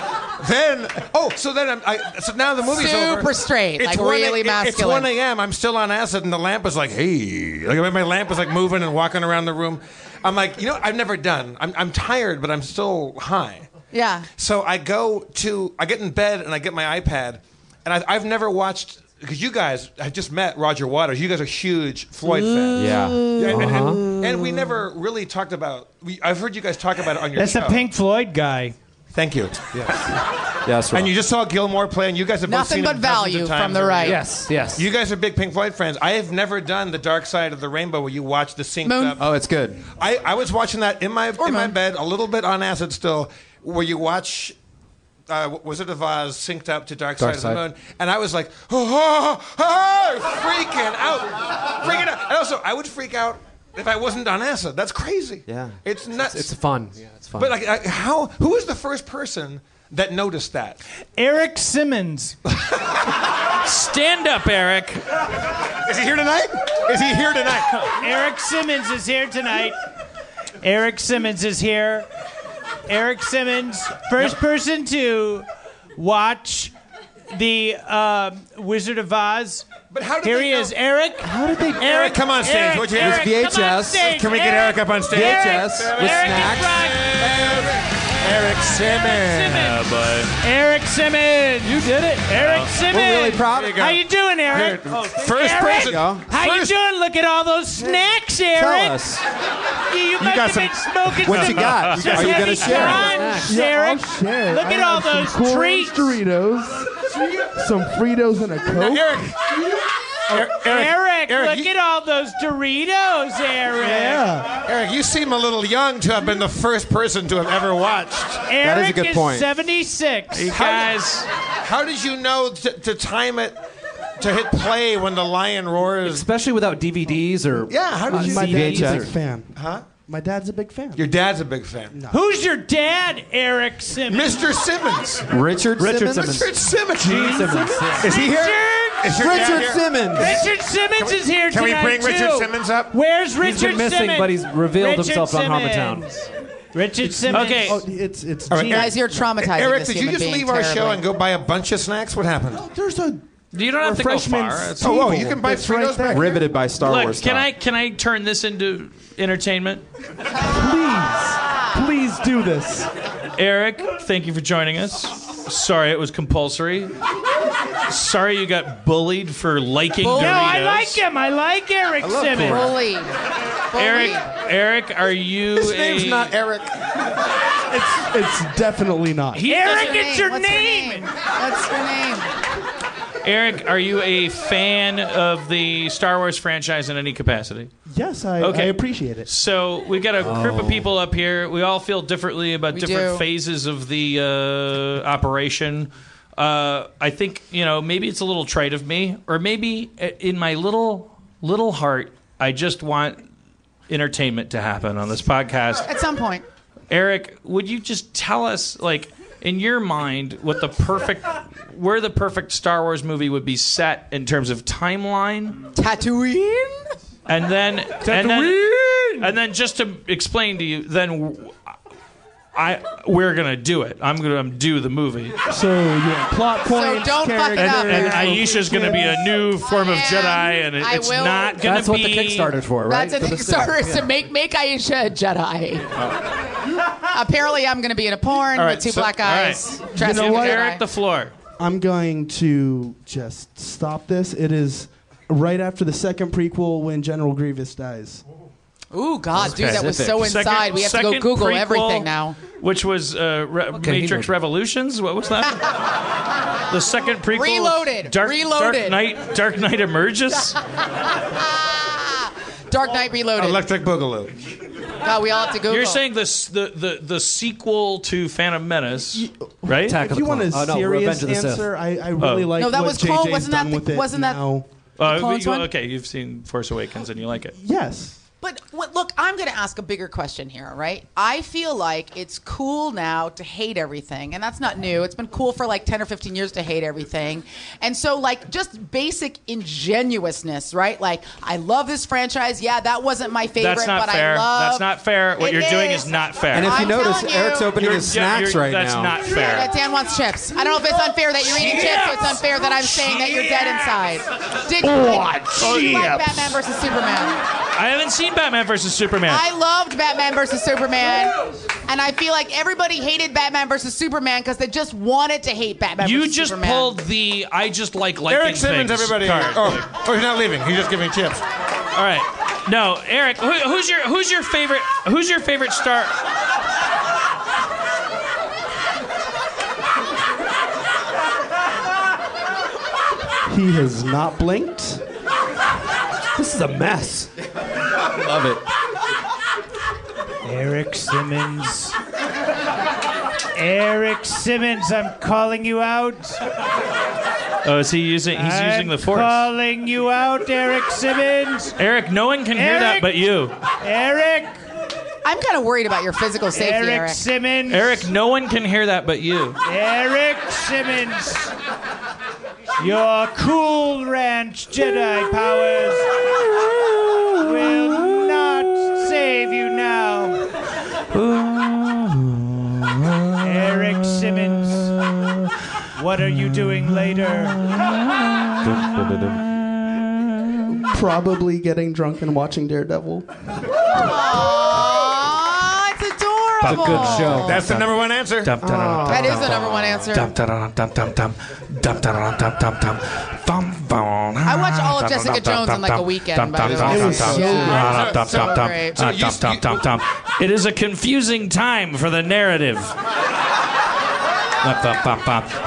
[SPEAKER 6] Then oh, so then I'm, I so now the movie's over.
[SPEAKER 11] Super straight, like
[SPEAKER 6] 1 a-
[SPEAKER 11] really
[SPEAKER 6] it- It's
[SPEAKER 11] masculine.
[SPEAKER 6] one a.m. I'm still on acid, and the lamp is like, hey, like my lamp is like moving and walking around the room. I'm like, you know, I've never done. I'm I'm tired, but I'm still high.
[SPEAKER 11] Yeah.
[SPEAKER 6] So I go to, I get in bed and I get my iPad, and I, I've never watched because you guys, I just met Roger Waters. You guys are huge Floyd fans.
[SPEAKER 13] Yeah.
[SPEAKER 6] and, and-
[SPEAKER 13] Uh-huh.
[SPEAKER 6] and we never really talked about. We, I've heard you guys talk about it on your
[SPEAKER 5] That's
[SPEAKER 6] show.
[SPEAKER 5] a Pink Floyd guy.
[SPEAKER 6] Thank you. Yes.
[SPEAKER 13] yes.
[SPEAKER 6] And you just saw Gilmore play, and you guys have both
[SPEAKER 11] Nothing
[SPEAKER 6] seen
[SPEAKER 11] but
[SPEAKER 6] him dozens
[SPEAKER 11] value
[SPEAKER 6] of
[SPEAKER 11] from
[SPEAKER 6] times
[SPEAKER 11] the
[SPEAKER 6] over
[SPEAKER 11] right.
[SPEAKER 6] years.
[SPEAKER 11] Yes, yes.
[SPEAKER 6] You guys are big Pink Floyd fans. I have never done the Dark Side of the Rainbow where you watch the synced
[SPEAKER 13] Moon.
[SPEAKER 6] up.
[SPEAKER 13] Oh, it's good.
[SPEAKER 6] I, I was watching that in my in my bed, a little bit on acid still, where you watch. Uh, Wizard of Oz synced up to Dark,
[SPEAKER 13] Dark
[SPEAKER 6] Side,
[SPEAKER 13] Side.
[SPEAKER 6] of the Moon, and I was like, oh, oh, oh, freaking out, freaking out. And also, I would freak out if I wasn't on acid. That's crazy.
[SPEAKER 13] Yeah.
[SPEAKER 6] It's nuts.
[SPEAKER 13] It's fun. Yeah, it's fun.
[SPEAKER 6] But like, I, how? Who was the first person that noticed that?
[SPEAKER 5] Eric Simmons.
[SPEAKER 7] Stand up, Eric.
[SPEAKER 6] Is he here tonight? Is he here tonight?
[SPEAKER 5] Eric Simmons is here tonight. Eric Simmons is here. Eric Simmons, first person to watch the uh, Wizard of Oz.
[SPEAKER 6] But how did
[SPEAKER 5] here
[SPEAKER 6] they
[SPEAKER 5] he
[SPEAKER 6] know-
[SPEAKER 5] is, Eric.
[SPEAKER 13] How did they?
[SPEAKER 5] Eric,
[SPEAKER 6] come on stage,
[SPEAKER 5] Eric,
[SPEAKER 6] would you? It was
[SPEAKER 5] Eric, come on
[SPEAKER 6] VHS.
[SPEAKER 5] stage.
[SPEAKER 6] Can we get Eric up on stage? VHS
[SPEAKER 5] Eric,
[SPEAKER 6] with
[SPEAKER 5] Eric is
[SPEAKER 6] snacks. Eric Simmons.
[SPEAKER 5] Eric Simmons. You did it. Eric
[SPEAKER 7] Wow.
[SPEAKER 5] Simmons.
[SPEAKER 7] We're really proud. There you go.
[SPEAKER 5] How you doing, Eric?
[SPEAKER 7] Here.
[SPEAKER 5] Oh, thank-
[SPEAKER 7] First
[SPEAKER 5] Eric?
[SPEAKER 7] person- Go.
[SPEAKER 5] How
[SPEAKER 7] First-
[SPEAKER 5] you doing? Look at all those snacks, Eric.
[SPEAKER 13] us.
[SPEAKER 5] You, you must
[SPEAKER 13] got
[SPEAKER 5] have been
[SPEAKER 13] some-
[SPEAKER 5] smoking
[SPEAKER 13] what
[SPEAKER 5] some,
[SPEAKER 13] you got?
[SPEAKER 5] some
[SPEAKER 13] Are you
[SPEAKER 5] heavy
[SPEAKER 13] gonna share?
[SPEAKER 5] Crunch,
[SPEAKER 4] Yeah, I'll
[SPEAKER 5] Eric.
[SPEAKER 4] share.
[SPEAKER 5] Look
[SPEAKER 4] I
[SPEAKER 5] at all
[SPEAKER 4] got some
[SPEAKER 5] those
[SPEAKER 4] Cool Ranch
[SPEAKER 5] treats.
[SPEAKER 4] Doritos, some Fritos, and a Coke.
[SPEAKER 5] Eric,
[SPEAKER 6] Eric, Eric,
[SPEAKER 5] look at all those Doritos, Eric.
[SPEAKER 6] Eric, you seem a little young to have been the first person to have ever watched.
[SPEAKER 5] Eric is 76.
[SPEAKER 6] How- how did you know to, to time it to hit play when the lion roars?
[SPEAKER 13] Especially without DVDs or
[SPEAKER 6] Yeah, how did you-
[SPEAKER 4] My dad's a
[SPEAKER 13] VHS.
[SPEAKER 4] big fan.
[SPEAKER 6] Huh?
[SPEAKER 4] My dad's a big fan.
[SPEAKER 6] Your dad's a big fan.
[SPEAKER 5] Who's your dad, Eric Simmons?
[SPEAKER 6] Mr. Simmons.
[SPEAKER 13] Richard
[SPEAKER 6] Richard
[SPEAKER 13] Simmons.
[SPEAKER 6] Simmons. Richard Simmons.
[SPEAKER 13] Gene Simmons. yeah.
[SPEAKER 6] Is he here? Is your dad
[SPEAKER 13] Richard
[SPEAKER 6] here?
[SPEAKER 13] Simmons.
[SPEAKER 5] Richard Simmons
[SPEAKER 6] Can we-
[SPEAKER 5] is here
[SPEAKER 6] Can we
[SPEAKER 5] tonight,
[SPEAKER 6] bring Richard
[SPEAKER 5] too.
[SPEAKER 6] Simmons up?
[SPEAKER 5] Where's Richard
[SPEAKER 13] He's been missing,
[SPEAKER 5] Simmons?
[SPEAKER 13] but he's revealed
[SPEAKER 5] Richard
[SPEAKER 13] himself on Harper Town.
[SPEAKER 5] Simmons. Richard Simmons.
[SPEAKER 11] Okay.
[SPEAKER 4] Oh, it's it's.
[SPEAKER 6] All right,
[SPEAKER 11] Gene, guys, you're traumatizing
[SPEAKER 6] Eric,
[SPEAKER 11] this
[SPEAKER 6] did you
[SPEAKER 11] human
[SPEAKER 6] just
[SPEAKER 11] being
[SPEAKER 6] leave our show
[SPEAKER 11] terribly.
[SPEAKER 6] and go buy a bunch of snacks? What happened?
[SPEAKER 4] There's a.
[SPEAKER 7] You don't have to go
[SPEAKER 4] Refreshments
[SPEAKER 7] far. It's-
[SPEAKER 6] Oh, whoa, you can buy
[SPEAKER 4] That's right
[SPEAKER 6] Fritos back.
[SPEAKER 4] there.
[SPEAKER 13] Riveted by Star
[SPEAKER 7] Look,
[SPEAKER 13] Wars.
[SPEAKER 7] can
[SPEAKER 13] talk.
[SPEAKER 7] I can I turn this into entertainment?
[SPEAKER 4] Please, please do this.
[SPEAKER 7] Eric, thank you for joining us. Sorry it was compulsory. Sorry you got bullied for liking
[SPEAKER 5] No,
[SPEAKER 7] Doritos.
[SPEAKER 5] I like him. I like Eric
[SPEAKER 7] I love
[SPEAKER 5] Simmons.
[SPEAKER 7] Cora. Eric,
[SPEAKER 5] Bullied.
[SPEAKER 7] Eric, are you?
[SPEAKER 4] His
[SPEAKER 7] a-
[SPEAKER 4] name's not
[SPEAKER 6] Eric.
[SPEAKER 4] It's it's definitely not.
[SPEAKER 7] Eric,
[SPEAKER 5] Eric, it's your
[SPEAKER 11] What's your
[SPEAKER 5] name.
[SPEAKER 11] name? What's your name?
[SPEAKER 7] Eric, are you a fan of the Star Wars franchise in any capacity?
[SPEAKER 4] Yes, I, I
[SPEAKER 7] Okay.
[SPEAKER 4] appreciate it. Oh.
[SPEAKER 7] So we've got a group
[SPEAKER 5] Oh.
[SPEAKER 7] of people up here. We all feel differently about
[SPEAKER 4] We
[SPEAKER 7] different
[SPEAKER 4] do.
[SPEAKER 7] phases of the uh, operation. Uh, I think you know maybe it's a little trite of me, or maybe i- in my little little heart, I just want entertainment to happen on this podcast.
[SPEAKER 11] At some point.
[SPEAKER 7] Eric, would you just tell us, like, in your mind, what the perfect, where the perfect Star Wars movie would be set in terms of timeline?
[SPEAKER 11] Tatooine.
[SPEAKER 7] And then, and then, and then, just to explain to you, then w- I we're gonna do it. I'm gonna do the movie.
[SPEAKER 4] So yeah, plot points.
[SPEAKER 11] don't fuck it
[SPEAKER 4] characters,
[SPEAKER 11] up,
[SPEAKER 7] And Aisha's gonna be a new form of Jedi, and it-
[SPEAKER 11] I
[SPEAKER 7] it's
[SPEAKER 11] will-
[SPEAKER 7] not gonna
[SPEAKER 13] That's what the
[SPEAKER 7] be-
[SPEAKER 13] Kickstarter's for, right?
[SPEAKER 11] That's
[SPEAKER 13] For
[SPEAKER 11] a
[SPEAKER 13] the
[SPEAKER 11] Kickstarter
[SPEAKER 13] series.
[SPEAKER 11] is to make make Aisha a Jedi. Apparently, I'm going to be in a porn
[SPEAKER 7] All right,
[SPEAKER 11] with two
[SPEAKER 7] so-
[SPEAKER 11] black
[SPEAKER 7] all right.
[SPEAKER 11] guys.
[SPEAKER 7] You
[SPEAKER 11] dressed
[SPEAKER 7] know
[SPEAKER 11] as a
[SPEAKER 7] what?
[SPEAKER 11] Jedi.
[SPEAKER 7] Eric, the floor.
[SPEAKER 4] I'm going to just stop this. It is right after the second prequel when General Grievous dies.
[SPEAKER 11] Ooh, God, dude, that was
[SPEAKER 7] Specific.
[SPEAKER 11] so inside.
[SPEAKER 7] Second-
[SPEAKER 11] we have to go
[SPEAKER 7] second
[SPEAKER 11] Google
[SPEAKER 7] prequel,
[SPEAKER 11] everything now.
[SPEAKER 7] Which was uh, Re-
[SPEAKER 11] he
[SPEAKER 7] Matrix Revolutions? What was that? the second prequel.
[SPEAKER 11] Reloaded.
[SPEAKER 7] Dark,
[SPEAKER 11] Reloaded.
[SPEAKER 7] Dark Knight. Dark Knight emerges.
[SPEAKER 11] Dark Knight Reloaded.
[SPEAKER 6] Electric Boogaloo.
[SPEAKER 11] God, we all have to Google.
[SPEAKER 7] You're saying this the, the the sequel to Phantom Menace, right? Oh.
[SPEAKER 4] if you want a
[SPEAKER 13] Oh,
[SPEAKER 4] serious answer, I, I really like
[SPEAKER 11] No, that
[SPEAKER 4] what
[SPEAKER 11] was Clone-
[SPEAKER 4] JJ's
[SPEAKER 11] wasn't that
[SPEAKER 4] done
[SPEAKER 11] the-
[SPEAKER 4] with it
[SPEAKER 11] wasn't that
[SPEAKER 4] now.
[SPEAKER 7] Uh,
[SPEAKER 11] Clones
[SPEAKER 7] you-
[SPEAKER 11] one?
[SPEAKER 7] okay, you've seen Force Awakens and you like it.
[SPEAKER 4] Yes.
[SPEAKER 11] But what, look, I'm going to ask a bigger question here, all right? I feel like it's cool now to hate everything, and that's not new. It's been cool for like 10 or 15 years to hate everything. And so, like, just basic ingenuousness, right? Like, I love this franchise. Yeah, that wasn't my favorite,
[SPEAKER 7] That's not
[SPEAKER 11] but
[SPEAKER 7] fair.
[SPEAKER 11] I love.
[SPEAKER 7] That's not fair. What
[SPEAKER 11] It
[SPEAKER 7] you're doing
[SPEAKER 11] is.
[SPEAKER 7] is not fair.
[SPEAKER 13] And if you I'm notice, telling you- Eric's opening
[SPEAKER 7] You're-
[SPEAKER 13] his
[SPEAKER 7] you're-
[SPEAKER 13] snacks
[SPEAKER 7] you're-
[SPEAKER 13] right
[SPEAKER 7] that's
[SPEAKER 13] now.
[SPEAKER 7] That's not
[SPEAKER 11] Yeah,
[SPEAKER 7] fair.
[SPEAKER 11] that Dan wants chips. I don't know if it's unfair that you're eating chips. or It's unfair that I'm saying that you're dead inside. Did,
[SPEAKER 7] Oh,
[SPEAKER 11] did, did you like
[SPEAKER 7] chips.
[SPEAKER 11] Batman versus Superman?
[SPEAKER 7] I haven't seen Batman versus Superman.
[SPEAKER 11] I loved Batman versus Superman, and I feel like everybody hated Batman versus Superman because they just wanted to hate Batman.
[SPEAKER 7] you
[SPEAKER 11] versus
[SPEAKER 7] just
[SPEAKER 11] Superman.
[SPEAKER 7] pulled the I just like liking
[SPEAKER 11] Eric Simmons,
[SPEAKER 7] things
[SPEAKER 11] everybody.
[SPEAKER 7] card.
[SPEAKER 6] Oh, oh, he's not leaving. He's just giving chips.
[SPEAKER 7] All right. No, Eric. Who, who's your Who's your favorite Who's your favorite star?
[SPEAKER 4] He has not blinked.
[SPEAKER 13] This is a mess.
[SPEAKER 4] Love it.
[SPEAKER 5] Eric Simmons. Eric Simmons, I'm calling you out.
[SPEAKER 7] Oh, is he using? He's
[SPEAKER 5] I'm
[SPEAKER 7] using the force.
[SPEAKER 5] Calling you out, Eric Simmons.
[SPEAKER 7] Eric, no one can hear that
[SPEAKER 5] Eric?
[SPEAKER 7] but you.
[SPEAKER 5] Eric.
[SPEAKER 11] I'm kind of worried about your physical safety, Eric.
[SPEAKER 5] Eric Simmons.
[SPEAKER 7] Eric, no one can hear that but you.
[SPEAKER 5] Eric Simmons. Your cool ranch Jedi powers will not save you now. Eric Simmons, what are you doing later?
[SPEAKER 4] Probably getting drunk and watching Daredevil.
[SPEAKER 11] Aw, it's adorable.
[SPEAKER 6] That's the number one answer.
[SPEAKER 11] That is the number one answer. I
[SPEAKER 14] I
[SPEAKER 11] watch all of Jessica Jones in like a weekend. By the way.
[SPEAKER 7] It was so
[SPEAKER 11] Yeah.
[SPEAKER 7] good.
[SPEAKER 11] So great.
[SPEAKER 7] It is a confusing time for the narrative.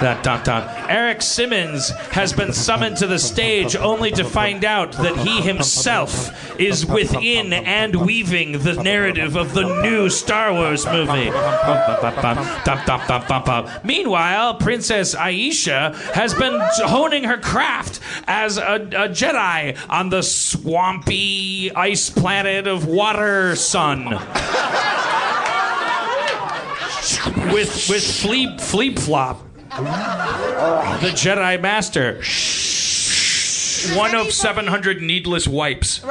[SPEAKER 7] Eric Simmons has been summoned to the stage only to find out that he himself is within and weaving the narrative of the new Star Wars movie. Meanwhile, Princess Aisha has been honing her craft as a, a Jedi on the swampy ice planet of Water Sun with with Fleep Fleep Flop, the Jedi Master. One of seven hundred needless wipes.
[SPEAKER 11] Does,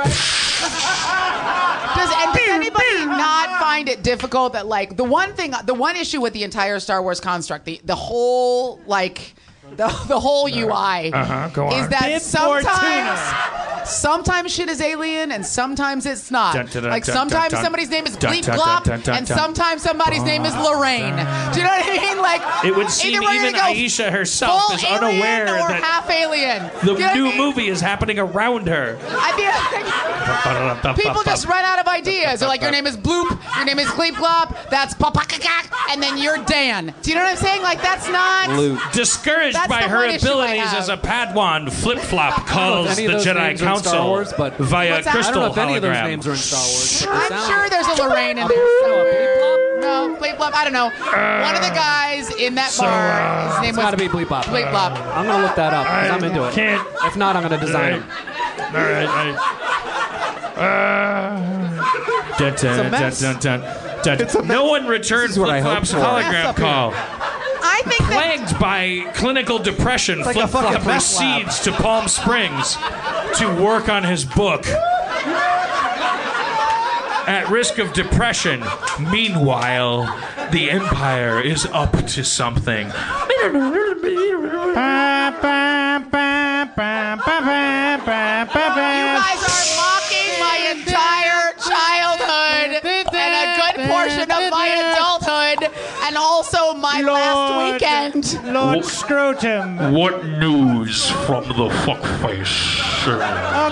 [SPEAKER 11] and does anybody not find it difficult that like the one thing, the one issue with the entire Star Wars construct, the the whole like the, the whole UI
[SPEAKER 7] Uh-huh, go
[SPEAKER 11] is
[SPEAKER 7] on.
[SPEAKER 11] that
[SPEAKER 7] Bib
[SPEAKER 11] sometimes sometimes shit is alien and sometimes it's not.
[SPEAKER 7] Dun, dun, dun,
[SPEAKER 11] like
[SPEAKER 7] dun,
[SPEAKER 11] sometimes
[SPEAKER 7] dun, dun.
[SPEAKER 11] somebody's name is
[SPEAKER 7] Dun,
[SPEAKER 11] Bleep
[SPEAKER 7] dun, dun,
[SPEAKER 11] Glop
[SPEAKER 7] dun, dun,
[SPEAKER 11] and
[SPEAKER 7] dun.
[SPEAKER 11] sometimes somebody's name is Lorraine. Do you know what I mean? Like
[SPEAKER 7] It would
[SPEAKER 11] either
[SPEAKER 7] seem
[SPEAKER 11] we're gonna
[SPEAKER 7] even
[SPEAKER 11] go
[SPEAKER 7] Aisha herself
[SPEAKER 11] full
[SPEAKER 7] is
[SPEAKER 11] alien
[SPEAKER 7] unaware
[SPEAKER 11] or
[SPEAKER 7] that
[SPEAKER 11] half alien.
[SPEAKER 7] the
[SPEAKER 11] Do you know what I
[SPEAKER 7] new
[SPEAKER 11] mean?
[SPEAKER 7] movie is happening around her.
[SPEAKER 11] I feel like People just run out of ideas. They're like, your name is Bloop, your name is Gleep Glop, that's Papakakak, and then you're Dan. Do you know what I'm saying? Like, that's not.
[SPEAKER 7] Discouraged
[SPEAKER 11] That's
[SPEAKER 7] by
[SPEAKER 11] the
[SPEAKER 7] her
[SPEAKER 11] one issue I
[SPEAKER 7] abilities
[SPEAKER 11] have.
[SPEAKER 7] as a Padawan, Flip Flop calls
[SPEAKER 13] any
[SPEAKER 7] the
[SPEAKER 13] of those
[SPEAKER 7] Jedi
[SPEAKER 13] names are in
[SPEAKER 7] Council
[SPEAKER 13] Star Wars, but-
[SPEAKER 7] via
[SPEAKER 13] What's that? I
[SPEAKER 7] crystal
[SPEAKER 13] don't know if any of those
[SPEAKER 7] hologram.
[SPEAKER 13] names are in Star Wars, but they
[SPEAKER 11] I'm
[SPEAKER 13] sound-
[SPEAKER 11] sure there's a Lorraine in there somewhere. No, Bleep Glop, I don't know. One of the guys in that
[SPEAKER 13] So, uh,
[SPEAKER 11] bar, his name
[SPEAKER 13] It's
[SPEAKER 11] was.
[SPEAKER 13] got to be Bleep Bop.
[SPEAKER 11] Bleep Bop.
[SPEAKER 13] I'm going to look that up because I'm into it.
[SPEAKER 7] Can't.
[SPEAKER 13] If not, I'm going to design it.
[SPEAKER 7] All right. It's
[SPEAKER 13] a mess.
[SPEAKER 7] No one returned
[SPEAKER 13] what I
[SPEAKER 7] Flip Flop's
[SPEAKER 13] hoped for. Mess
[SPEAKER 7] hologram
[SPEAKER 13] up here.
[SPEAKER 7] call.
[SPEAKER 11] I think that.
[SPEAKER 7] Plagued by clinical depression,
[SPEAKER 11] It's like a
[SPEAKER 7] Flip Flop
[SPEAKER 11] fucking meth lab.
[SPEAKER 7] proceeds to Palm Springs to work on his book. At risk of depression, meanwhile, the Empire is up to something.
[SPEAKER 11] You guys are mocking my entire childhood and a good portion of my adulthood, and also my last weekend.
[SPEAKER 5] Lord Scrotum.
[SPEAKER 14] What news from the fuckface? sir?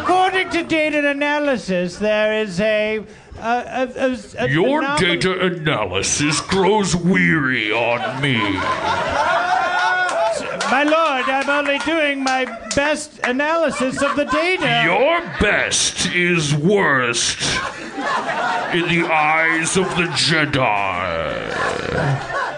[SPEAKER 5] According to data analysis, there is a. a, a, a, a
[SPEAKER 14] Your
[SPEAKER 5] phenomenon-
[SPEAKER 14] data analysis grows weary on me.
[SPEAKER 5] My lord, I'm only doing my best analysis of the data.
[SPEAKER 14] Your best is worst in the eyes of the Jedi.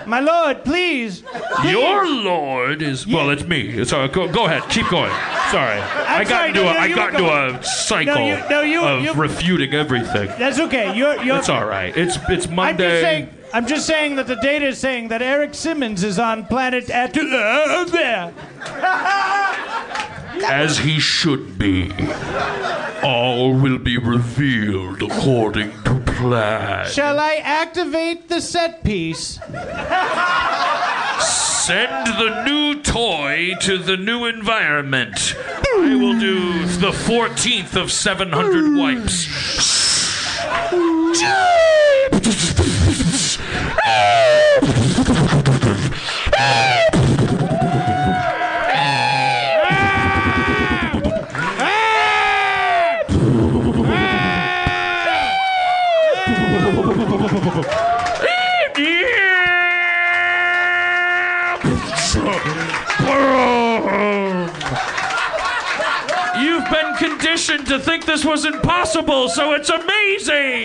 [SPEAKER 5] My lord, please.
[SPEAKER 7] uh,
[SPEAKER 14] Your lord is well, it's me. Sorry, go, go ahead, keep going.
[SPEAKER 7] Sorry, I got
[SPEAKER 5] sorry,
[SPEAKER 7] into
[SPEAKER 5] no,
[SPEAKER 7] a
[SPEAKER 5] no,
[SPEAKER 7] I
[SPEAKER 5] you
[SPEAKER 7] got
[SPEAKER 5] were
[SPEAKER 7] into
[SPEAKER 5] going-
[SPEAKER 7] a cycle
[SPEAKER 5] No, you- no, you-
[SPEAKER 7] of
[SPEAKER 5] you-
[SPEAKER 7] refuting everything.
[SPEAKER 5] That's okay. You're, you're,
[SPEAKER 7] it's all right. It's it's
[SPEAKER 5] I'm just
[SPEAKER 7] Monday.
[SPEAKER 5] saying. I'm just saying that the data is saying that Eric Simmons is on planet at uh, there.
[SPEAKER 7] as he should be. All will be revealed according to plan.
[SPEAKER 5] Shall I activate the set piece?
[SPEAKER 7] Send the new toy to the new environment. I will do the 14th of 700 wipes. You've been conditioned to think this was impossible, so it's amazing!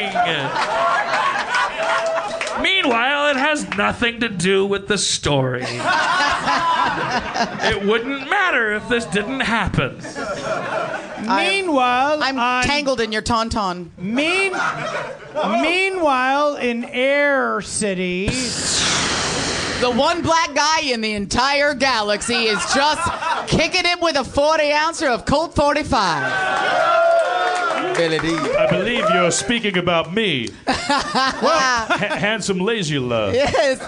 [SPEAKER 7] Meanwhile, it has nothing to do with the story. it wouldn't matter if this didn't happen.
[SPEAKER 5] Meanwhile,
[SPEAKER 11] I'm tangled in your tauntaun.
[SPEAKER 5] Mean, meanwhile, in Air City,
[SPEAKER 11] the one black guy in the entire galaxy is just kicking it with a 40 ouncer of Colt 45.
[SPEAKER 15] I believe you're speaking about me. Ha- handsome lazy love.
[SPEAKER 11] yes.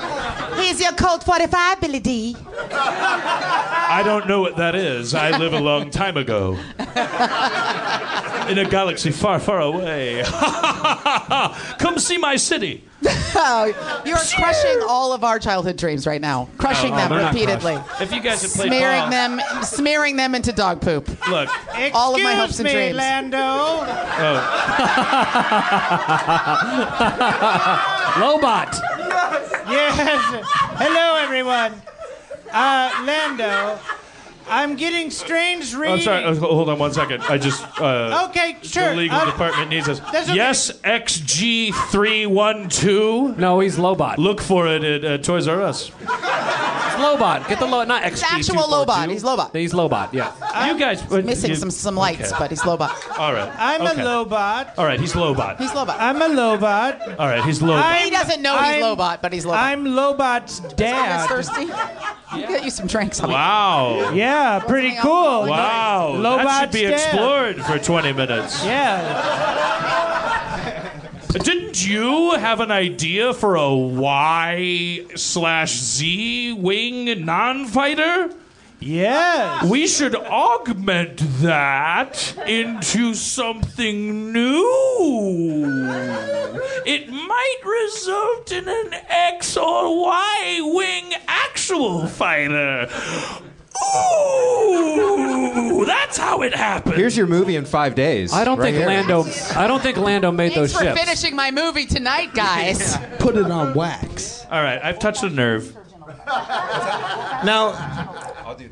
[SPEAKER 11] Here's your Colt 45, Billy D.
[SPEAKER 15] I don't know what that is. I live a long time ago. In a galaxy far, far away. Come see my city.
[SPEAKER 11] You're crushing all of our childhood dreams right now. Crushing
[SPEAKER 15] Oh,
[SPEAKER 11] them
[SPEAKER 15] they're not
[SPEAKER 11] repeatedly.
[SPEAKER 15] crushed. If you guys had played
[SPEAKER 11] smearing
[SPEAKER 15] ball-
[SPEAKER 11] them, smearing them into dog poop.
[SPEAKER 15] Look.
[SPEAKER 11] all of my hopes and
[SPEAKER 5] excuse me,
[SPEAKER 11] dreams.
[SPEAKER 5] Lando.
[SPEAKER 13] Lobot.
[SPEAKER 5] Yes. Hello, everyone. Uh, Lando, I'm getting strange reading.
[SPEAKER 15] I'm sorry. uh, Hold on one second. I just. Uh,
[SPEAKER 5] Okay, sure.
[SPEAKER 15] The legal
[SPEAKER 5] Uh,
[SPEAKER 15] department needs us.
[SPEAKER 5] that's okay.
[SPEAKER 15] Yes, XG312.
[SPEAKER 13] No, he's Lobot.
[SPEAKER 15] Look for it at uh, Toys R Us.
[SPEAKER 13] It's Lobot. Get the Lobot. Not
[SPEAKER 11] It's
[SPEAKER 13] XG.
[SPEAKER 11] actual Lobot. He's Lobot.
[SPEAKER 13] He's Lobot. Yeah.
[SPEAKER 15] you guys
[SPEAKER 11] He's missing some some lights,
[SPEAKER 15] okay.
[SPEAKER 11] but he's Lobot.
[SPEAKER 15] All right.
[SPEAKER 5] I'm
[SPEAKER 15] okay.
[SPEAKER 5] a Lobot.
[SPEAKER 15] All right, he's Lobot.
[SPEAKER 11] He's Lobot.
[SPEAKER 5] I'm a Lobot.
[SPEAKER 15] All right, he's Lobot.
[SPEAKER 11] he doesn't know he's
[SPEAKER 5] I'm-
[SPEAKER 11] Lobot, but he's Lobot.
[SPEAKER 5] I'm Lobot's
[SPEAKER 11] Someone's
[SPEAKER 5] dad.
[SPEAKER 11] thirsty. Get you some drinks. honey.
[SPEAKER 15] Wow.
[SPEAKER 5] Yeah, pretty cool.
[SPEAKER 15] Wow. that should
[SPEAKER 5] Lobot's
[SPEAKER 15] be
[SPEAKER 5] dad.
[SPEAKER 15] explored for 20 minutes.
[SPEAKER 5] Yeah.
[SPEAKER 7] Didn't you have an idea for a Y slash Z wing non fighter?
[SPEAKER 5] Yes.
[SPEAKER 7] We should augment that into something new. It might result in an X or Y wing actual fighter. Ooh, that's how it happened.
[SPEAKER 1] Here's your movie in five days.
[SPEAKER 13] I don't
[SPEAKER 1] right
[SPEAKER 13] think
[SPEAKER 1] here.
[SPEAKER 13] Lando. I don't think Lando made
[SPEAKER 11] Thanks
[SPEAKER 13] those
[SPEAKER 11] for
[SPEAKER 13] ships.
[SPEAKER 11] finishing my movie tonight, guys.
[SPEAKER 9] Put it on wax.
[SPEAKER 15] All right, I've touched a nerve.
[SPEAKER 6] Now,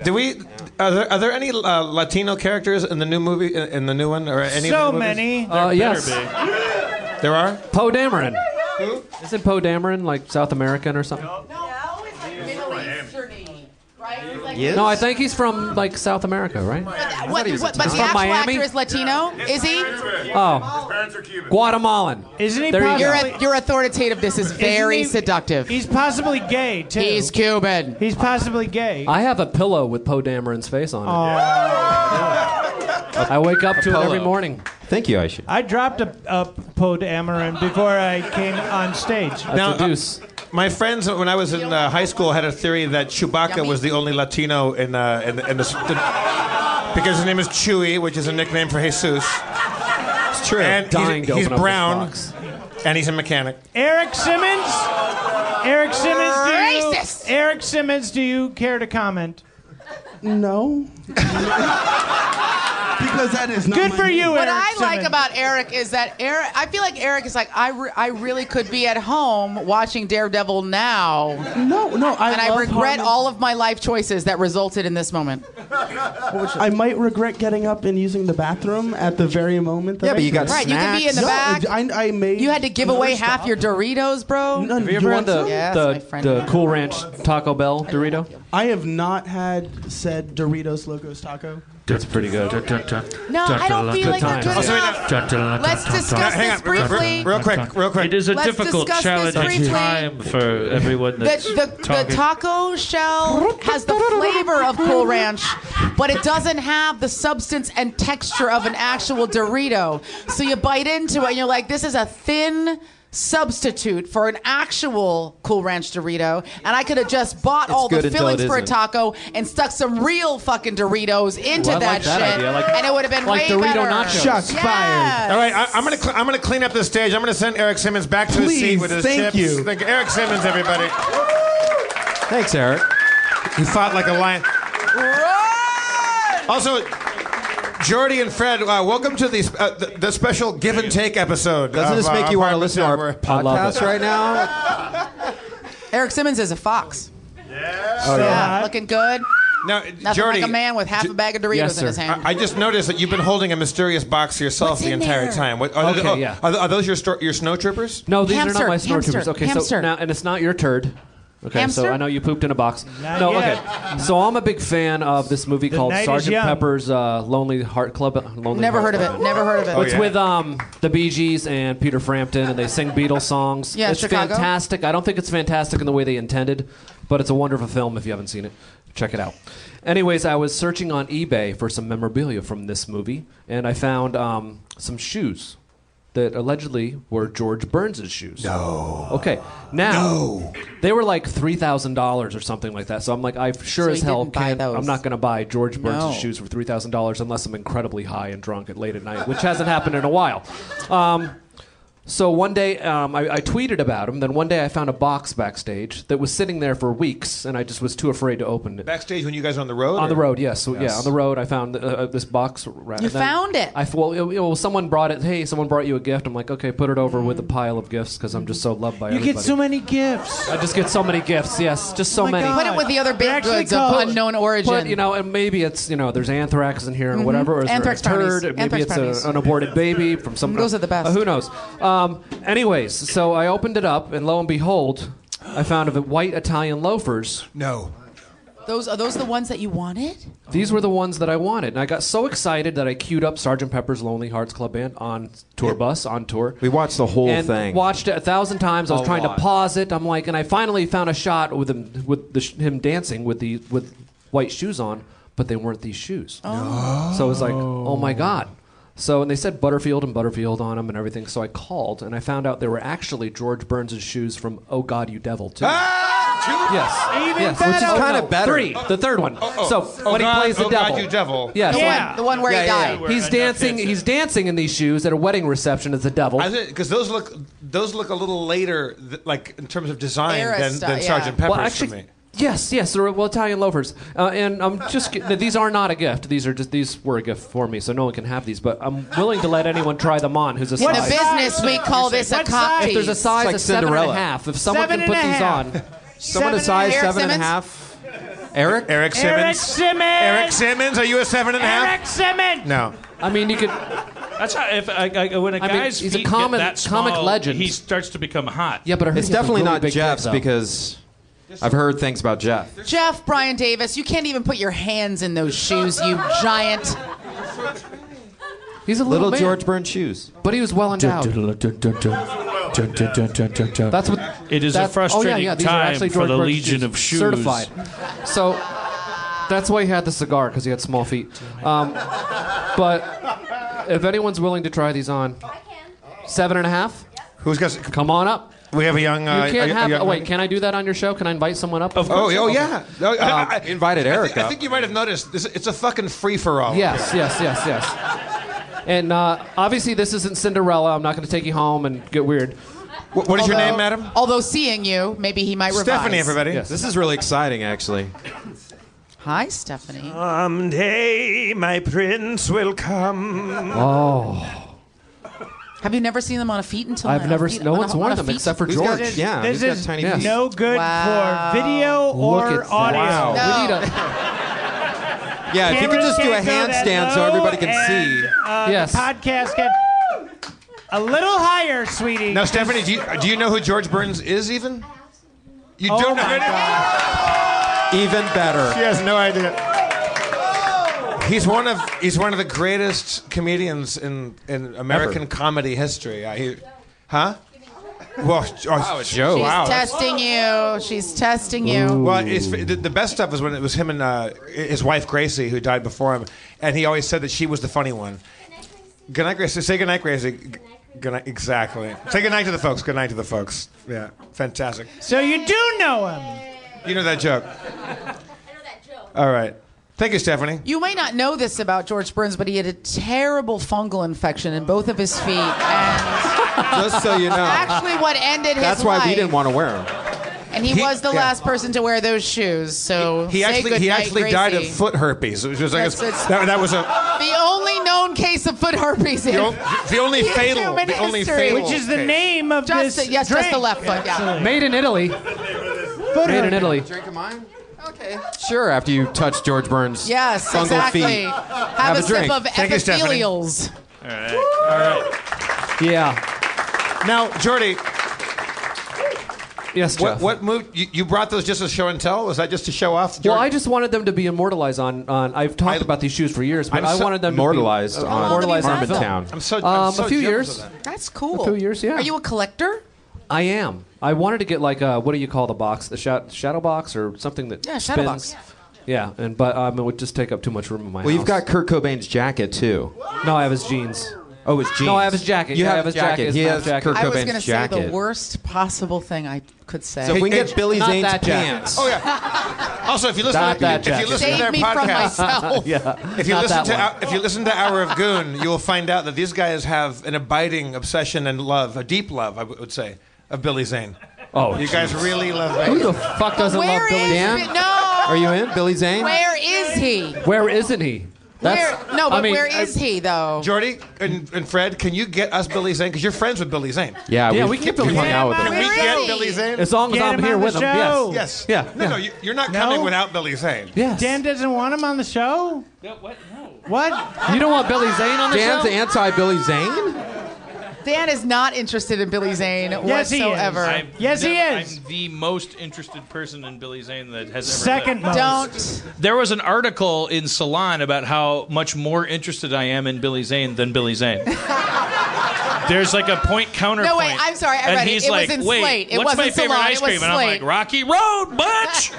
[SPEAKER 6] do, we? Are there, are there any uh, Latino characters in the new movie? In, in the new one, or any?
[SPEAKER 5] So
[SPEAKER 6] of the
[SPEAKER 5] many.
[SPEAKER 6] Movies?
[SPEAKER 13] Uh, yes.
[SPEAKER 6] There are.
[SPEAKER 13] Poe Dameron. Who? Isn't Poe Dameron like South American or something? No, I think he's from like South America, right?
[SPEAKER 11] What, what, but
[SPEAKER 13] He's
[SPEAKER 11] the
[SPEAKER 13] from
[SPEAKER 11] actual
[SPEAKER 13] Miami?
[SPEAKER 11] actor is Latino? Is he?
[SPEAKER 13] Oh. Guatemalan.
[SPEAKER 5] Isn't he
[SPEAKER 13] There you
[SPEAKER 11] Your,
[SPEAKER 13] go.
[SPEAKER 11] auth- your authoritativeness is very seductive.
[SPEAKER 5] He's possibly gay too.
[SPEAKER 11] He's Cuban.
[SPEAKER 5] He's possibly gay.
[SPEAKER 13] I have a pillow with Poe Dameron's face on it.
[SPEAKER 5] Oh.
[SPEAKER 13] I wake up to it
[SPEAKER 1] Pillow.
[SPEAKER 13] every morning.
[SPEAKER 1] Thank you, Aisha.
[SPEAKER 5] I dropped a, a Poe Dameron before I came on stage.
[SPEAKER 6] uh, my friends, when I was in uh, high school, had a theory that Chewbacca was the only Latino in uh, in, in the, the because his name is Chewy, which is a nickname for Jesus. It's
[SPEAKER 13] true.
[SPEAKER 6] And
[SPEAKER 13] Dying
[SPEAKER 6] he's,
[SPEAKER 13] to open
[SPEAKER 6] he's
[SPEAKER 13] up this
[SPEAKER 6] brown,
[SPEAKER 13] box.
[SPEAKER 6] and he's a mechanic.
[SPEAKER 5] Eric Simmons. Eric Simmons. Do you,
[SPEAKER 11] Racist.
[SPEAKER 5] Eric Simmons. Do you care to comment?
[SPEAKER 9] No. because that is not
[SPEAKER 5] Good
[SPEAKER 9] my
[SPEAKER 5] for
[SPEAKER 9] name.
[SPEAKER 5] you,
[SPEAKER 11] What
[SPEAKER 5] Eric
[SPEAKER 11] I like
[SPEAKER 5] Simmons.
[SPEAKER 11] about Eric is that Eric, I feel like Eric is like, I, re- I really could be at home watching Daredevil now.
[SPEAKER 9] No, no, I
[SPEAKER 11] and I
[SPEAKER 9] love
[SPEAKER 11] regret
[SPEAKER 9] Harmon.
[SPEAKER 11] all of my life choices that resulted in this moment.
[SPEAKER 9] I might regret getting up and using the bathroom at the very moment. That
[SPEAKER 1] Yeah, but
[SPEAKER 9] I
[SPEAKER 1] you got
[SPEAKER 9] could.
[SPEAKER 11] Right, you can be in the
[SPEAKER 9] No,
[SPEAKER 11] back.
[SPEAKER 9] I, I made.
[SPEAKER 11] You had to give away
[SPEAKER 9] another
[SPEAKER 11] half
[SPEAKER 9] stop.
[SPEAKER 11] your Doritos, bro.
[SPEAKER 9] No,
[SPEAKER 13] Have you ever had
[SPEAKER 9] want
[SPEAKER 13] the,
[SPEAKER 9] some?
[SPEAKER 13] the, the Cool Ranch Taco Bell Dorito?
[SPEAKER 9] I have not had said Doritos Locos Taco.
[SPEAKER 14] That's pretty good.
[SPEAKER 11] No, I don't feel like we're good enough. Let's discuss
[SPEAKER 7] Hang
[SPEAKER 11] this
[SPEAKER 7] on, real-
[SPEAKER 11] briefly.
[SPEAKER 7] real quick,
[SPEAKER 6] real quick.
[SPEAKER 14] It is a
[SPEAKER 11] Let's
[SPEAKER 14] difficult,
[SPEAKER 11] discuss this
[SPEAKER 14] challenging
[SPEAKER 11] briefly.
[SPEAKER 14] time for everyone that's
[SPEAKER 11] The, the,
[SPEAKER 14] talking.
[SPEAKER 11] the taco shell has the flavor of Cool Ranch, but it doesn't have the substance and texture of an actual Dorito. So you bite into it and you're like, this is a thin substitute for an actual Cool Ranch Dorito. And I could have just bought all
[SPEAKER 13] good
[SPEAKER 11] the
[SPEAKER 13] until
[SPEAKER 11] fillings
[SPEAKER 13] it
[SPEAKER 11] for a
[SPEAKER 13] isn't.
[SPEAKER 11] taco and stuck some real fucking Doritos into
[SPEAKER 13] Ooh, I
[SPEAKER 11] that,
[SPEAKER 13] like that
[SPEAKER 11] shit.
[SPEAKER 13] idea. Like-
[SPEAKER 11] and it would have been
[SPEAKER 13] like
[SPEAKER 11] way
[SPEAKER 13] Dorito
[SPEAKER 11] better.
[SPEAKER 13] nachos. Shots
[SPEAKER 11] Yeah.
[SPEAKER 6] All right, I, I'm gonna cl- I'm gonna clean up the stage. I'm gonna send Eric Simmons back to his seat
[SPEAKER 13] Please,
[SPEAKER 6] with his
[SPEAKER 13] thank
[SPEAKER 6] chips.
[SPEAKER 13] you.
[SPEAKER 6] Thank Eric Simmons, everybody.
[SPEAKER 13] Thanks, Eric.
[SPEAKER 6] He fought like a lion. Also, Jordy and Fred, uh, welcome to the, uh, the the special give and take episode.
[SPEAKER 16] Doesn't
[SPEAKER 6] of,
[SPEAKER 16] this make
[SPEAKER 6] uh,
[SPEAKER 16] you want to
[SPEAKER 6] Apartment
[SPEAKER 16] listen to our
[SPEAKER 6] Network.
[SPEAKER 16] podcast right now?
[SPEAKER 11] Eric Simmons is a fox. Yeah.
[SPEAKER 6] Oh, yeah.
[SPEAKER 11] Looking good.
[SPEAKER 6] Now,
[SPEAKER 11] Nothing
[SPEAKER 6] Jordy,
[SPEAKER 11] like a man with half a bag of Doritos in his hand.
[SPEAKER 6] I, I just noticed that you've been holding a mysterious box yourself
[SPEAKER 11] What's
[SPEAKER 6] the
[SPEAKER 11] in
[SPEAKER 6] entire
[SPEAKER 11] there?
[SPEAKER 6] time. What, are,
[SPEAKER 13] Okay,
[SPEAKER 6] oh,
[SPEAKER 13] yeah.
[SPEAKER 6] are, are those your stor- your snow troopers?
[SPEAKER 13] No, these are
[SPEAKER 11] Hamster,
[SPEAKER 13] not my snort
[SPEAKER 11] hamster,
[SPEAKER 13] tubers. Okay,
[SPEAKER 11] hamster.
[SPEAKER 13] so now, and it's not your turd. Okay, so
[SPEAKER 11] Hamster?
[SPEAKER 13] I know you pooped in a box.
[SPEAKER 5] Not
[SPEAKER 13] no,
[SPEAKER 5] yet.
[SPEAKER 13] okay. So I'm a big fan of this movie
[SPEAKER 5] The
[SPEAKER 13] called
[SPEAKER 5] night is
[SPEAKER 13] Sergeant
[SPEAKER 5] young.
[SPEAKER 13] Pepper's uh, Lonely Heart Club. Lonely
[SPEAKER 11] Never
[SPEAKER 13] Heart
[SPEAKER 11] heard of
[SPEAKER 13] Club.
[SPEAKER 11] it. Never heard of it.
[SPEAKER 13] it's with um, the Bee Gees and Peter Frampton, and they sing Beatles songs.
[SPEAKER 11] Yeah,
[SPEAKER 13] it's
[SPEAKER 11] Chicago.
[SPEAKER 13] fantastic. I don't think it's fantastic in the way they intended, but it's a wonderful film. If you haven't seen it, check it out. Anyways, I was searching on eBay for some memorabilia from this movie, and I found um, some shoes that allegedly were George Burns' shoes. No. Okay. Now they were like three thousand dollars or something like that. So I'm like, I sure
[SPEAKER 11] So
[SPEAKER 13] as
[SPEAKER 11] he
[SPEAKER 13] hell
[SPEAKER 11] didn't buy
[SPEAKER 13] can't.
[SPEAKER 11] those.
[SPEAKER 13] I'm not going to buy George Burns'
[SPEAKER 11] No.
[SPEAKER 13] shoes for three thousand dollars unless I'm incredibly high and drunk at late at night, which hasn't happened in a while. Um, so one day um, I, I tweeted about him. Then one day I found a box backstage that was sitting there for weeks, and I just was too afraid to open it.
[SPEAKER 6] Backstage when you guys are on the road?
[SPEAKER 13] On the
[SPEAKER 6] or-
[SPEAKER 13] road, yes. So,
[SPEAKER 6] Yes.
[SPEAKER 13] Yeah, on the road, I found uh, uh, this box. Ra-
[SPEAKER 11] You
[SPEAKER 13] then
[SPEAKER 11] found it?
[SPEAKER 13] I f- well, it- it- well, someone brought it. Hey, someone brought you a gift. I'm like, okay, put it over with a pile of gifts because I'm just so loved by
[SPEAKER 5] Mm-hmm. You
[SPEAKER 13] everybody.
[SPEAKER 5] get so many gifts.
[SPEAKER 13] I just get so many gifts. Yes, just so
[SPEAKER 5] Oh my
[SPEAKER 13] many.
[SPEAKER 5] God. Put it with
[SPEAKER 11] the other
[SPEAKER 5] They're
[SPEAKER 11] baked
[SPEAKER 5] actually
[SPEAKER 11] goods of
[SPEAKER 5] called-
[SPEAKER 11] unknown origin.
[SPEAKER 13] But you know, and maybe it's you know, there's anthrax in here and
[SPEAKER 11] Mhm.
[SPEAKER 13] whatever. Or is there a
[SPEAKER 11] Anthrax
[SPEAKER 13] turd,
[SPEAKER 11] brownies.
[SPEAKER 13] and Maybe
[SPEAKER 11] Anthrax
[SPEAKER 13] it's
[SPEAKER 11] brownies.
[SPEAKER 13] A, an aborted baby from some.
[SPEAKER 11] Those are the best.
[SPEAKER 13] Uh, who knows? Um, anyways, so I opened it up, and lo and behold, I found a white Italian loafers.
[SPEAKER 6] No.
[SPEAKER 11] those are those the ones that you wanted?
[SPEAKER 13] These were the ones that I wanted, and I got so excited that I queued up Sgt. Pepper's Lonely Hearts Club Band on tour bus on tour.
[SPEAKER 16] We watched the whole
[SPEAKER 13] and
[SPEAKER 16] thing.
[SPEAKER 13] Watched it a thousand times. I was
[SPEAKER 16] A
[SPEAKER 13] trying
[SPEAKER 16] lot.
[SPEAKER 13] to pause it. I'm like, and I finally found a shot with him with the, sh- him dancing with the with white shoes on, but they weren't these shoes. So it was like, oh my god. So and they said Butterfield and Butterfield on them and everything. So I called and I found out they were actually George Burns' shoes from Oh God You Devil too.
[SPEAKER 11] Ah!
[SPEAKER 13] Yes.
[SPEAKER 11] Even
[SPEAKER 13] yes.
[SPEAKER 11] better. Which is
[SPEAKER 13] Oh,
[SPEAKER 11] kinda
[SPEAKER 13] no,
[SPEAKER 11] better.
[SPEAKER 13] Three. The third one.
[SPEAKER 11] Oh, oh.
[SPEAKER 13] So
[SPEAKER 11] Oh,
[SPEAKER 13] when
[SPEAKER 11] God-
[SPEAKER 13] he plays the
[SPEAKER 11] oh, God,
[SPEAKER 13] devil.
[SPEAKER 11] you devil.
[SPEAKER 13] Yeah. so
[SPEAKER 11] The
[SPEAKER 13] I-
[SPEAKER 11] one- the one where he
[SPEAKER 13] Yeah, yeah, yeah.
[SPEAKER 11] died.
[SPEAKER 13] He's dancing. He's dancing in these shoes at a wedding reception as the devil.
[SPEAKER 6] Because those look those look a little later, th- like in terms of design,
[SPEAKER 13] Era
[SPEAKER 6] than,
[SPEAKER 13] style,
[SPEAKER 6] than
[SPEAKER 13] yeah.
[SPEAKER 6] Sergeant
[SPEAKER 13] Well,
[SPEAKER 6] Pepper's
[SPEAKER 13] actually-
[SPEAKER 6] to me.
[SPEAKER 13] Yes, yes, they're well Italian loafers, uh, and I'm just ki- these are not a gift. These are just these were a gift for me, so no one can have these. But I'm willing to let anyone try them on who's a
[SPEAKER 11] In
[SPEAKER 13] size.
[SPEAKER 11] the business, we call this a
[SPEAKER 5] What
[SPEAKER 11] copy.
[SPEAKER 13] If there's a size
[SPEAKER 16] like
[SPEAKER 13] of seven and a
[SPEAKER 16] Cinderella.
[SPEAKER 13] half, if someone
[SPEAKER 5] Seven
[SPEAKER 13] can put
[SPEAKER 5] and a
[SPEAKER 13] these
[SPEAKER 5] half.
[SPEAKER 13] on,
[SPEAKER 16] Someone a size seven and a half. Eric.
[SPEAKER 6] Eric
[SPEAKER 5] Eric
[SPEAKER 6] Simmons.
[SPEAKER 5] Simmons.
[SPEAKER 6] Eric Simmons. Are you a seven and a half?
[SPEAKER 5] Eric Simmons.
[SPEAKER 6] No.
[SPEAKER 13] I mean, you could.
[SPEAKER 14] That's how if I, I, when a
[SPEAKER 13] I mean,
[SPEAKER 14] guy's
[SPEAKER 13] he's a
[SPEAKER 14] feet
[SPEAKER 13] common-
[SPEAKER 14] get that small,
[SPEAKER 13] comic legend.
[SPEAKER 14] he starts to become hot.
[SPEAKER 13] Yeah, but I heard
[SPEAKER 16] It's
[SPEAKER 13] he has a
[SPEAKER 16] definitely
[SPEAKER 13] really
[SPEAKER 16] not
[SPEAKER 13] big dick,
[SPEAKER 16] Jeff's
[SPEAKER 13] though.
[SPEAKER 16] because I've heard things about Jeff.
[SPEAKER 11] Jeff, Brian Davis, you can't even put your hands in those shoes, you giant.
[SPEAKER 13] He's a
[SPEAKER 16] little,
[SPEAKER 13] little man.
[SPEAKER 16] George Burns shoes.
[SPEAKER 13] But he was well endowed.
[SPEAKER 16] That's
[SPEAKER 13] That's what.
[SPEAKER 14] It is
[SPEAKER 13] that's-
[SPEAKER 14] a frustrating
[SPEAKER 13] oh, yeah, yeah, these are
[SPEAKER 14] time
[SPEAKER 13] actually
[SPEAKER 14] for
[SPEAKER 13] George
[SPEAKER 14] the
[SPEAKER 13] Burns
[SPEAKER 14] legion of shoes.
[SPEAKER 13] Certified. So that's why he had the cigar because he had small feet. Um, but if anyone's willing to try these on, seven and a half.
[SPEAKER 6] Who's got?
[SPEAKER 13] Come on up.
[SPEAKER 6] We have a young.
[SPEAKER 13] You
[SPEAKER 6] uh,
[SPEAKER 13] can't
[SPEAKER 6] a- a
[SPEAKER 13] have.
[SPEAKER 6] young-
[SPEAKER 13] oh, wait, can I do that on your show? Can I invite someone up? Of
[SPEAKER 6] Oh, oh yeah. No, I- I- I-
[SPEAKER 16] invited
[SPEAKER 6] I thi-
[SPEAKER 16] Eric
[SPEAKER 6] I,
[SPEAKER 16] up.
[SPEAKER 6] think you might have noticed. This, it's a fucking free for all.
[SPEAKER 13] Yes, yes, yes, yes. And uh, obviously, this isn't Cinderella. I'm not going to take you home and get weird.
[SPEAKER 6] What,
[SPEAKER 11] Although- Although seeing you, maybe he might revise.
[SPEAKER 16] Yes, this is really exciting, actually.
[SPEAKER 11] Hi, Stephanie.
[SPEAKER 10] Someday my prince will come.
[SPEAKER 13] Oh.
[SPEAKER 11] Have you never seen them on a feet until
[SPEAKER 13] I've
[SPEAKER 11] now?
[SPEAKER 13] never
[SPEAKER 11] Feet-
[SPEAKER 13] seen- no
[SPEAKER 11] on a-
[SPEAKER 13] one's
[SPEAKER 11] on
[SPEAKER 13] worn
[SPEAKER 11] a
[SPEAKER 13] them
[SPEAKER 11] feet?
[SPEAKER 13] except for
[SPEAKER 16] He's
[SPEAKER 13] George.
[SPEAKER 16] got- yeah,
[SPEAKER 5] This
[SPEAKER 16] he's got
[SPEAKER 5] is
[SPEAKER 16] tiny
[SPEAKER 13] Yes.
[SPEAKER 16] feet.
[SPEAKER 5] no good
[SPEAKER 11] Wow.
[SPEAKER 5] for video
[SPEAKER 16] Look
[SPEAKER 5] or
[SPEAKER 16] at that.
[SPEAKER 5] audio.
[SPEAKER 16] Wow.
[SPEAKER 11] No.
[SPEAKER 13] We need a,
[SPEAKER 16] Yeah, if you could
[SPEAKER 5] Cameras
[SPEAKER 16] just do a
[SPEAKER 5] can't go that
[SPEAKER 16] handstand so everybody
[SPEAKER 5] low,
[SPEAKER 16] can
[SPEAKER 5] and,
[SPEAKER 16] see.
[SPEAKER 5] Uh, the
[SPEAKER 13] Yes.
[SPEAKER 5] podcast get a little higher, sweetie.
[SPEAKER 6] Now, Stephanie, do you, do you know who George Burns is? Even you
[SPEAKER 5] Oh
[SPEAKER 6] don't know.
[SPEAKER 5] my
[SPEAKER 6] who it is?
[SPEAKER 16] Even better.
[SPEAKER 6] She has no idea. He's one of he's one of the greatest comedians in in American comedy history. I, he, huh? Well, wow,
[SPEAKER 16] Joe.
[SPEAKER 11] She's
[SPEAKER 6] Oh, Wow.
[SPEAKER 11] testing you. She's testing you.
[SPEAKER 6] Well, it's, the, the best stuff was when it was him and uh, his wife Gracie, who died before him, and he always said that she was the funny one. Good night, Gracie. Say good night, Gracie. Good night. Exactly. Say good night to the folks. Good night to the folks. Yeah, fantastic.
[SPEAKER 5] So you do know him.
[SPEAKER 6] You know that joke. All right. Thank you, Stephanie.
[SPEAKER 11] You may not know this about George Burns, but he had a terrible fungal infection in both of his feet. And
[SPEAKER 16] Just so you know.
[SPEAKER 11] Actually, what ended his
[SPEAKER 16] That's why
[SPEAKER 11] life.
[SPEAKER 16] we didn't want to wear them.
[SPEAKER 11] And he,
[SPEAKER 6] He-
[SPEAKER 11] was the
[SPEAKER 6] yeah.
[SPEAKER 11] last person to wear those shoes. So
[SPEAKER 6] He
[SPEAKER 11] say
[SPEAKER 6] actually he
[SPEAKER 11] goodnight,
[SPEAKER 6] actually died of
[SPEAKER 11] Gracie.
[SPEAKER 6] foot herpes. It was just like
[SPEAKER 11] That's- it's-
[SPEAKER 6] that, that was a
[SPEAKER 11] The only known case of foot herpes in
[SPEAKER 6] The on- the only
[SPEAKER 11] in
[SPEAKER 6] fatal-
[SPEAKER 11] human
[SPEAKER 6] the only
[SPEAKER 11] history.
[SPEAKER 6] fatal Which is the case.
[SPEAKER 5] name of
[SPEAKER 11] just
[SPEAKER 5] this
[SPEAKER 11] The, yes, just the
[SPEAKER 5] drink.
[SPEAKER 11] left foot. Yeah.
[SPEAKER 13] Made in Italy. Made in Italy.
[SPEAKER 11] Drink of mine. Okay.
[SPEAKER 16] Sure, after you touch George Burns'
[SPEAKER 11] Yes,
[SPEAKER 16] fungal
[SPEAKER 11] exactly.
[SPEAKER 16] feet.
[SPEAKER 11] Have,
[SPEAKER 16] Have
[SPEAKER 11] a,
[SPEAKER 16] a drink.
[SPEAKER 11] sip of
[SPEAKER 16] Thank you, Stephanie.
[SPEAKER 11] epithelials.
[SPEAKER 7] All right. All right.
[SPEAKER 13] Yeah.
[SPEAKER 6] Now, Jordy.
[SPEAKER 13] Yes,
[SPEAKER 6] What,
[SPEAKER 13] Jeff.
[SPEAKER 6] what moved you, you brought those just as show and tell? Was that just to show off?
[SPEAKER 13] Well, I just wanted them to be immortalized on. on I've talked about these shoes for years, but
[SPEAKER 6] I'm
[SPEAKER 13] i
[SPEAKER 6] so-
[SPEAKER 13] wanted them
[SPEAKER 16] Immortalized
[SPEAKER 13] to be, Oh,
[SPEAKER 16] on
[SPEAKER 13] immortalized
[SPEAKER 16] Harmon
[SPEAKER 13] film.
[SPEAKER 16] Town. I'm so-
[SPEAKER 6] I'm
[SPEAKER 13] um,
[SPEAKER 6] so
[SPEAKER 13] a few
[SPEAKER 6] jealous
[SPEAKER 13] years.
[SPEAKER 6] of
[SPEAKER 11] That's cool.
[SPEAKER 13] A few years, yeah.
[SPEAKER 11] Are you a collector?
[SPEAKER 13] I am. I wanted to get like a what do you call the box? The shot, shadow box or something that
[SPEAKER 11] Yeah, shadow
[SPEAKER 13] spins.
[SPEAKER 11] box.
[SPEAKER 13] Yeah, and but um, it would just take up too much room in my
[SPEAKER 16] Well,
[SPEAKER 13] house.
[SPEAKER 16] you've got Kurt Cobain's jacket too.
[SPEAKER 13] No, I have his jeans.
[SPEAKER 16] Oh, his jeans.
[SPEAKER 13] No, I have his jacket.
[SPEAKER 16] You
[SPEAKER 13] Yeah, I
[SPEAKER 16] have
[SPEAKER 13] have
[SPEAKER 16] his
[SPEAKER 13] his jacket.
[SPEAKER 16] jacket.
[SPEAKER 13] It's
[SPEAKER 16] He
[SPEAKER 13] my
[SPEAKER 16] has
[SPEAKER 13] jacket.
[SPEAKER 16] Kurt
[SPEAKER 11] I was
[SPEAKER 16] Cobain's
[SPEAKER 11] gonna say
[SPEAKER 16] jacket.
[SPEAKER 11] the worst possible thing I could say.
[SPEAKER 16] So if we can get Billy
[SPEAKER 13] not
[SPEAKER 16] Zane's
[SPEAKER 13] that jacket.
[SPEAKER 16] pants.
[SPEAKER 6] Oh yeah. Also, if you listen,
[SPEAKER 16] Not
[SPEAKER 6] to,
[SPEAKER 16] that
[SPEAKER 6] if you- if you
[SPEAKER 16] jacket.
[SPEAKER 6] listen to
[SPEAKER 11] Save
[SPEAKER 6] their
[SPEAKER 11] me from
[SPEAKER 6] podcast,
[SPEAKER 11] myself.
[SPEAKER 13] Yeah.
[SPEAKER 6] if you
[SPEAKER 13] Not
[SPEAKER 6] listen
[SPEAKER 13] that
[SPEAKER 6] to
[SPEAKER 13] one.
[SPEAKER 6] Hou- if you listen to Hour of Goon, you will find out that these guys have an abiding obsession and love, a deep love, I w- would say, of Billy Zane.
[SPEAKER 13] Oh,
[SPEAKER 6] you guys really love
[SPEAKER 13] Who
[SPEAKER 6] Billy.
[SPEAKER 13] the fuck doesn't
[SPEAKER 11] Where
[SPEAKER 13] love Billy
[SPEAKER 11] is
[SPEAKER 13] Zane?
[SPEAKER 11] Bi- no?
[SPEAKER 16] Are you in Billy Zane?
[SPEAKER 11] Where is he?
[SPEAKER 13] Where isn't he?
[SPEAKER 11] where, no, but
[SPEAKER 13] I mean,
[SPEAKER 11] where is he though?
[SPEAKER 6] Jordy and, and Fred, can you get us Billy Zane? Because you're friends with Billy Zane.
[SPEAKER 16] Yeah, we,
[SPEAKER 13] Yeah, we
[SPEAKER 16] we
[SPEAKER 13] keep Billy
[SPEAKER 16] hung
[SPEAKER 13] Zane.
[SPEAKER 16] out with him.
[SPEAKER 6] Can we
[SPEAKER 11] Really?
[SPEAKER 6] get Billy Zane?
[SPEAKER 13] As long as
[SPEAKER 5] Get
[SPEAKER 13] I'm
[SPEAKER 5] him
[SPEAKER 13] here
[SPEAKER 5] on the
[SPEAKER 13] with him,
[SPEAKER 5] show.
[SPEAKER 13] yes.
[SPEAKER 6] Yes.
[SPEAKER 13] Yeah.
[SPEAKER 6] No, no, you- you're not
[SPEAKER 5] No.
[SPEAKER 6] coming without Billy Zane.
[SPEAKER 13] Yes.
[SPEAKER 5] Dan doesn't want him on the show. what? No.
[SPEAKER 13] You don't want Billy Zane on the
[SPEAKER 16] Dan's
[SPEAKER 13] show?
[SPEAKER 16] anti Billy Zane?
[SPEAKER 11] Dan is not interested in Billy Zane
[SPEAKER 5] Yes, he is.
[SPEAKER 11] whatsoever.
[SPEAKER 5] I'm- Yes, he is.
[SPEAKER 7] I'm the most interested person in Billy Zane that has ever
[SPEAKER 5] Second
[SPEAKER 7] lived.
[SPEAKER 5] most.
[SPEAKER 11] Don't.
[SPEAKER 7] There was an article in Salon about how much more interested I am in Billy Zane than Billy Zane. There's like a point counterpoint.
[SPEAKER 11] No, wait, I'm sorry, I
[SPEAKER 7] and
[SPEAKER 11] read it.
[SPEAKER 7] he's
[SPEAKER 11] It
[SPEAKER 7] like,
[SPEAKER 11] was in
[SPEAKER 7] "Wait,
[SPEAKER 11] Slate. It
[SPEAKER 7] what's my
[SPEAKER 11] wasn't
[SPEAKER 7] favorite
[SPEAKER 11] Salon,
[SPEAKER 7] ice
[SPEAKER 11] it was
[SPEAKER 7] cream?" And I'm
[SPEAKER 11] Slate.
[SPEAKER 7] like, "Rocky Road, Butch."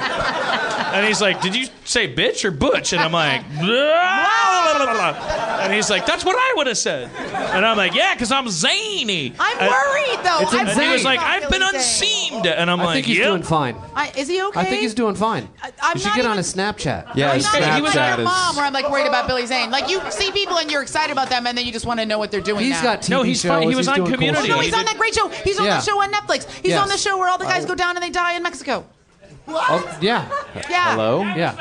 [SPEAKER 7] and he's like, "Did you say bitch or butch?" And I'm like, "Blah, blah, blah, blah, blah." and he's like, "That's what I would have said." And I'm like, "Yeah, because I'm zany."
[SPEAKER 11] I'm
[SPEAKER 7] And-
[SPEAKER 11] worried though.
[SPEAKER 13] It's
[SPEAKER 11] I'm
[SPEAKER 7] Uh, And he
[SPEAKER 13] insane.
[SPEAKER 7] was like,
[SPEAKER 11] worried
[SPEAKER 7] "I've
[SPEAKER 11] about
[SPEAKER 7] been
[SPEAKER 11] Billy Zane.
[SPEAKER 7] unseamed," and I'm
[SPEAKER 13] I
[SPEAKER 7] like,
[SPEAKER 13] think he's
[SPEAKER 7] "Yep."
[SPEAKER 13] doing fine.
[SPEAKER 11] I, is he okay?
[SPEAKER 13] I think he's doing fine.
[SPEAKER 11] I- I'm
[SPEAKER 13] you should
[SPEAKER 11] not
[SPEAKER 13] get on
[SPEAKER 11] even-
[SPEAKER 13] his Snapchat.
[SPEAKER 16] Yeah,
[SPEAKER 11] I'm
[SPEAKER 16] his
[SPEAKER 11] not even like
[SPEAKER 16] Snapchat
[SPEAKER 11] your mom, where
[SPEAKER 16] is.
[SPEAKER 11] I'm like worried about Billy Zane. Like you see people and you're excited about them, and then you just want to know what they're doing.
[SPEAKER 13] He's
[SPEAKER 11] now.
[SPEAKER 13] got TV
[SPEAKER 7] No, he's
[SPEAKER 13] shows.
[SPEAKER 7] fine. He was
[SPEAKER 13] he's
[SPEAKER 7] on
[SPEAKER 13] doing
[SPEAKER 7] Community.
[SPEAKER 11] Oh
[SPEAKER 13] Cool
[SPEAKER 11] no,
[SPEAKER 13] shit.
[SPEAKER 11] he's
[SPEAKER 7] He
[SPEAKER 11] on that great show. He's on
[SPEAKER 13] Yeah.
[SPEAKER 11] that show on Netflix. He's
[SPEAKER 13] Yes. Uh,
[SPEAKER 11] on the show where all the guys go down and they die in Mexico.
[SPEAKER 13] Oh, yeah.
[SPEAKER 11] Yeah.
[SPEAKER 16] Hello?
[SPEAKER 13] Yeah.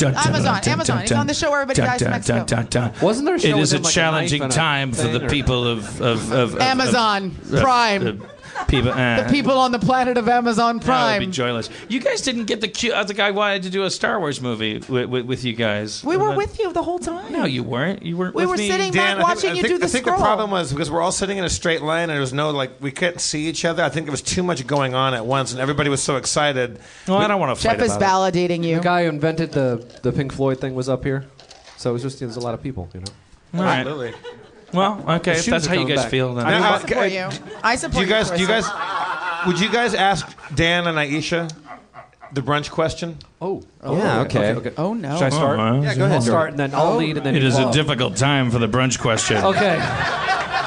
[SPEAKER 11] Amazon, Amazon. He's on the show where everybody dies in Mexico.
[SPEAKER 13] Wasn't there a show
[SPEAKER 7] It
[SPEAKER 13] with
[SPEAKER 7] is a
[SPEAKER 13] him, like, knife
[SPEAKER 7] challenging
[SPEAKER 13] and a
[SPEAKER 7] time for
[SPEAKER 13] thing
[SPEAKER 7] the
[SPEAKER 13] or-
[SPEAKER 7] people of of, of, of
[SPEAKER 11] Amazon
[SPEAKER 7] of- of-
[SPEAKER 11] Prime.
[SPEAKER 7] of people, uh,
[SPEAKER 11] the people on the planet of Amazon
[SPEAKER 7] no, it'd
[SPEAKER 11] Prime.
[SPEAKER 7] be joyless. You guys didn't get the cue. I think I wanted to do a Star Wars movie with, with, with you guys.
[SPEAKER 11] we
[SPEAKER 7] And
[SPEAKER 11] were
[SPEAKER 7] then-
[SPEAKER 11] with you the whole time.
[SPEAKER 7] No, you weren't. You weren't.
[SPEAKER 11] We
[SPEAKER 7] with
[SPEAKER 11] were
[SPEAKER 7] me.
[SPEAKER 11] sitting-
[SPEAKER 6] Dan,
[SPEAKER 11] Matt,
[SPEAKER 6] I think-
[SPEAKER 11] watching
[SPEAKER 6] I
[SPEAKER 11] you
[SPEAKER 6] think-
[SPEAKER 11] do the
[SPEAKER 6] I think the
[SPEAKER 11] scroll.
[SPEAKER 6] problem was because we're all sitting in a straight line and there was no like we couldn't see each other. I think there was too much going on at once and everybody was so excited.
[SPEAKER 7] Well, I don't want to fight
[SPEAKER 11] Jeff is
[SPEAKER 7] about it.
[SPEAKER 11] validating you.
[SPEAKER 13] The guy who invented the, the Pink Floyd thing was up here. So it was just, there's a lot of people, you know.
[SPEAKER 7] All right.
[SPEAKER 6] Absolutely.
[SPEAKER 7] Well, okay. If
[SPEAKER 13] The shoes
[SPEAKER 7] that's
[SPEAKER 13] are
[SPEAKER 7] how you
[SPEAKER 13] coming
[SPEAKER 7] guys
[SPEAKER 13] back.
[SPEAKER 7] feel, then.
[SPEAKER 6] Now,
[SPEAKER 11] I
[SPEAKER 6] uh,
[SPEAKER 11] support you. I
[SPEAKER 6] do
[SPEAKER 11] support
[SPEAKER 6] you guys? Do you guys?
[SPEAKER 11] Carissa.
[SPEAKER 6] Would you guys ask Dan and Aisha the brunch question?
[SPEAKER 13] Oh.
[SPEAKER 16] Yeah, okay.
[SPEAKER 11] Oh no.
[SPEAKER 13] Should I start?
[SPEAKER 7] Uh-huh.
[SPEAKER 13] Yeah, go ahead. I'll start and then I'll
[SPEAKER 11] Oh.
[SPEAKER 13] lead and then
[SPEAKER 7] It
[SPEAKER 13] you
[SPEAKER 7] is a
[SPEAKER 13] follow.
[SPEAKER 7] difficult time for the brunch question.
[SPEAKER 13] Okay.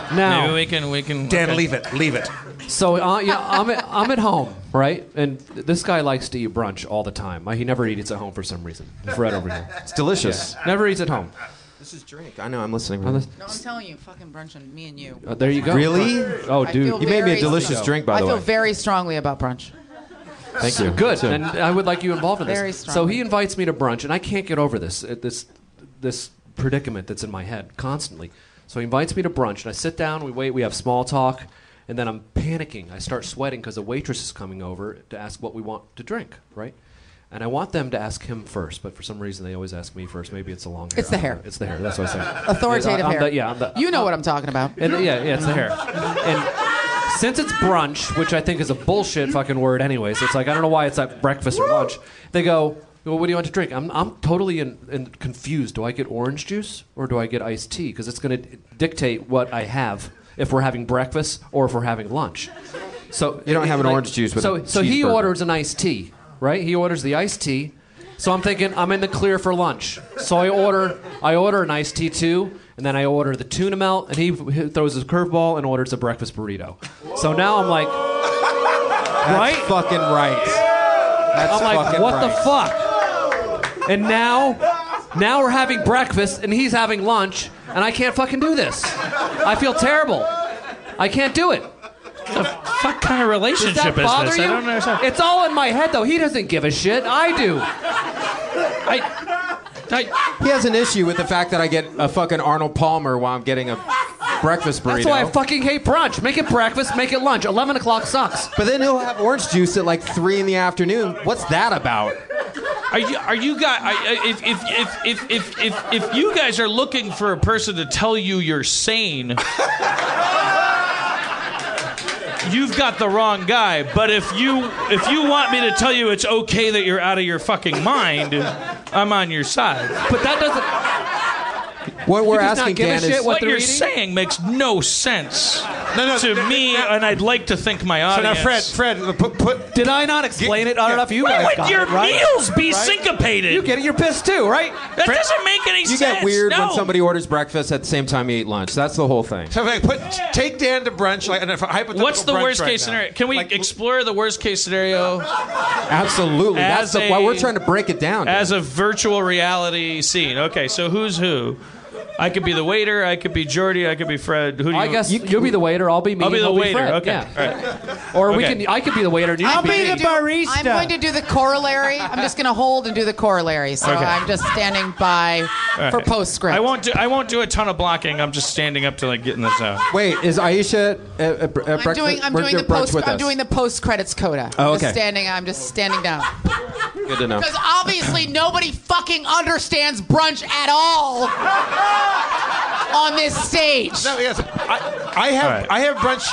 [SPEAKER 7] Maybe
[SPEAKER 13] Now,
[SPEAKER 7] we can we can
[SPEAKER 6] Dan,
[SPEAKER 7] okay.
[SPEAKER 6] leave it. Leave it.
[SPEAKER 13] so uh, yeah, I'm, at, I'm at home, right? And this guy likes to eat brunch all the time. Uh, He never eats at home for some reason. It's right over here.
[SPEAKER 16] It's delicious.
[SPEAKER 13] Never eats at home.
[SPEAKER 16] This is drink. I know, I'm listening.
[SPEAKER 13] I'm lis-
[SPEAKER 11] No, I'm telling you, fucking brunch on me and you.
[SPEAKER 13] Uh, there you go.
[SPEAKER 16] Really?
[SPEAKER 13] Oh,
[SPEAKER 11] I
[SPEAKER 13] dude.
[SPEAKER 11] feel
[SPEAKER 16] You made me a
[SPEAKER 11] very-
[SPEAKER 16] delicious drink, by
[SPEAKER 11] I
[SPEAKER 16] the
[SPEAKER 11] feel
[SPEAKER 16] way.
[SPEAKER 11] very strongly about brunch.
[SPEAKER 16] Thank you.
[SPEAKER 13] Good, and I would like you involved in this.
[SPEAKER 11] Very strongly.
[SPEAKER 13] so he invites me to brunch, and I can't get over this uh, this this predicament that's in my head constantly. So he invites me to brunch, and I sit down. We wait. We have small talk, and then I'm panicking. I start sweating because the waitress is coming over to ask what we want to drink, right? And I want them to ask him first, but for some reason they always ask me first. Maybe it's the long hair.
[SPEAKER 11] It's the
[SPEAKER 13] I don't
[SPEAKER 11] hair.
[SPEAKER 13] know. It's the hair. That's what I say.
[SPEAKER 11] Authoritative
[SPEAKER 13] I'm
[SPEAKER 11] hair.
[SPEAKER 13] the- yeah, I'm the-
[SPEAKER 11] you know what I'm talking about.
[SPEAKER 13] And yeah, yeah, it's the hair. And since it's brunch, which I think is a bullshit fucking word anyways, it's like I don't know why it's at breakfast or lunch. They go, Well, what do you want to drink? I'm, I'm totally in, in confused. Do I get orange juice or do I get iced tea? Because it's going to dictate what I have if we're having breakfast or if we're having lunch. So
[SPEAKER 1] You don't have an
[SPEAKER 13] like-
[SPEAKER 1] orange juice with
[SPEAKER 13] so
[SPEAKER 1] a
[SPEAKER 13] so he
[SPEAKER 1] cheeseburger.
[SPEAKER 13] orders an iced tea, right? He orders the iced tea. So I'm thinking I'm in the clear for lunch. So I order I order an iced tea too, and then I order the tuna melt, and he he throws his curveball and orders a breakfast burrito. So now I'm like, right?
[SPEAKER 1] fucking right.
[SPEAKER 13] I'm like,
[SPEAKER 1] fucking
[SPEAKER 13] what the
[SPEAKER 1] right."
[SPEAKER 13] fuck? And now, now we're having breakfast, and he's having lunch, and I can't fucking do this. I feel terrible. I can't do it. The fuck kind of
[SPEAKER 17] relationship is
[SPEAKER 13] Does that
[SPEAKER 17] this?
[SPEAKER 13] bother
[SPEAKER 17] I
[SPEAKER 13] You?
[SPEAKER 17] don't understand.
[SPEAKER 13] It's all in my head, though. He doesn't give a shit. I do.
[SPEAKER 1] He has an issue with the fact that I get a fucking Arnold Palmer while I'm getting a breakfast burrito.
[SPEAKER 13] That's why I fucking hate brunch. Make it breakfast. Make it lunch. Eleven o'clock sucks.
[SPEAKER 1] But then he'll have orange juice at like three in the afternoon. What's that about?
[SPEAKER 7] Are you are you guys? I- I- If if if if if if if you guys are looking for a person to tell you you're sane, you've got the wrong guy. But if you if you want me to tell you it's okay that you're out of your fucking mind, I'm on your side.
[SPEAKER 13] But that doesn't.
[SPEAKER 1] What we're
[SPEAKER 7] You just not
[SPEAKER 1] asking
[SPEAKER 7] give a
[SPEAKER 1] Dan
[SPEAKER 7] shit
[SPEAKER 1] is
[SPEAKER 7] what, you're saying makes no sense to me, and I'd like to think my
[SPEAKER 6] So now,
[SPEAKER 7] audience.
[SPEAKER 6] Fred, Fred, put, put
[SPEAKER 13] Did I not explain it? I don't know if you
[SPEAKER 7] Why
[SPEAKER 13] guys
[SPEAKER 7] would
[SPEAKER 13] got
[SPEAKER 7] your
[SPEAKER 13] it, right?
[SPEAKER 7] meals be
[SPEAKER 13] Right?
[SPEAKER 7] syncopated?
[SPEAKER 1] You get it. You're pissed too, right?
[SPEAKER 7] That doesn't make any
[SPEAKER 1] You
[SPEAKER 7] sense.
[SPEAKER 1] get weird
[SPEAKER 7] no.
[SPEAKER 1] when somebody orders breakfast at the same time you eat lunch. That's the whole thing.
[SPEAKER 6] So like, put take Dan to brunch. Like, and if a hypothetical
[SPEAKER 7] What's the
[SPEAKER 6] brunch
[SPEAKER 7] worst
[SPEAKER 6] right
[SPEAKER 7] case
[SPEAKER 6] now.
[SPEAKER 7] scenario? Can we explore the worst case scenario
[SPEAKER 1] Absolutely. That's
[SPEAKER 7] As
[SPEAKER 1] the, why
[SPEAKER 7] a-
[SPEAKER 1] we're trying to break it down.
[SPEAKER 7] as a virtual reality scene? Okay, so who's who? I could be the waiter. I could be Jordy. I could be Fred. Who do you?
[SPEAKER 13] I guess you, will be the waiter. I'll be me.
[SPEAKER 7] I'll be the
[SPEAKER 13] he'll
[SPEAKER 7] waiter.
[SPEAKER 13] Fred,
[SPEAKER 7] okay,
[SPEAKER 13] yeah.
[SPEAKER 7] all right.
[SPEAKER 13] Or we
[SPEAKER 7] Okay.
[SPEAKER 13] can. I could be the waiter. and you
[SPEAKER 11] I'll
[SPEAKER 13] could
[SPEAKER 11] be
[SPEAKER 13] me.
[SPEAKER 11] the barista. I'm going to do the corollary. I'm just going to hold and do the corollary. So
[SPEAKER 7] Okay.
[SPEAKER 11] I'm just standing by
[SPEAKER 7] All right.
[SPEAKER 11] for postscript.
[SPEAKER 7] I won't do. I won't do a ton of blocking. I'm just standing up to like getting this out.
[SPEAKER 1] Wait, is Aisha at, at, at breakfast?
[SPEAKER 11] I'm doing, I'm
[SPEAKER 1] we're
[SPEAKER 11] doing the
[SPEAKER 1] brunch
[SPEAKER 11] post.
[SPEAKER 1] with
[SPEAKER 11] I'm
[SPEAKER 1] us.
[SPEAKER 11] doing the post credits coda.
[SPEAKER 1] Oh,
[SPEAKER 11] I'm just
[SPEAKER 1] okay.
[SPEAKER 11] standing. I'm just standing down
[SPEAKER 1] Good to know.
[SPEAKER 11] because obviously nobody fucking understands brunch at all on this stage.
[SPEAKER 6] No, yes, I, I have I have brunch.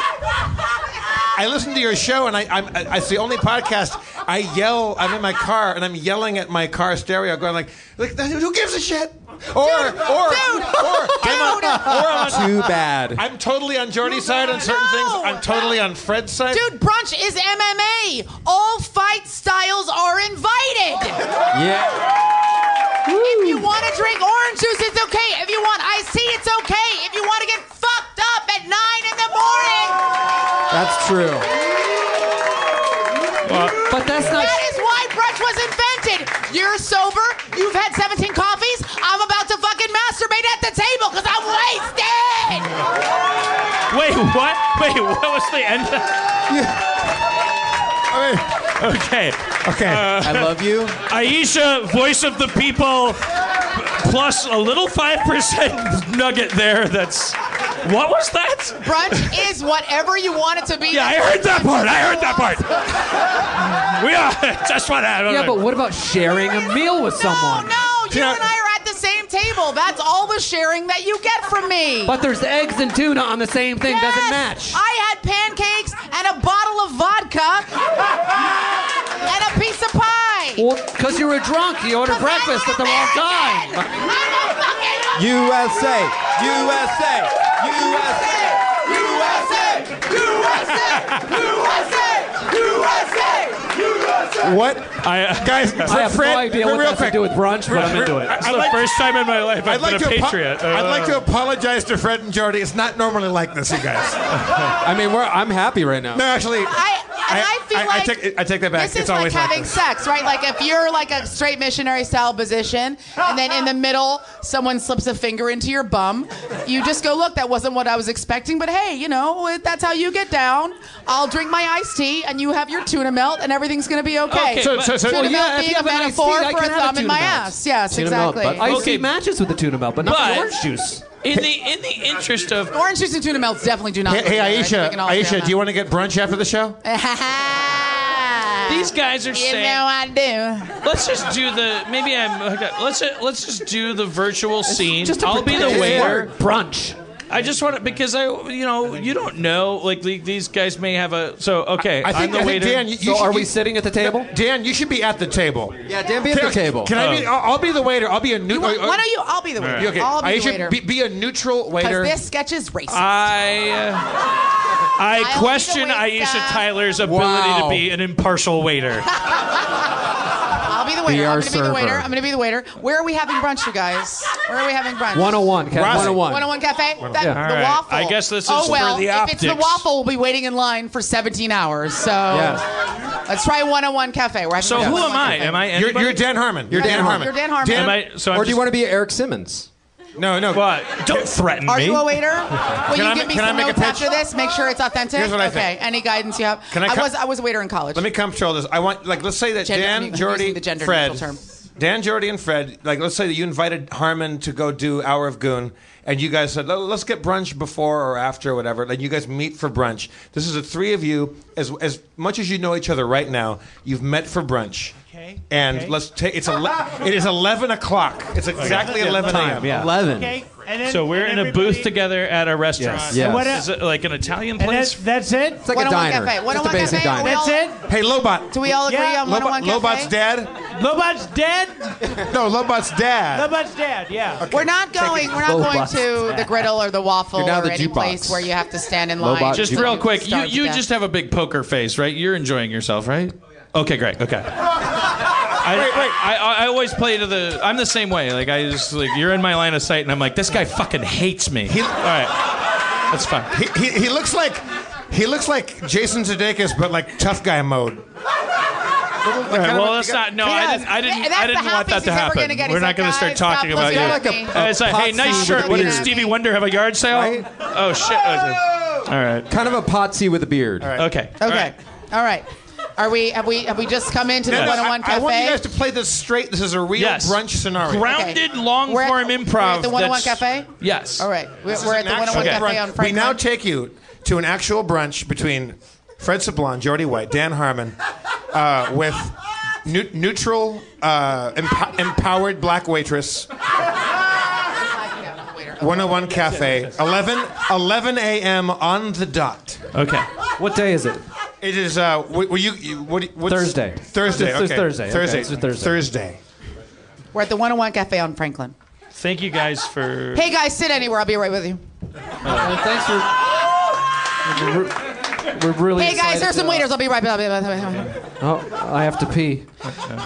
[SPEAKER 6] I listen to your show, and I, I'm I- it's the only podcast I yell. I'm in my car, and I'm yelling at my car stereo, going like, like "Who gives a shit?" Or or or I'm on, or I'm on-
[SPEAKER 1] Too bad.
[SPEAKER 6] "Ah, I'm totally on Jordy's side on certain things. I'm totally on Fred's side.
[SPEAKER 11] Dude, brunch is MMA. All fight styles are invited.
[SPEAKER 1] Yeah.
[SPEAKER 11] If you want to drink orange juice, it's okay. If you want iced tea, it's okay. If you want to get fucked up at nine in the morning,
[SPEAKER 1] That's true.
[SPEAKER 13] but that's not.
[SPEAKER 11] that is why brunch was invented. You're sober. You've had 17 coffees. I'm about to fucking masturbate at the table because I'm wasted.
[SPEAKER 7] Wait, what? Wait, what was the end? okay. Okay.
[SPEAKER 1] I love you.
[SPEAKER 7] Aisha, voice of the people, plus a little 5% nugget there. That's. What was that?
[SPEAKER 11] Brunch is whatever you want it to be.
[SPEAKER 7] Yeah, I heard that part. I heard that part. We are. Just what happened.
[SPEAKER 13] Yeah, but what about sharing a meal with someone?
[SPEAKER 11] No, you and I are at the same table. That's all the sharing that you get from me.
[SPEAKER 13] But there's eggs and tuna on the same thing. Doesn't
[SPEAKER 11] Yes,
[SPEAKER 13] match.
[SPEAKER 11] I had pancakes and a bottle of vodka and a piece of pie.
[SPEAKER 13] Well, because you were drunk, you ordered breakfast at the wrong time.
[SPEAKER 1] USA. USA. USA.
[SPEAKER 6] What?
[SPEAKER 7] I, uh,
[SPEAKER 6] guys,
[SPEAKER 13] I have
[SPEAKER 6] Fred,
[SPEAKER 13] no idea
[SPEAKER 6] real
[SPEAKER 13] what that's
[SPEAKER 6] quick.
[SPEAKER 13] to do with brunch, but I'm into it.
[SPEAKER 6] I-
[SPEAKER 7] It's
[SPEAKER 6] I'd
[SPEAKER 7] the
[SPEAKER 6] like-
[SPEAKER 7] first time in my life I've been a
[SPEAKER 6] apo-
[SPEAKER 7] patriot. Uh,
[SPEAKER 6] I'd like to apologize to Fred and Jordy. It's not normally like this, you guys.
[SPEAKER 1] I mean, we're, I'm happy right now.
[SPEAKER 6] No, actually,
[SPEAKER 11] I, and I, feel
[SPEAKER 6] I,
[SPEAKER 11] like
[SPEAKER 6] take, I take that back.
[SPEAKER 11] this is
[SPEAKER 6] it's
[SPEAKER 11] like
[SPEAKER 6] always
[SPEAKER 11] having
[SPEAKER 6] this.
[SPEAKER 11] sex, right? Like if you're like a straight missionary style position, and then in the middle someone slips a finger into your bum, you just go, "Look, that wasn't what I was expecting, but hey, you know that's how you get down. I'll drink my iced tea, and you have your tuna melt, and everything's gonna be okay."
[SPEAKER 13] Okay, So- but- so- so-
[SPEAKER 11] tuna
[SPEAKER 13] Well, yeah,
[SPEAKER 11] melt
[SPEAKER 13] if you
[SPEAKER 11] being a
[SPEAKER 13] have an iced
[SPEAKER 11] metaphor
[SPEAKER 13] tea, I
[SPEAKER 11] for a
[SPEAKER 13] can have a
[SPEAKER 11] thumb in
[SPEAKER 13] tuna
[SPEAKER 11] my
[SPEAKER 13] melt.
[SPEAKER 11] ass. Yes,
[SPEAKER 13] Tuna melt,
[SPEAKER 11] exactly.
[SPEAKER 13] but- Ice tea matches with the tuna melt, but not
[SPEAKER 7] But-
[SPEAKER 13] the orange juice.
[SPEAKER 7] In the, in the interest of.
[SPEAKER 11] Orange juice and tuna melts definitely do not.
[SPEAKER 6] Hey,
[SPEAKER 11] go
[SPEAKER 6] hey,
[SPEAKER 11] together. I
[SPEAKER 6] Aisha,
[SPEAKER 11] think we can all agree on
[SPEAKER 6] Aisha, do you want to get brunch after the show?
[SPEAKER 11] that.
[SPEAKER 7] These guys are
[SPEAKER 11] you
[SPEAKER 7] saying-
[SPEAKER 11] know I do.
[SPEAKER 7] Let's just do the maybe I'm let's let's just do the virtual scene.
[SPEAKER 13] Just a
[SPEAKER 7] I'll be the
[SPEAKER 13] pretentious
[SPEAKER 7] waiter.
[SPEAKER 13] word, Brunch.
[SPEAKER 7] I just want to because I, you know, you don't know. Like the- these guys may have a. So okay,
[SPEAKER 6] I think-
[SPEAKER 7] am the
[SPEAKER 6] I think,
[SPEAKER 7] waiter.
[SPEAKER 6] Dan, you- you So should- are we you-
[SPEAKER 7] sitting at the table?
[SPEAKER 6] Dan, you should be at the table. Yeah, Dan, be at
[SPEAKER 7] Can-
[SPEAKER 6] the table. Um,
[SPEAKER 7] can I be-
[SPEAKER 6] I'll, I'll be the waiter. I'll be a uh, neutral.
[SPEAKER 11] Why don't you? I'll be the waiter. I'll be the waiter.
[SPEAKER 6] Be, be a neutral
[SPEAKER 11] Because
[SPEAKER 6] waiter.
[SPEAKER 11] this sketch is racist.
[SPEAKER 7] I I question Aisha Tyler's ability
[SPEAKER 6] Wow.
[SPEAKER 7] to be an impartial waiter.
[SPEAKER 11] I'll be the waiter.
[SPEAKER 7] Be
[SPEAKER 11] I'm
[SPEAKER 7] our
[SPEAKER 11] going to be the waiter.
[SPEAKER 7] server.
[SPEAKER 11] I'm going to be the waiter. Where are we having brunch, you guys? Where are we having brunch?
[SPEAKER 13] 101, Cat- Ross- 101.
[SPEAKER 11] 101 Cafe? That,
[SPEAKER 13] Yeah.
[SPEAKER 11] The
[SPEAKER 13] All right.
[SPEAKER 11] waffle.
[SPEAKER 13] I guess this is
[SPEAKER 11] oh,
[SPEAKER 13] for
[SPEAKER 11] well,
[SPEAKER 13] the
[SPEAKER 11] If it's the
[SPEAKER 13] optics.
[SPEAKER 11] waffle, we'll be waiting in line for 17 hours. So
[SPEAKER 6] Yes.
[SPEAKER 11] let's try 101 Cafe. We're having brunch at 101 Cafe.
[SPEAKER 6] You're, you're Dan Harmon. You're
[SPEAKER 11] Yeah,
[SPEAKER 6] Dan
[SPEAKER 11] you're-
[SPEAKER 6] Harmon.
[SPEAKER 11] you're Dan Harmon. Am I- so I'm
[SPEAKER 6] or do you
[SPEAKER 11] just-
[SPEAKER 6] want to be Eric Simmons?
[SPEAKER 7] No, no. What? Don't threaten
[SPEAKER 11] Are you a waiter? Will
[SPEAKER 6] Can
[SPEAKER 11] you
[SPEAKER 6] I
[SPEAKER 11] give
[SPEAKER 6] ma-
[SPEAKER 11] me
[SPEAKER 6] can I
[SPEAKER 11] some
[SPEAKER 6] make a
[SPEAKER 11] notes
[SPEAKER 6] pitch?
[SPEAKER 11] after this? Make sure it's authentic.
[SPEAKER 6] Here's what I
[SPEAKER 11] okay.
[SPEAKER 6] think.
[SPEAKER 11] Any guidance you have?
[SPEAKER 6] Can I cut-
[SPEAKER 11] was I was a waiter in college.
[SPEAKER 6] Let me control this. I want, like, let's say that
[SPEAKER 11] Gender- I'm
[SPEAKER 6] Dan,
[SPEAKER 11] using
[SPEAKER 6] Jordy,
[SPEAKER 11] the gender
[SPEAKER 6] Fred,
[SPEAKER 11] neutral term.
[SPEAKER 6] Dan, Jordy, and Fred, like, let's say that you invited Harmon to go do Hour of Goon, and you guys said, "Let- let's get brunch before or after, or whatever. Like, you guys meet for brunch. This is the three of you, as as much as you know each other right now, you've met for brunch. Okay. And
[SPEAKER 5] Okay.
[SPEAKER 6] let's take it's ele- it is eleven o'clock. It's exactly
[SPEAKER 5] Okay.
[SPEAKER 6] eleven
[SPEAKER 5] Time,
[SPEAKER 6] a.m.
[SPEAKER 5] yeah. Eleven. Okay, and then-
[SPEAKER 7] so we're
[SPEAKER 5] and
[SPEAKER 7] in a booth together at a restaurant.
[SPEAKER 6] Yes. Yes. What a-
[SPEAKER 7] Is it like an Italian
[SPEAKER 5] And
[SPEAKER 7] place?
[SPEAKER 5] that's, that's it.
[SPEAKER 6] It's like a diner.
[SPEAKER 11] Cafe.
[SPEAKER 6] Just a
[SPEAKER 11] 101
[SPEAKER 6] basic
[SPEAKER 11] Cafe,
[SPEAKER 6] diner.
[SPEAKER 11] we all-
[SPEAKER 6] it. Hey, Lobot.
[SPEAKER 11] Do we all agree on 101
[SPEAKER 6] Lobot,
[SPEAKER 11] Cafe?
[SPEAKER 6] Lobot's dead.
[SPEAKER 5] Lobot's dead.
[SPEAKER 6] no, Lobot's dad.
[SPEAKER 5] Lobot's dead. Yeah.
[SPEAKER 11] We're not going. We're not
[SPEAKER 6] Low
[SPEAKER 11] going
[SPEAKER 6] bus.
[SPEAKER 11] to the griddle or the waffle
[SPEAKER 7] You're now
[SPEAKER 11] or
[SPEAKER 7] the
[SPEAKER 11] any
[SPEAKER 7] jukebox.
[SPEAKER 11] place where you have to stand in line.
[SPEAKER 7] Just real quick, you,
[SPEAKER 11] Starve to
[SPEAKER 7] you
[SPEAKER 11] death.
[SPEAKER 7] just have a big poker face, right? You're enjoying yourself, right? Okay, great. Okay. I, I, I, I always play to the. I'm the same way. Like I just like you're in my line of sight, and I'm like, this guy fucking hates me. All right, that's fine.
[SPEAKER 6] He, he, he looks like he looks like Jason Sudeikis, but like tough guy mode.
[SPEAKER 7] All right,
[SPEAKER 6] kind of
[SPEAKER 7] well,
[SPEAKER 6] like
[SPEAKER 7] let's
[SPEAKER 6] you
[SPEAKER 7] not.
[SPEAKER 6] got-
[SPEAKER 7] No,
[SPEAKER 6] He
[SPEAKER 7] I
[SPEAKER 6] does.
[SPEAKER 7] didn't. I
[SPEAKER 11] Th-
[SPEAKER 7] didn't.
[SPEAKER 11] that's
[SPEAKER 7] I
[SPEAKER 11] the
[SPEAKER 7] didn't want
[SPEAKER 11] happiest
[SPEAKER 7] that to
[SPEAKER 11] he's ever
[SPEAKER 7] happen.
[SPEAKER 11] gonna get.
[SPEAKER 7] We're
[SPEAKER 11] He's
[SPEAKER 7] not
[SPEAKER 11] like, uh,
[SPEAKER 7] going to start
[SPEAKER 11] "Guys,
[SPEAKER 7] talking
[SPEAKER 11] stop
[SPEAKER 7] about you.
[SPEAKER 11] looking at me."
[SPEAKER 7] Uh, it's like, hey, nice shirt. What did Stevie Wonder have a yard sale? Oh shit. Okay. All right.
[SPEAKER 6] Kind of a potsy with a beard.
[SPEAKER 7] Okay.
[SPEAKER 11] Okay. All right. Are we? Have we? Have we just come into the
[SPEAKER 6] No, no,
[SPEAKER 11] 101
[SPEAKER 6] I, I want you
[SPEAKER 11] Cafe?
[SPEAKER 6] guys to play this straight. This is a real
[SPEAKER 7] Yes.
[SPEAKER 6] brunch scenario.
[SPEAKER 7] Grounded long form
[SPEAKER 11] We're
[SPEAKER 7] improv.
[SPEAKER 11] at the 101
[SPEAKER 7] that's-
[SPEAKER 11] Cafe.
[SPEAKER 7] Yes.
[SPEAKER 11] All right. We're,
[SPEAKER 6] This is
[SPEAKER 11] we're at
[SPEAKER 6] an
[SPEAKER 11] the 101
[SPEAKER 6] actual
[SPEAKER 11] Cafe
[SPEAKER 6] brunch.
[SPEAKER 11] on
[SPEAKER 6] We
[SPEAKER 11] Franklin.
[SPEAKER 6] now take you to an actual brunch between Fred Sablon, Jordy White, Dan Harmon, uh, with neu- neutral, uh, emp- empowered black waitress. 101 Cafe, 11, 11 a.m. on the dot.
[SPEAKER 7] Okay.
[SPEAKER 6] What day is it? It is, uh, wh- were you, you- what, do you- what's-
[SPEAKER 13] Thursday.
[SPEAKER 6] Thursday,
[SPEAKER 13] It's- it's
[SPEAKER 6] okay.
[SPEAKER 13] Thursday, okay.
[SPEAKER 6] Thursday.
[SPEAKER 13] It's a Thursday.
[SPEAKER 6] Thursday.
[SPEAKER 11] We're at the 101 Cafe on Franklin.
[SPEAKER 7] Thank you guys for.
[SPEAKER 11] Hey guys, sit anywhere. I'll be right with you.
[SPEAKER 13] thanks for. We're really.
[SPEAKER 11] hey guys,
[SPEAKER 13] excited
[SPEAKER 11] there's some
[SPEAKER 13] to-
[SPEAKER 11] waiters. I'll be right back.
[SPEAKER 13] Oh, I have to pee.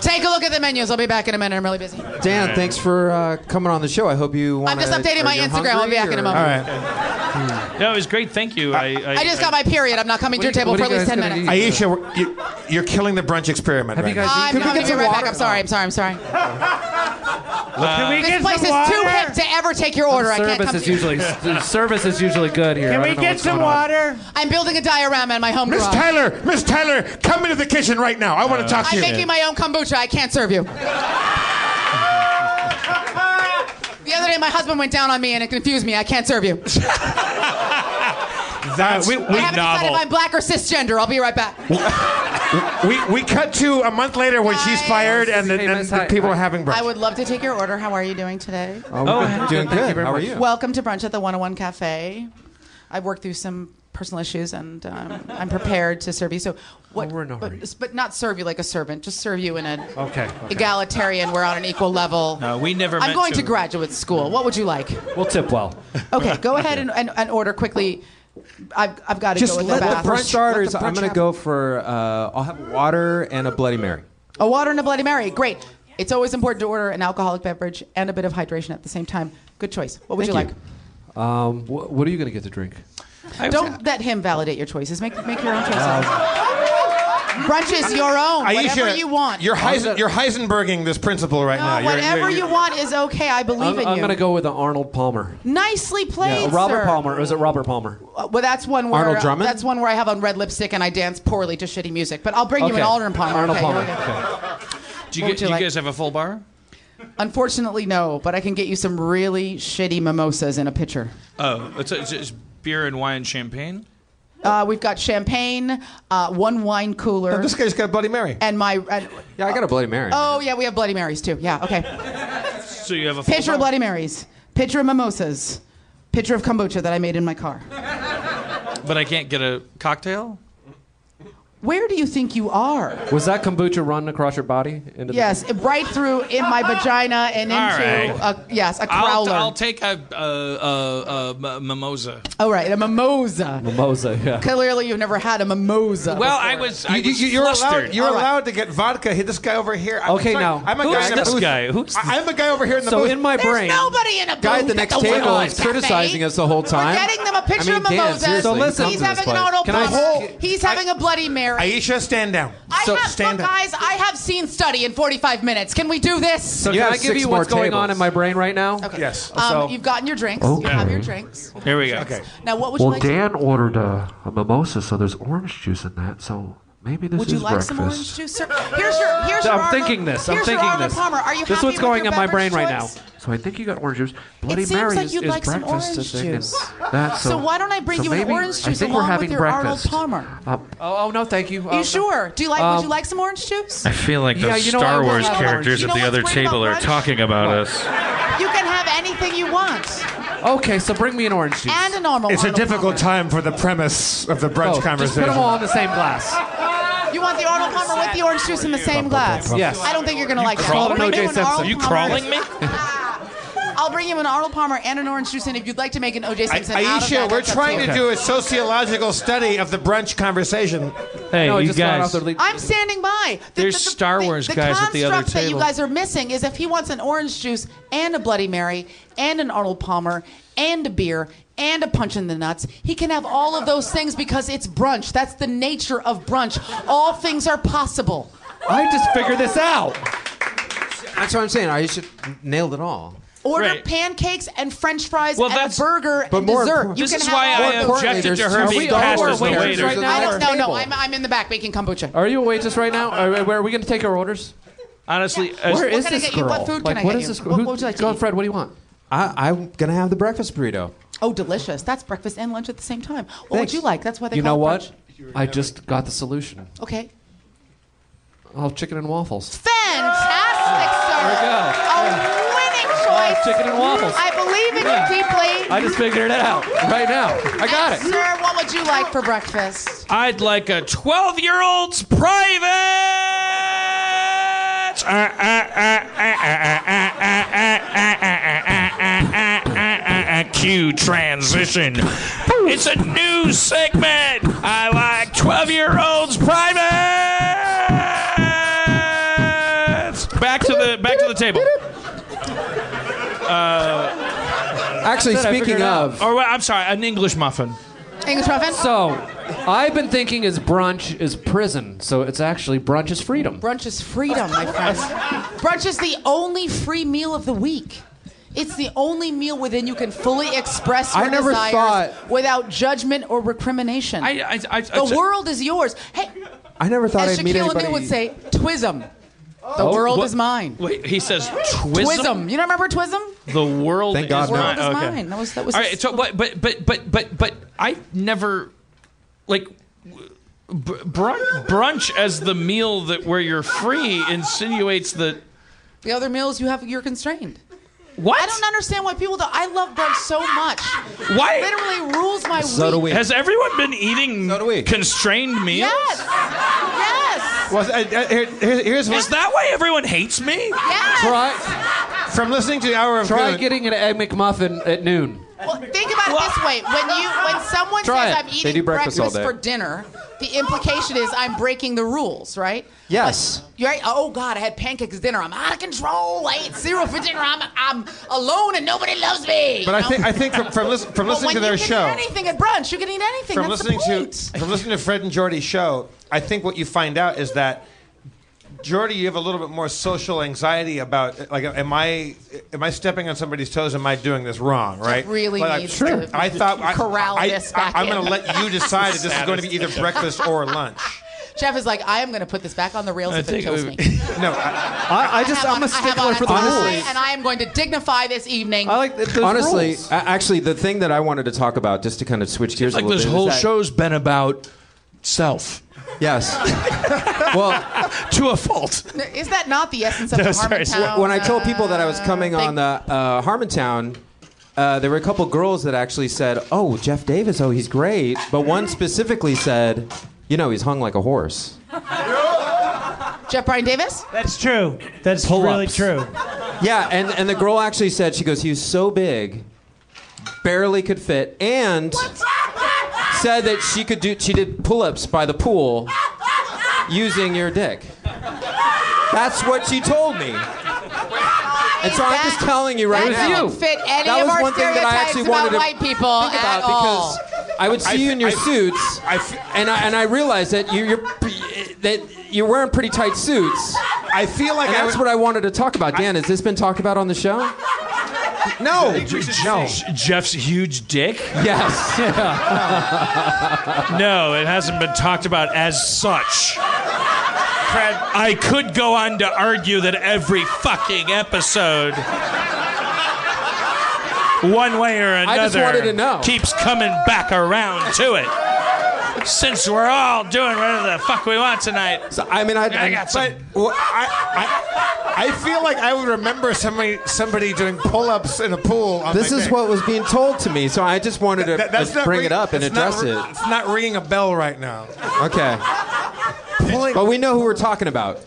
[SPEAKER 11] Take a look at the menus. I'll be back in a minute. I'm really busy.
[SPEAKER 13] All
[SPEAKER 6] Dan,
[SPEAKER 13] right.
[SPEAKER 6] thanks for uh, coming on the show. I hope you want
[SPEAKER 11] I'm just updating my Instagram. I'll be back in a moment.
[SPEAKER 6] All right.
[SPEAKER 7] No, it was great. Thank you. I, I,
[SPEAKER 11] I just got my period. I'm not coming to your table for at least 10 minutes.
[SPEAKER 6] Aisha, we're- you, you're killing the brunch experiment. right now.
[SPEAKER 11] I'm, I'm gonna be right back. I'm sorry. I'm sorry. I'm sorry.
[SPEAKER 6] Uh, Can
[SPEAKER 11] this place is too hip to ever take your order. I can't
[SPEAKER 13] Uh, Service
[SPEAKER 11] come.
[SPEAKER 13] is
[SPEAKER 11] to you.
[SPEAKER 13] usually the service is usually good here. I don't know what's going on.
[SPEAKER 11] I'm building a diorama in my home
[SPEAKER 6] Miss
[SPEAKER 11] garage.
[SPEAKER 6] Tyler, Miss Tyler, come into the kitchen right now. I want
[SPEAKER 13] Uh,
[SPEAKER 6] to talk
[SPEAKER 11] I'm
[SPEAKER 6] to you.
[SPEAKER 11] making my own kombucha. I can't serve you. The other day, my husband went down on me and it confused me. I can't serve you.
[SPEAKER 6] That's we,
[SPEAKER 11] I haven't
[SPEAKER 6] Oh.
[SPEAKER 11] decided if I'm black or cisgender. I'll be right back.
[SPEAKER 6] we, we cut to a month later when she's fired and, the, and the people are having brunch.
[SPEAKER 11] I would love to take your order. How are you doing today?
[SPEAKER 6] Oh, doing good. How are you?
[SPEAKER 11] Welcome to brunch at the 101 Cafe. I worked through some personal issues, and um, I'm prepared to serve you. So, what? but, but not serve you like a servant. Just serve you in a
[SPEAKER 7] Okay, okay.
[SPEAKER 11] egalitarian. We're on an equal level.
[SPEAKER 7] No, we never.
[SPEAKER 11] I'm
[SPEAKER 7] meant
[SPEAKER 11] going to. graduate school. What would you like?
[SPEAKER 13] We'll tip well.
[SPEAKER 11] Okay, go ahead and, and, and order quickly. I've, I've got to
[SPEAKER 6] Just
[SPEAKER 11] go with
[SPEAKER 6] let
[SPEAKER 11] the
[SPEAKER 6] the
[SPEAKER 11] bathroom.
[SPEAKER 6] brunch
[SPEAKER 11] Let
[SPEAKER 6] For
[SPEAKER 11] the
[SPEAKER 6] starters,
[SPEAKER 11] brunch
[SPEAKER 6] I'm gonna
[SPEAKER 11] happen.
[SPEAKER 6] go for. Uh, I'll have water and a Bloody Mary.
[SPEAKER 11] A water and a Bloody Mary. Great. It's always important to order an alcoholic beverage and a bit of hydration at the same time. Good choice. What would you like?
[SPEAKER 13] Thank you. Um, wh- what are you going to get to drink?
[SPEAKER 11] Don't let him validate your choices. Make make your own choices. Brunch is your own. whatever you want.
[SPEAKER 6] You're, Heisen, you're Heisenberging this principle right now. You're-
[SPEAKER 11] whatever
[SPEAKER 6] you're-
[SPEAKER 11] you
[SPEAKER 6] you're-
[SPEAKER 11] want is okay. I believe
[SPEAKER 13] I'm,
[SPEAKER 11] in you.
[SPEAKER 13] going to go with an Arnold Palmer.
[SPEAKER 11] Nicely played,
[SPEAKER 13] yeah, Robert
[SPEAKER 11] sir.
[SPEAKER 13] Palmer. Or is it Robert Palmer?
[SPEAKER 11] Uh, Well, that's one where
[SPEAKER 13] Arnold Drummond?
[SPEAKER 11] that's one where I have on red lipstick and I dance poorly to shitty music. But I'll bring you an
[SPEAKER 13] Okay.
[SPEAKER 11] Arnold Palmer.
[SPEAKER 13] Arnold
[SPEAKER 11] okay,
[SPEAKER 13] Palmer.
[SPEAKER 11] okay.
[SPEAKER 7] Do you, get,
[SPEAKER 11] What would you
[SPEAKER 7] you
[SPEAKER 11] like?
[SPEAKER 7] guys have a full bar?
[SPEAKER 11] Unfortunately, no. But I can get you some really shitty mimosas in a pitcher.
[SPEAKER 7] Oh, it's, it's, it's beer and wine, and champagne.
[SPEAKER 11] Uh, we've got champagne, uh, one wine cooler.
[SPEAKER 6] this guy's got Bloody Mary.
[SPEAKER 11] And my. And,
[SPEAKER 6] yeah, I got a Bloody Mary.
[SPEAKER 11] oh yeah, we have Bloody Marys too. Yeah. Okay.
[SPEAKER 7] So you have a full
[SPEAKER 11] Pitcher
[SPEAKER 7] bar?
[SPEAKER 11] of Bloody Marys. Pitcher of mimosas. pitcher of kombucha that I made in my car.
[SPEAKER 7] But I can't get a cocktail?
[SPEAKER 11] Where do you think you are?
[SPEAKER 13] Was that kombucha running across your body? Into
[SPEAKER 11] Yes, right through in my vagina and
[SPEAKER 7] All
[SPEAKER 11] into
[SPEAKER 7] right.
[SPEAKER 11] a, yes, a
[SPEAKER 7] I'll,
[SPEAKER 11] crowler.
[SPEAKER 7] I'll take a, a, a, a m- mimosa.
[SPEAKER 11] oh right, a mimosa.
[SPEAKER 13] The... Mimosa, yeah.
[SPEAKER 11] Clearly, you've never had a mimosa.
[SPEAKER 7] Well, I
[SPEAKER 11] before.
[SPEAKER 7] was.
[SPEAKER 16] You,
[SPEAKER 7] I was
[SPEAKER 16] are
[SPEAKER 7] flustered.
[SPEAKER 16] allowed. You're allowed to get vodka. Hey, this guy over here. I'm
[SPEAKER 13] Okay,
[SPEAKER 16] sorry,
[SPEAKER 13] now.
[SPEAKER 16] I'm a
[SPEAKER 13] Who's
[SPEAKER 16] guy. in a
[SPEAKER 13] this
[SPEAKER 16] booth.
[SPEAKER 13] guy? Who's-
[SPEAKER 16] I, am a guy over here in the
[SPEAKER 13] So
[SPEAKER 16] booth.
[SPEAKER 13] in my There's brain-
[SPEAKER 11] nobody in a
[SPEAKER 13] Guy at the next table is criticizing us the whole time.
[SPEAKER 11] Getting them a picture
[SPEAKER 13] I mean,
[SPEAKER 11] of
[SPEAKER 13] Dan,
[SPEAKER 11] mimosas.
[SPEAKER 13] seriously,
[SPEAKER 11] so
[SPEAKER 13] you
[SPEAKER 11] listen,
[SPEAKER 13] come
[SPEAKER 11] he's
[SPEAKER 13] to this
[SPEAKER 11] having an
[SPEAKER 13] place.
[SPEAKER 11] auto
[SPEAKER 13] Can I-
[SPEAKER 11] bus. He's having a Bloody Mary.
[SPEAKER 16] Aisha, stand down.
[SPEAKER 11] I
[SPEAKER 16] So-
[SPEAKER 11] have, look,
[SPEAKER 16] stand up.
[SPEAKER 11] guys, I have seen study in 45 minutes. Can we do this?
[SPEAKER 13] So can I give you what's going on in my brain right now? Okay.
[SPEAKER 16] Yes.
[SPEAKER 11] Um, You've gotten your drinks. You
[SPEAKER 13] Okay.
[SPEAKER 11] have your drinks.
[SPEAKER 7] Here we go. Okay.
[SPEAKER 11] Now, what would you
[SPEAKER 13] well,
[SPEAKER 11] like?
[SPEAKER 13] Dan ordered a, a mimosa, so there's orange juice in that. So maybe this
[SPEAKER 11] would
[SPEAKER 13] is
[SPEAKER 11] you like
[SPEAKER 13] breakfast.
[SPEAKER 11] some orange juice, sir? Here's your. Here's
[SPEAKER 13] So
[SPEAKER 11] your
[SPEAKER 13] I'm
[SPEAKER 11] Arnold-
[SPEAKER 13] thinking this. I'm
[SPEAKER 11] here's your
[SPEAKER 13] thinking
[SPEAKER 11] Arnold
[SPEAKER 13] this.
[SPEAKER 11] Palmer. Are you
[SPEAKER 13] this is
[SPEAKER 11] happy
[SPEAKER 13] what's
[SPEAKER 11] with
[SPEAKER 13] going
[SPEAKER 11] your
[SPEAKER 13] on my brain
[SPEAKER 11] beverage
[SPEAKER 13] right now.
[SPEAKER 11] choice?
[SPEAKER 13] So I think you got orange juice. Bloody
[SPEAKER 11] seems
[SPEAKER 13] Mary
[SPEAKER 11] like
[SPEAKER 13] is,
[SPEAKER 11] you'd
[SPEAKER 13] is
[SPEAKER 11] like some
[SPEAKER 13] breakfast.
[SPEAKER 11] orange
[SPEAKER 13] I think, and
[SPEAKER 11] juice.
[SPEAKER 13] That's
[SPEAKER 11] So
[SPEAKER 13] it.
[SPEAKER 11] why don't I bring
[SPEAKER 13] So
[SPEAKER 11] you an
[SPEAKER 13] maybe-
[SPEAKER 11] orange
[SPEAKER 13] I
[SPEAKER 11] juice
[SPEAKER 13] think
[SPEAKER 11] along
[SPEAKER 13] we're
[SPEAKER 11] with
[SPEAKER 13] having
[SPEAKER 11] your Arnold
[SPEAKER 13] breakfast.
[SPEAKER 11] Palmer?
[SPEAKER 13] Uh, oh, oh, no, thank you.
[SPEAKER 11] you
[SPEAKER 13] Uh,
[SPEAKER 11] sure? Do you like? would
[SPEAKER 13] Um,
[SPEAKER 11] you like some orange juice?
[SPEAKER 14] Um, I feel like
[SPEAKER 13] Yeah,
[SPEAKER 14] those
[SPEAKER 13] you know, I
[SPEAKER 14] Star
[SPEAKER 13] will
[SPEAKER 14] Wars
[SPEAKER 13] have
[SPEAKER 14] characters
[SPEAKER 13] orange.
[SPEAKER 14] at
[SPEAKER 13] You
[SPEAKER 14] the
[SPEAKER 13] know
[SPEAKER 14] other
[SPEAKER 13] what's great
[SPEAKER 14] table
[SPEAKER 13] about
[SPEAKER 14] are
[SPEAKER 13] brunch?
[SPEAKER 14] talking about us.
[SPEAKER 11] You can have anything you want,
[SPEAKER 13] Okay, so bring me an orange juice.
[SPEAKER 11] and a normal.
[SPEAKER 16] It's a
[SPEAKER 11] Arnold
[SPEAKER 16] difficult
[SPEAKER 11] Palmer.
[SPEAKER 16] time for the premise of the brunch
[SPEAKER 13] Oh, Just
[SPEAKER 16] conversation.
[SPEAKER 13] put them all in the same glass.
[SPEAKER 11] You want the Arnold Palmer with the orange juice in the same glass?
[SPEAKER 13] Yes.
[SPEAKER 11] I don't think you're gonna like that.
[SPEAKER 13] crawling?
[SPEAKER 11] I'll bring
[SPEAKER 13] O.J.
[SPEAKER 11] you an
[SPEAKER 13] Simpson.
[SPEAKER 11] Arnold
[SPEAKER 13] You
[SPEAKER 11] Palmer-
[SPEAKER 13] crawling me?
[SPEAKER 11] I'll bring you an Arnold Palmer and an orange juice, and if you'd like to make an OJ Simpson.
[SPEAKER 16] I-
[SPEAKER 11] out of
[SPEAKER 16] Aisha,
[SPEAKER 11] that,
[SPEAKER 16] we're
[SPEAKER 11] that's up
[SPEAKER 16] trying
[SPEAKER 11] you.
[SPEAKER 16] to do a sociological study of the brunch conversation.
[SPEAKER 7] Hey, No, it you just got guys. off the le-
[SPEAKER 11] I'm standing by.
[SPEAKER 7] There's Star Wars
[SPEAKER 11] the
[SPEAKER 7] guys at
[SPEAKER 11] construct
[SPEAKER 7] the other
[SPEAKER 11] that you
[SPEAKER 7] table.
[SPEAKER 11] guys are missing is if he wants an orange juice and a Bloody Mary and an Arnold Palmer and a beer and a punch in the nuts, he can have all of those things because it's brunch. That's the nature of brunch. All things are possible.
[SPEAKER 13] I just figured this out.
[SPEAKER 1] That's what I'm saying. I should nailed it all.
[SPEAKER 11] Order
[SPEAKER 1] Right.
[SPEAKER 11] pancakes and French fries
[SPEAKER 1] Well,
[SPEAKER 11] and a
[SPEAKER 1] that's-
[SPEAKER 11] burger
[SPEAKER 1] but
[SPEAKER 11] and
[SPEAKER 1] more
[SPEAKER 11] dessert.
[SPEAKER 1] important-
[SPEAKER 11] You
[SPEAKER 1] This
[SPEAKER 11] can
[SPEAKER 1] is
[SPEAKER 11] have
[SPEAKER 1] why
[SPEAKER 11] all
[SPEAKER 1] I
[SPEAKER 11] of those.
[SPEAKER 1] objected to her being cast as the waiter.
[SPEAKER 11] Right
[SPEAKER 1] Right
[SPEAKER 11] now,
[SPEAKER 1] now,
[SPEAKER 11] no, no,
[SPEAKER 1] table.
[SPEAKER 11] I'm, I'm in the back making kombucha.
[SPEAKER 13] Are you a waitress right now? Are, where are we going to take our orders?
[SPEAKER 7] Honestly,
[SPEAKER 13] Where
[SPEAKER 11] What
[SPEAKER 13] is
[SPEAKER 11] can I
[SPEAKER 13] this
[SPEAKER 11] get you?
[SPEAKER 13] girl?
[SPEAKER 11] What food
[SPEAKER 13] like,
[SPEAKER 11] can I
[SPEAKER 13] what
[SPEAKER 11] get
[SPEAKER 13] is
[SPEAKER 11] you?
[SPEAKER 13] this girl?
[SPEAKER 11] What-
[SPEAKER 13] Who-
[SPEAKER 11] what would you like to
[SPEAKER 13] go,
[SPEAKER 11] eat?
[SPEAKER 13] Fred. What do you want?
[SPEAKER 1] I, I'm gonna have the breakfast burrito.
[SPEAKER 11] Oh, delicious. That's breakfast and lunch at the same time. What would
[SPEAKER 13] Thanks.
[SPEAKER 11] you like? That's why they
[SPEAKER 13] You know
[SPEAKER 11] call it
[SPEAKER 13] what? I just got the solution.
[SPEAKER 11] brunch. Okay.
[SPEAKER 13] I'll have chicken and waffles.
[SPEAKER 11] Fantastic, sir.
[SPEAKER 13] There we go.
[SPEAKER 11] A winning choice.
[SPEAKER 13] chicken and waffles.
[SPEAKER 11] I believe in
[SPEAKER 13] Yeah.
[SPEAKER 11] you deeply.
[SPEAKER 13] I just figured it out right now. I got it.
[SPEAKER 11] Sir, what would you like for breakfast?
[SPEAKER 7] I'd like a 12 year old's private. Q transition. It's a new segment. I like 12 year olds privates. Back to the back to the table. Uh,
[SPEAKER 1] Actually,
[SPEAKER 7] I said I
[SPEAKER 1] speaking
[SPEAKER 7] figured it out.
[SPEAKER 1] of-
[SPEAKER 7] or wait, I'm sorry, an English muffin.
[SPEAKER 11] English muffin?
[SPEAKER 13] So, I've been thinking is brunch is prison, so it's actually brunch is freedom.
[SPEAKER 11] Brunch is freedom, my friend. Brunch is the only free meal of the week. It's the only meal within you can fully express your
[SPEAKER 1] I never
[SPEAKER 11] desires
[SPEAKER 1] thought-
[SPEAKER 11] without judgment or recrimination.
[SPEAKER 7] I, I,
[SPEAKER 11] the world is yours. Hey,
[SPEAKER 1] I never thought
[SPEAKER 11] as
[SPEAKER 1] I'd meet
[SPEAKER 11] Shaquille
[SPEAKER 1] anybody.
[SPEAKER 11] O'Neal would say, "Twism." The
[SPEAKER 1] Oh,
[SPEAKER 11] world
[SPEAKER 1] what-
[SPEAKER 11] is mine.
[SPEAKER 7] Wait, he says
[SPEAKER 11] Twism.
[SPEAKER 7] twism.
[SPEAKER 11] You don't remember Twism?
[SPEAKER 7] The world
[SPEAKER 1] Thank
[SPEAKER 7] is
[SPEAKER 1] God,
[SPEAKER 7] mine.
[SPEAKER 1] no. The world is
[SPEAKER 7] Okay.
[SPEAKER 11] mine. That was- that was
[SPEAKER 7] All
[SPEAKER 11] his-
[SPEAKER 7] right. So, but but but but but but I never like w- br- brunch, brunch as the meal that where you're free insinuates that
[SPEAKER 11] The other meals you have, you're constrained.
[SPEAKER 7] What?
[SPEAKER 11] I don't understand why people don't. I love brunch so much.
[SPEAKER 7] Why?
[SPEAKER 11] It literally rules my week.
[SPEAKER 7] Has everyone been eating constrained meals?
[SPEAKER 11] Yes. Yes.
[SPEAKER 16] Well,
[SPEAKER 1] uh,
[SPEAKER 16] I- I- here- here- here's what.
[SPEAKER 7] Is that why everyone hates me?
[SPEAKER 11] Yes.
[SPEAKER 13] Try,
[SPEAKER 16] From listening to the hour of
[SPEAKER 13] try
[SPEAKER 16] Good-
[SPEAKER 13] getting an egg McMuffin at noon.
[SPEAKER 11] Well, think about it this way: when you when someone
[SPEAKER 13] Try
[SPEAKER 11] says
[SPEAKER 13] it.
[SPEAKER 11] I'm
[SPEAKER 13] They
[SPEAKER 11] eating
[SPEAKER 13] do breakfast all day.
[SPEAKER 11] for dinner, the implication is I'm breaking the rules, right?
[SPEAKER 1] Yes.
[SPEAKER 11] But, you're right. Oh God, I had pancakes at dinner. I'm out of control. I ate zero for dinner. I'm I'm alone and nobody loves me.
[SPEAKER 16] But I
[SPEAKER 11] you know?
[SPEAKER 16] think I think from from, listen, from
[SPEAKER 11] But
[SPEAKER 16] listening
[SPEAKER 11] when
[SPEAKER 16] to their
[SPEAKER 11] you can
[SPEAKER 16] show,
[SPEAKER 11] Eat anything at brunch, you can eat anything.
[SPEAKER 16] from
[SPEAKER 11] That's the
[SPEAKER 16] listening
[SPEAKER 11] point.
[SPEAKER 16] to from listening to Fred and Jordy's show, I think what you find out is that Jordy, you have a little bit more social anxiety about like, am I am I stepping on somebody's toes? Am I doing this wrong? Right?
[SPEAKER 11] really
[SPEAKER 16] Like,
[SPEAKER 11] needs
[SPEAKER 16] sure.
[SPEAKER 11] to
[SPEAKER 16] I thought I,
[SPEAKER 11] corral
[SPEAKER 16] I,
[SPEAKER 11] this back
[SPEAKER 16] I, am
[SPEAKER 11] in.
[SPEAKER 16] going to let you decide if this is going to be either breakfast or lunch.
[SPEAKER 11] Jeff is like, I am going to put this back on the rails if it kills me.
[SPEAKER 16] no,
[SPEAKER 1] I, I just I'm a
[SPEAKER 11] I have on
[SPEAKER 1] stickler
[SPEAKER 11] a
[SPEAKER 1] for the
[SPEAKER 11] tie,
[SPEAKER 1] rules.
[SPEAKER 11] and I am going to dignify this evening. I
[SPEAKER 1] like Honestly, a- actually, the thing that I wanted to talk about, just to kind of switch gears
[SPEAKER 14] Like
[SPEAKER 1] a little
[SPEAKER 14] this
[SPEAKER 1] bit,
[SPEAKER 14] whole
[SPEAKER 1] is that-
[SPEAKER 14] show's been about self.
[SPEAKER 1] Yes. well,
[SPEAKER 14] to a fault.
[SPEAKER 11] Is that not the uh, essence of
[SPEAKER 1] No,
[SPEAKER 11] the
[SPEAKER 1] sorry,
[SPEAKER 11] Harmontown?
[SPEAKER 1] When I told people that I was coming on the uh, Harmontown, uh, there were a couple girls that actually said, "Oh, Jeff Davis, oh, he's great," but one specifically said, "You know, he's hung like a horse."
[SPEAKER 11] Jeff Brian Davis?
[SPEAKER 5] That's true. That's really true.
[SPEAKER 1] Yeah, and and the girl actually said, she goes, "He was so big, barely could fit," and said that she could do, she did pull-ups by the pool using your dick. That's what she told me. And so I'm just telling you right
[SPEAKER 11] that
[SPEAKER 1] now.
[SPEAKER 11] doesn't fit any
[SPEAKER 1] that
[SPEAKER 11] of
[SPEAKER 1] was
[SPEAKER 11] our
[SPEAKER 1] one thing that I
[SPEAKER 11] stereotypes
[SPEAKER 1] actually
[SPEAKER 11] about
[SPEAKER 1] wanted to
[SPEAKER 11] white people
[SPEAKER 1] think
[SPEAKER 11] at
[SPEAKER 1] about because I would see you in your suits, and I and I realized that you, you're that you're wearing pretty tight suits.
[SPEAKER 6] I feel like
[SPEAKER 1] and
[SPEAKER 6] I
[SPEAKER 1] that's
[SPEAKER 6] would-
[SPEAKER 1] what I wanted to talk about. Dan, has this been talked about on the show?
[SPEAKER 6] No,
[SPEAKER 1] no.
[SPEAKER 7] Jeff's huge dick?
[SPEAKER 1] Yes.
[SPEAKER 7] no, it hasn't been talked about as such. Fred, I could go on to argue that every fucking episode, one way or another,
[SPEAKER 1] I just wanted to know.
[SPEAKER 7] keeps coming back around to it. Since we're all doing whatever the fuck we want tonight,
[SPEAKER 1] I mean, I,
[SPEAKER 7] got some.
[SPEAKER 6] Well, I, I, I feel like I would remember somebody somebody doing pull-ups in a pool. On
[SPEAKER 1] This
[SPEAKER 6] my
[SPEAKER 1] is
[SPEAKER 6] dick.
[SPEAKER 1] what was being told to me, so I just wanted to
[SPEAKER 6] That- that's
[SPEAKER 1] just
[SPEAKER 6] not
[SPEAKER 1] bring
[SPEAKER 6] ring-
[SPEAKER 1] it up and
[SPEAKER 6] it's not
[SPEAKER 1] address
[SPEAKER 6] ri-
[SPEAKER 1] it.
[SPEAKER 6] It's not ringing a bell right now.
[SPEAKER 1] Okay. But we know who we're talking about.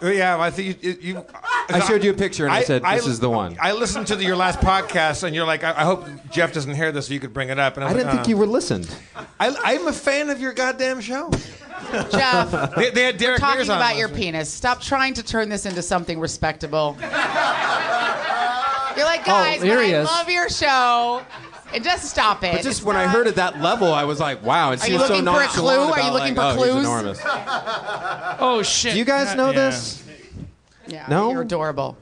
[SPEAKER 6] Yeah, I think you. you you-
[SPEAKER 1] I showed you a picture and I said, "This is the one."
[SPEAKER 6] I listened to the, your last podcast, and you're like, I, I hope Jeff doesn't hear this, so you could bring it up. And I,
[SPEAKER 1] I
[SPEAKER 6] was
[SPEAKER 1] didn't
[SPEAKER 6] like,
[SPEAKER 1] think you were listened.
[SPEAKER 6] uh, I, I'm a fan of your goddamn show.
[SPEAKER 11] Jeff,
[SPEAKER 6] they, they had
[SPEAKER 11] we're
[SPEAKER 6] Derek
[SPEAKER 11] talking
[SPEAKER 6] Mears on
[SPEAKER 11] about
[SPEAKER 6] last
[SPEAKER 11] your
[SPEAKER 6] week.
[SPEAKER 11] penis. Stop trying to turn this into something respectable. You're like,
[SPEAKER 1] Oh,
[SPEAKER 11] guys,
[SPEAKER 1] here
[SPEAKER 11] but
[SPEAKER 1] he
[SPEAKER 11] I
[SPEAKER 1] is.
[SPEAKER 11] love your show. And just stop it.
[SPEAKER 1] But just when I heard at that level, I was like, "Wow!" And
[SPEAKER 11] Are
[SPEAKER 1] she
[SPEAKER 11] you
[SPEAKER 1] was so
[SPEAKER 11] looking for a
[SPEAKER 1] nonchalant
[SPEAKER 11] clue? Are you
[SPEAKER 1] about,
[SPEAKER 11] looking
[SPEAKER 1] like,
[SPEAKER 11] for
[SPEAKER 1] "Oh, he's
[SPEAKER 11] clues?"
[SPEAKER 1] enormous."
[SPEAKER 7] Oh shit!
[SPEAKER 1] Do you guys know this?
[SPEAKER 11] Yeah,
[SPEAKER 1] No?
[SPEAKER 11] you're adorable.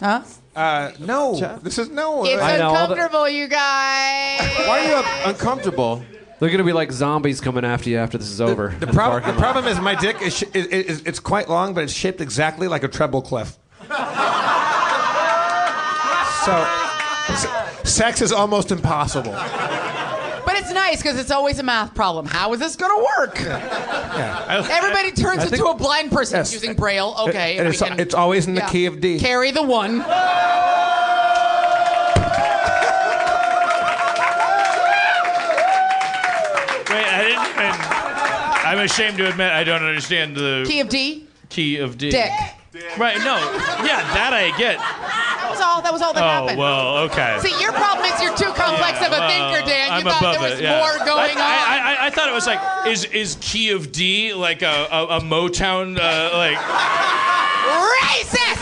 [SPEAKER 11] Huh?
[SPEAKER 6] Uh, no, this is no.
[SPEAKER 11] It's
[SPEAKER 13] I know, all the-
[SPEAKER 11] uncomfortable, you guys.
[SPEAKER 1] Why are you up uncomfortable?
[SPEAKER 13] They're gonna be like zombies coming after you after this is over.
[SPEAKER 6] The problem, the problem is my dick is, sh- is, is it's quite long, but it's shaped exactly like a treble clef. so, s- sex is almost impossible.
[SPEAKER 11] But it's nice because it's always a math problem. How is this going to work? Everybody turns
[SPEAKER 6] I
[SPEAKER 11] into
[SPEAKER 6] think-
[SPEAKER 11] a blind person
[SPEAKER 6] Yes.
[SPEAKER 11] using Braille.
[SPEAKER 6] It-
[SPEAKER 11] Okay.
[SPEAKER 6] and
[SPEAKER 11] we
[SPEAKER 6] it's, it's always in the
[SPEAKER 11] yeah.
[SPEAKER 6] key of D.
[SPEAKER 11] Carry the one.
[SPEAKER 7] Wait, I didn't. And I'm ashamed to admit I don't understand the
[SPEAKER 11] Key of D.
[SPEAKER 7] key of D.
[SPEAKER 11] Dick.
[SPEAKER 7] Right? No. Yeah, that I get.
[SPEAKER 11] That was all. That was all that
[SPEAKER 7] oh
[SPEAKER 11] happened.
[SPEAKER 7] well, okay.
[SPEAKER 11] See, your problem is you're too complex
[SPEAKER 7] Yeah,
[SPEAKER 11] of a
[SPEAKER 7] well,
[SPEAKER 11] thinker, Dan. You
[SPEAKER 7] I'm
[SPEAKER 11] thought
[SPEAKER 7] above
[SPEAKER 11] there was
[SPEAKER 7] it, yeah.
[SPEAKER 11] more going on.
[SPEAKER 7] I, I- I, I thought it was like, is is Key of D like a, a, a Motown uh, like
[SPEAKER 11] Racist.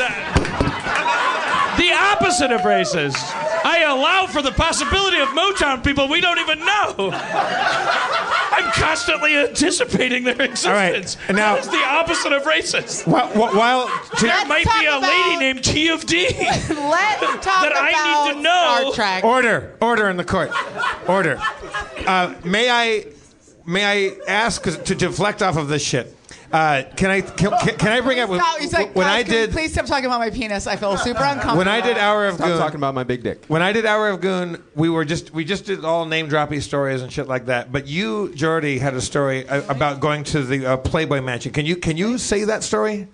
[SPEAKER 7] the opposite of racist? I allow for the possibility of Motown people we don't even know. I'm constantly anticipating their existence.
[SPEAKER 6] and now-
[SPEAKER 7] that is the opposite of racist.
[SPEAKER 6] While, while to-
[SPEAKER 7] there might be a lady named Key of D.
[SPEAKER 11] Let's talk
[SPEAKER 7] that I need to know.
[SPEAKER 6] Order, order in the court. Order. Uh, may I, may I ask 'cause to deflect off of this shit? Uh, can I, can, can- can I bring up when,
[SPEAKER 11] Stop. He's like,
[SPEAKER 6] when
[SPEAKER 11] guys,
[SPEAKER 6] I
[SPEAKER 11] can we
[SPEAKER 6] did
[SPEAKER 11] please stop talking about my penis. I feel super uncomfortable.
[SPEAKER 6] when I did Hour of
[SPEAKER 1] Stop
[SPEAKER 6] Goon?
[SPEAKER 1] talking about my big dick.
[SPEAKER 6] When I did Hour of Goon, we were just we just did all name droppy stories and shit like that. But you, Jordy, had a story uh, about going to the uh, Playboy Mansion. Can you can you say that story?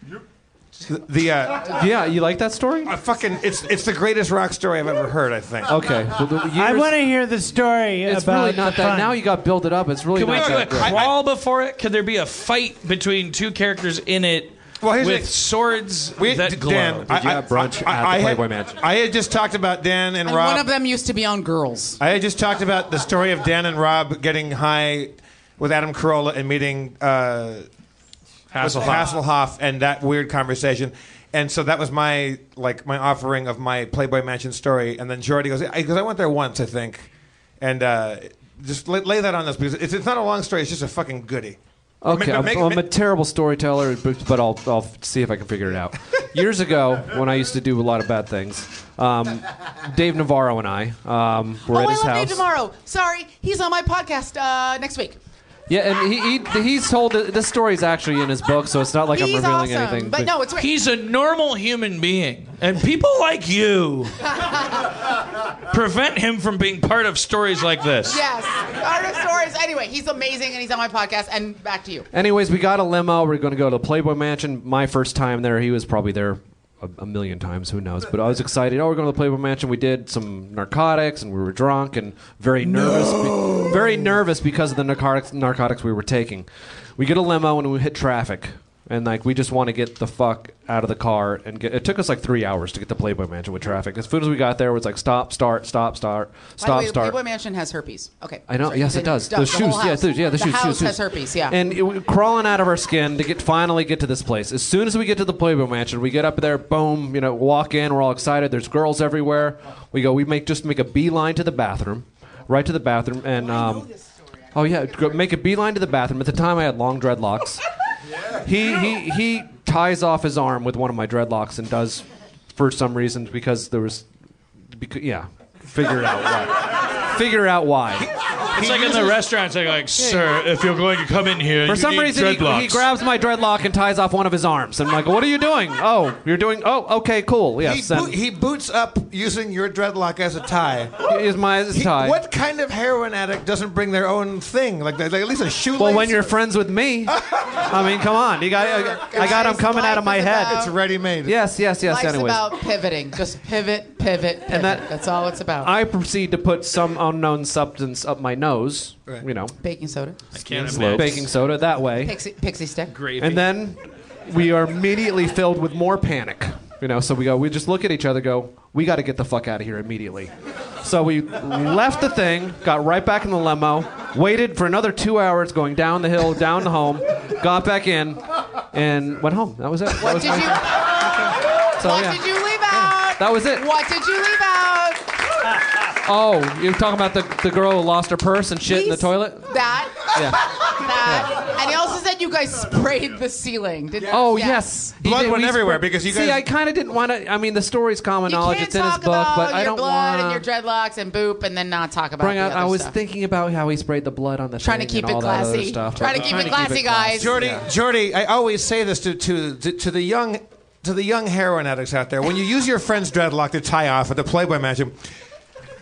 [SPEAKER 6] The uh,
[SPEAKER 13] yeah, you like that story?
[SPEAKER 6] I fucking it's it's the greatest rock story I've ever heard. I think.
[SPEAKER 13] Okay. Well, the
[SPEAKER 5] I
[SPEAKER 13] years-
[SPEAKER 5] want to hear the story
[SPEAKER 13] It's
[SPEAKER 5] about
[SPEAKER 13] really not
[SPEAKER 5] the
[SPEAKER 13] that.
[SPEAKER 5] fun.
[SPEAKER 13] Now you got built it up. It's really
[SPEAKER 7] Can we
[SPEAKER 13] not
[SPEAKER 7] do a
[SPEAKER 13] that. great.
[SPEAKER 7] crawl before it? Could there be a fight between two characters in it
[SPEAKER 6] here's
[SPEAKER 7] with
[SPEAKER 6] the-
[SPEAKER 7] swords that glow?
[SPEAKER 6] Dan, I, I- I, I had,
[SPEAKER 1] Mansion?
[SPEAKER 6] I had just talked about Dan and,
[SPEAKER 11] And
[SPEAKER 6] Rob.
[SPEAKER 11] one of them used to be on girls.
[SPEAKER 6] I had just talked about the story of Dan and Rob getting high with Adam Carolla and meeting uh,
[SPEAKER 7] Hasselhoff.
[SPEAKER 6] Hasselhoff and that weird conversation. And so that was my like my offering of my Playboy Mansion story. And then Jordy goes because I went there once, I think, and uh, just lay, lay that on us because it's, it's not a long story; it's just a fucking goodie.
[SPEAKER 13] Okay,
[SPEAKER 6] Ma-
[SPEAKER 13] I'm,
[SPEAKER 6] ma-
[SPEAKER 13] I'm
[SPEAKER 6] make-
[SPEAKER 13] a terrible storyteller, but but I'll, I'll see if I can figure it out. Years ago, when I used to do a lot of bad things, um, Dave Navarro and I um, were
[SPEAKER 11] oh, I
[SPEAKER 13] at
[SPEAKER 11] love
[SPEAKER 13] his house.
[SPEAKER 11] Dave tomorrow. Sorry, he's on my podcast uh, next week.
[SPEAKER 13] Yeah, and he, he he's told this story is actually in his book, so it's not like
[SPEAKER 11] He's
[SPEAKER 13] I'm revealing
[SPEAKER 11] awesome,
[SPEAKER 13] anything.
[SPEAKER 11] but no, it's great.
[SPEAKER 7] He's a normal human being, and people like you prevent him from being part of stories like this.
[SPEAKER 11] Yes, Art of Stories. Anyway, he's amazing and he's on my podcast. And back to you.
[SPEAKER 13] Anyways, we got a limo. We're going to go to the Playboy Mansion. My first time there, he was probably there a, a million times. Who knows? But I was excited. Oh, we're going to the Playboy Mansion. We did some narcotics, and we were drunk and very nervous. be- very nervous because of the narcotics narcotics we were taking. We get a limo and we hit traffic, and like we just want to get the fuck out of the car and get. It took us like three hours to get to Playboy Mansion with traffic. As soon as we got there, it was like stop, start, stop, start,
[SPEAKER 11] By the
[SPEAKER 13] stop,
[SPEAKER 11] way,
[SPEAKER 13] start.
[SPEAKER 11] Playboy Mansion has herpes. Okay.
[SPEAKER 13] I know.
[SPEAKER 11] sorry,
[SPEAKER 13] yes, it
[SPEAKER 11] continue.
[SPEAKER 13] does.
[SPEAKER 11] Duh,
[SPEAKER 13] the
[SPEAKER 11] whole
[SPEAKER 13] shoes. Yeah,
[SPEAKER 11] house.
[SPEAKER 13] the, yeah, the, shoes.
[SPEAKER 11] house
[SPEAKER 13] shoes, shoes.
[SPEAKER 11] has herpes. Yeah.
[SPEAKER 13] And it, we're crawling out of our skin to get finally get to this place. As soon as we get to the Playboy Mansion, we get up there. Boom. You know, walk in. We're all excited. There's girls everywhere. We go. We make just make a beeline to the bathroom, right to the bathroom, and um, oh yeah, go, make a beeline to the bathroom. At the time, I had long dreadlocks. He he he ties off his arm with one of my dreadlocks and does, for some reason, because there was, because, yeah, figure it out why. Figure out why.
[SPEAKER 7] It's like in the restaurants. They're like, sir, if you're going to come in here,
[SPEAKER 13] For
[SPEAKER 7] you
[SPEAKER 13] some
[SPEAKER 7] need
[SPEAKER 13] reason, he,
[SPEAKER 7] dreadlocks.
[SPEAKER 13] he grabs my dreadlock and ties off one of his arms. I'm like, "What are you doing? Oh, you're doing? Oh, okay, cool.
[SPEAKER 16] he,
[SPEAKER 13] Yes,
[SPEAKER 16] boot, he boots up using your dreadlock as a tie.
[SPEAKER 13] is my as a
[SPEAKER 16] He-
[SPEAKER 13] tie.
[SPEAKER 16] what kind of heroin addict doesn't bring their own thing? Like, like at least a shoelace.
[SPEAKER 13] Well, when you're friends with me, I mean, come on, you got, I, I got him coming out of my head.
[SPEAKER 16] It's ready made.
[SPEAKER 13] Yes, yes, yes.
[SPEAKER 11] Life's
[SPEAKER 13] Anyways,
[SPEAKER 11] about pivoting. Just pivot, pivot, pivot. That's all it's about.
[SPEAKER 13] I proceed to put some unknown substance up my nose.
[SPEAKER 11] Right.
[SPEAKER 13] You know,
[SPEAKER 11] Baking soda.
[SPEAKER 13] I
[SPEAKER 11] can't
[SPEAKER 7] imagine.
[SPEAKER 13] baking soda that way.
[SPEAKER 11] Pixie, pixie stick.
[SPEAKER 13] And then we are immediately filled with more panic. You know, so we go, we just look at each other, go, we got to get the fuck out of here immediately. So we left the thing, got right back in the limo, waited for another two hours going down the hill, down the home, got back in, and went home. That was it. That
[SPEAKER 11] What
[SPEAKER 13] was
[SPEAKER 11] did
[SPEAKER 13] my-
[SPEAKER 11] you?
[SPEAKER 13] So,
[SPEAKER 11] what
[SPEAKER 13] yeah.
[SPEAKER 11] did you leave out?
[SPEAKER 13] That was it.
[SPEAKER 11] What did you leave out?
[SPEAKER 13] Oh, you're talking about the, the girl who lost her purse and shit in the toilet?
[SPEAKER 11] That.
[SPEAKER 13] Yeah.
[SPEAKER 11] That. And he also said you guys sprayed the ceiling. Did,
[SPEAKER 13] Oh yes, He
[SPEAKER 16] Blood
[SPEAKER 13] did-
[SPEAKER 16] went
[SPEAKER 13] we
[SPEAKER 16] everywhere
[SPEAKER 13] spread-
[SPEAKER 16] because you
[SPEAKER 13] See,
[SPEAKER 16] guys-
[SPEAKER 13] I kind of didn't want to. I mean, the story's common
[SPEAKER 11] You
[SPEAKER 13] knowledge.
[SPEAKER 11] can't
[SPEAKER 13] It's in his
[SPEAKER 11] talk
[SPEAKER 13] book,
[SPEAKER 11] about
[SPEAKER 13] but I
[SPEAKER 11] your
[SPEAKER 13] don't
[SPEAKER 11] blood and
[SPEAKER 13] want
[SPEAKER 11] your dreadlocks and boop, and then not talk about
[SPEAKER 13] Bring
[SPEAKER 11] the
[SPEAKER 13] out,
[SPEAKER 11] other
[SPEAKER 13] I was
[SPEAKER 11] stuff.
[SPEAKER 13] thinking about how he sprayed the blood on the
[SPEAKER 11] Trying to
[SPEAKER 13] thing
[SPEAKER 11] keep
[SPEAKER 13] and
[SPEAKER 11] it
[SPEAKER 13] all that other
[SPEAKER 11] classy.
[SPEAKER 13] stuff.
[SPEAKER 11] Trying to keep it classy, guys.
[SPEAKER 16] Jordy, Jordy, I always say this to, to, to, to the young to the young heroin addicts out there. When you use your friend's dreadlock to tie off at the Playboy Mansion,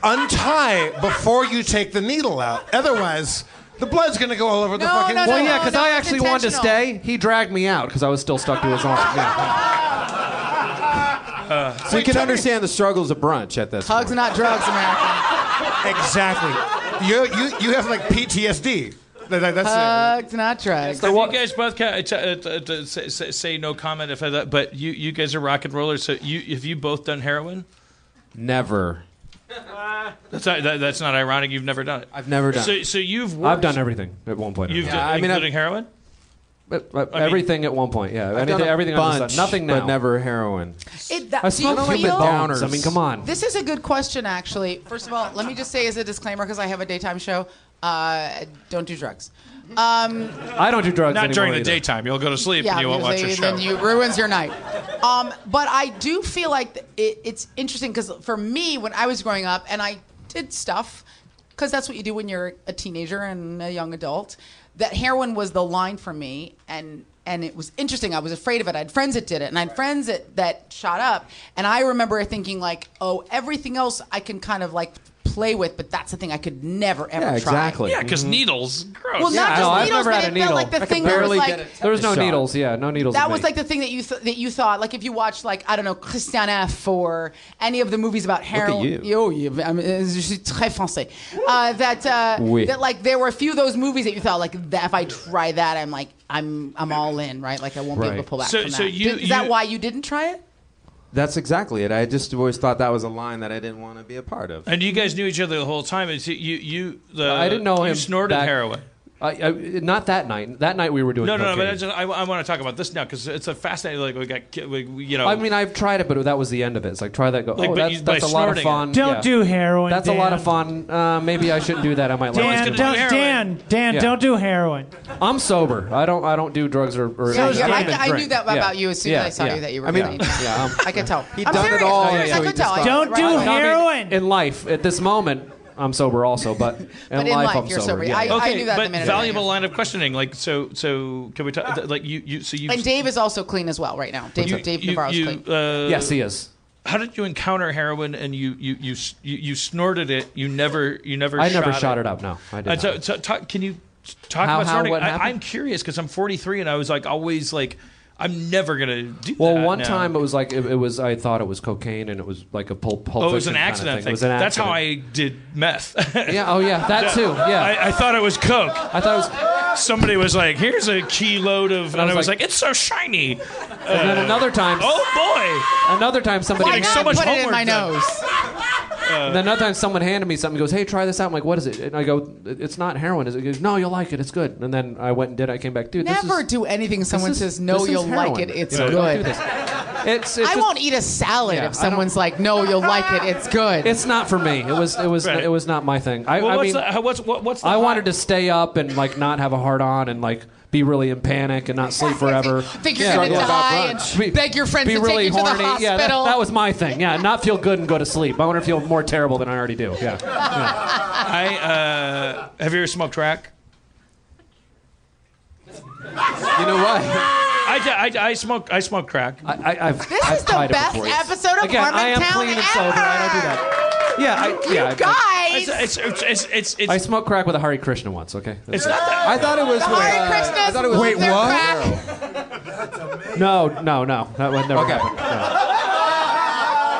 [SPEAKER 16] untie before you take the needle out. Otherwise, the blood's going to go all over the fucking.
[SPEAKER 13] well, yeah, because I actually wanted to stay. He dragged me out because I was still stuck to his arm. Yeah.
[SPEAKER 16] Uh,
[SPEAKER 1] so you can understand the struggles of brunch at this.
[SPEAKER 11] Hugs, not drugs, America.
[SPEAKER 16] Exactly. You, you, you have like PTSD. That- that- that's it.
[SPEAKER 11] Hugs, not drugs.
[SPEAKER 7] If you guys both ca- t- uh, t- t- say, say- say no comment if I thought, but you, you guys are rock and rollers. So you have you both done heroin?
[SPEAKER 1] Never.
[SPEAKER 7] That's not, that, that's not ironic. You've never done it.
[SPEAKER 1] I've never done
[SPEAKER 7] So,
[SPEAKER 1] it.
[SPEAKER 7] so you've worked,
[SPEAKER 13] I've done everything at one point. or
[SPEAKER 7] You've
[SPEAKER 13] another.
[SPEAKER 7] done,
[SPEAKER 1] I mean, I've-
[SPEAKER 7] including heroin.
[SPEAKER 13] But- but
[SPEAKER 7] I mean-
[SPEAKER 13] everything at one point. Yeah,
[SPEAKER 1] I've
[SPEAKER 13] anything,
[SPEAKER 1] done a
[SPEAKER 13] everything under the
[SPEAKER 1] bunch,
[SPEAKER 13] sun. Nothing now.
[SPEAKER 1] but never heroin.
[SPEAKER 11] It, that,
[SPEAKER 13] I
[SPEAKER 11] do you
[SPEAKER 13] smoked him with
[SPEAKER 11] feel-
[SPEAKER 13] downers. I mean, come on.
[SPEAKER 11] This is a good question, actually. First of all, let me just say as a disclaimer, because I have a daytime show, uh, don't do drugs. Um,
[SPEAKER 13] I don't do drugs
[SPEAKER 7] Not during
[SPEAKER 13] anymore
[SPEAKER 7] the
[SPEAKER 13] either.
[SPEAKER 7] daytime. You'll go to sleep and you won't watch
[SPEAKER 11] because
[SPEAKER 7] your show.
[SPEAKER 11] they- Then you ruins your night. Um, but I do feel like th- it, it's interesting because for me, when I was growing up, and I did stuff because that's what you do when you're a teenager and a young adult. That heroin was the line for me, and and it was interesting. I was afraid of it. I had friends that did it, and I had friends that that shot up. And I remember thinking like, oh, everything else I can kind of like play with, but that's the thing I could never ever
[SPEAKER 1] Yeah,
[SPEAKER 11] try.
[SPEAKER 1] exactly.
[SPEAKER 7] Yeah, because needles. Gross.
[SPEAKER 11] Well, not
[SPEAKER 13] Mm-hmm. Yeah,
[SPEAKER 11] just
[SPEAKER 13] no, I've
[SPEAKER 11] needles,
[SPEAKER 13] never
[SPEAKER 11] but
[SPEAKER 13] had a
[SPEAKER 11] it felt
[SPEAKER 13] needle.
[SPEAKER 11] like the
[SPEAKER 13] I could
[SPEAKER 11] thing that was
[SPEAKER 13] barely
[SPEAKER 11] like
[SPEAKER 13] get a There was no shot. needles, yeah, no needles
[SPEAKER 11] That
[SPEAKER 13] with
[SPEAKER 11] was
[SPEAKER 13] me.
[SPEAKER 11] like the thing that you th- that you thought. Like if you watched like I don't know Christian F or any of the movies about heroin.
[SPEAKER 1] you.
[SPEAKER 11] Oh, you- I'm- je suis très français. Uh, that uh,
[SPEAKER 1] Oui.
[SPEAKER 11] that like there were a few of those movies that you thought like that, if I try that, I'm like I'm I'm all in, right? Like I won't be able
[SPEAKER 1] Right.
[SPEAKER 11] to pull back
[SPEAKER 1] So-
[SPEAKER 11] from
[SPEAKER 1] so
[SPEAKER 11] that.
[SPEAKER 1] you-
[SPEAKER 11] Did- is that
[SPEAKER 1] you-
[SPEAKER 11] why you didn't try it?
[SPEAKER 1] That's exactly it. I just always thought that was a line that I didn't want to be a part of.
[SPEAKER 7] And you guys knew each other the whole time. It's, you you the
[SPEAKER 13] I didn't know
[SPEAKER 7] Uh, you
[SPEAKER 13] him.
[SPEAKER 7] snorted
[SPEAKER 13] back-
[SPEAKER 7] heroin.
[SPEAKER 13] I, I, not that night. That night we were doing.
[SPEAKER 7] No, no, no. But I,
[SPEAKER 13] cocaine.
[SPEAKER 7] just, I, I want to talk about this now because it's a fascinating. Like we got, ki- we, we- you know.
[SPEAKER 13] I mean, I've tried it, but that was the end of it. It's like try that. Go.
[SPEAKER 7] Like,
[SPEAKER 13] oh,
[SPEAKER 7] but
[SPEAKER 13] that's,
[SPEAKER 7] you- by
[SPEAKER 13] that's a lot of
[SPEAKER 7] snorting it.
[SPEAKER 13] fun.
[SPEAKER 7] Don't
[SPEAKER 13] do
[SPEAKER 5] heroin.
[SPEAKER 13] That's a lot of
[SPEAKER 5] Dan.
[SPEAKER 13] fun. Uh, maybe I shouldn't do that. I might like
[SPEAKER 5] Dan,
[SPEAKER 13] it.
[SPEAKER 5] don't, Dan, Dan,
[SPEAKER 13] Yeah.
[SPEAKER 5] don't do heroin.
[SPEAKER 13] I'm sober. I don't. I don't do drugs or. or
[SPEAKER 5] So
[SPEAKER 13] I
[SPEAKER 5] is
[SPEAKER 13] don't
[SPEAKER 5] Dan.
[SPEAKER 13] even
[SPEAKER 5] I- I
[SPEAKER 11] I
[SPEAKER 13] drink.
[SPEAKER 11] knew that
[SPEAKER 13] Yeah.
[SPEAKER 11] about you as soon
[SPEAKER 13] Yeah,
[SPEAKER 11] as I saw
[SPEAKER 13] yeah.
[SPEAKER 11] you that you were.
[SPEAKER 13] I mean,
[SPEAKER 11] really-
[SPEAKER 13] yeah. I'm-
[SPEAKER 11] I could tell.
[SPEAKER 1] He
[SPEAKER 11] I'm
[SPEAKER 1] done it
[SPEAKER 11] serious.
[SPEAKER 1] all,
[SPEAKER 11] serious.
[SPEAKER 1] yeah,
[SPEAKER 11] I
[SPEAKER 1] so he
[SPEAKER 11] could tell.
[SPEAKER 1] just
[SPEAKER 11] I was
[SPEAKER 1] stopped. Don't
[SPEAKER 11] right
[SPEAKER 1] do
[SPEAKER 11] on it.
[SPEAKER 13] I mean, in life, at this moment, I'm sober also. But in,
[SPEAKER 11] But in life,
[SPEAKER 13] I'm
[SPEAKER 11] you're
[SPEAKER 13] sober.
[SPEAKER 11] sober.
[SPEAKER 13] Yeah.
[SPEAKER 11] I-
[SPEAKER 7] okay,
[SPEAKER 11] knew that the
[SPEAKER 7] but
[SPEAKER 11] minute I met
[SPEAKER 7] valuable line of questioning. Like so, so can we talk? Like you, you. So you.
[SPEAKER 11] And Dave is also clean as well right now. Dave,
[SPEAKER 7] you,
[SPEAKER 11] Dave
[SPEAKER 7] you-
[SPEAKER 11] Navarro's
[SPEAKER 7] you,
[SPEAKER 11] clean.
[SPEAKER 7] uh,
[SPEAKER 13] Yes, he is.
[SPEAKER 7] How did you encounter heroin and you you you s- you, you snorted it? You never you never.
[SPEAKER 13] I
[SPEAKER 7] shot
[SPEAKER 13] never
[SPEAKER 7] it.
[SPEAKER 13] shot it up. No, I did
[SPEAKER 7] And so, so talk, can you talk
[SPEAKER 13] How-
[SPEAKER 7] about
[SPEAKER 13] how-
[SPEAKER 7] snorting?
[SPEAKER 13] what
[SPEAKER 7] I,
[SPEAKER 13] happened?
[SPEAKER 7] I'm curious because I'm 43 and I was like always like I'm never gonna do
[SPEAKER 13] Well,
[SPEAKER 7] that
[SPEAKER 13] one
[SPEAKER 7] now.
[SPEAKER 13] time it was like it, it was. I thought it was cocaine, and it was like a pulp. pulp
[SPEAKER 7] Oh, it was an
[SPEAKER 13] Fiction kinda
[SPEAKER 7] accident thing.
[SPEAKER 13] It was an
[SPEAKER 7] That's how
[SPEAKER 13] accident.
[SPEAKER 7] I did meth.
[SPEAKER 13] yeah. Oh, yeah. That too. Yeah.
[SPEAKER 7] I, I thought it was coke.
[SPEAKER 13] I thought it
[SPEAKER 7] was. Somebody was like, "Here's a key load of," and, I was, like, "It's so shiny." Uh,
[SPEAKER 13] And then another time.
[SPEAKER 7] Oh
[SPEAKER 13] boy. Another time somebody.
[SPEAKER 7] Getting so much homework Uh, done.
[SPEAKER 13] And then another time someone handed me something. Goes, hey, try this out. I'm like, what is it? And I go, it's not heroin. Is it? He goes, no, you'll like it. It's good. And then I went and did. it. I came back, dude.
[SPEAKER 11] Never
[SPEAKER 13] this is,
[SPEAKER 11] do anything. Someone
[SPEAKER 13] this is-
[SPEAKER 11] says, "No,
[SPEAKER 13] this is
[SPEAKER 11] you'll like
[SPEAKER 13] heroin.
[SPEAKER 11] it. It's
[SPEAKER 13] You know, don't do
[SPEAKER 11] good."
[SPEAKER 13] this. It's, it's
[SPEAKER 11] I
[SPEAKER 13] just-
[SPEAKER 11] won't eat a salad
[SPEAKER 13] Yeah,
[SPEAKER 11] if
[SPEAKER 13] I don't-
[SPEAKER 11] someone's like, "No, you'll like it. It's good."
[SPEAKER 13] It's not for me. It was. It was. It was not my thing. I,
[SPEAKER 7] well,
[SPEAKER 13] I
[SPEAKER 7] what's,
[SPEAKER 13] mean,
[SPEAKER 7] the, how- what's what, what's the
[SPEAKER 13] I
[SPEAKER 7] hot-
[SPEAKER 13] wanted to stay up and like not have a heart on and like be really in panic and not sleep forever.
[SPEAKER 11] Think you're gonna die and beg your friends
[SPEAKER 13] be
[SPEAKER 11] to take
[SPEAKER 13] really
[SPEAKER 11] you to the
[SPEAKER 13] horny. Yeah, that,
[SPEAKER 11] hospital.
[SPEAKER 13] that was my thing. Yeah, not feel good and go to sleep. I want to feel more terrible than I already do. Yeah.
[SPEAKER 7] I uh, have you ever smoked crack?
[SPEAKER 13] You know what?
[SPEAKER 7] I, I, I smoked I smoked crack.
[SPEAKER 13] I, I, I've,
[SPEAKER 11] This is the best episode of
[SPEAKER 13] Again, I
[SPEAKER 11] Harmon
[SPEAKER 13] am
[SPEAKER 11] Town
[SPEAKER 13] clean and
[SPEAKER 11] ever.
[SPEAKER 13] sober. I don't do that. Yeah, I,
[SPEAKER 11] You
[SPEAKER 13] yeah, I-
[SPEAKER 11] guys.
[SPEAKER 7] It's, it's, it's, it's,
[SPEAKER 13] I, I smoked crack with a Hare Krishna once. Okay.
[SPEAKER 7] It's not that-
[SPEAKER 1] I thought it was.
[SPEAKER 11] The
[SPEAKER 1] with,
[SPEAKER 11] Hare
[SPEAKER 1] uh,
[SPEAKER 11] Krishnas
[SPEAKER 1] I thought it was
[SPEAKER 11] Wait,
[SPEAKER 1] with
[SPEAKER 11] what?
[SPEAKER 13] No, no, no. That would never happen.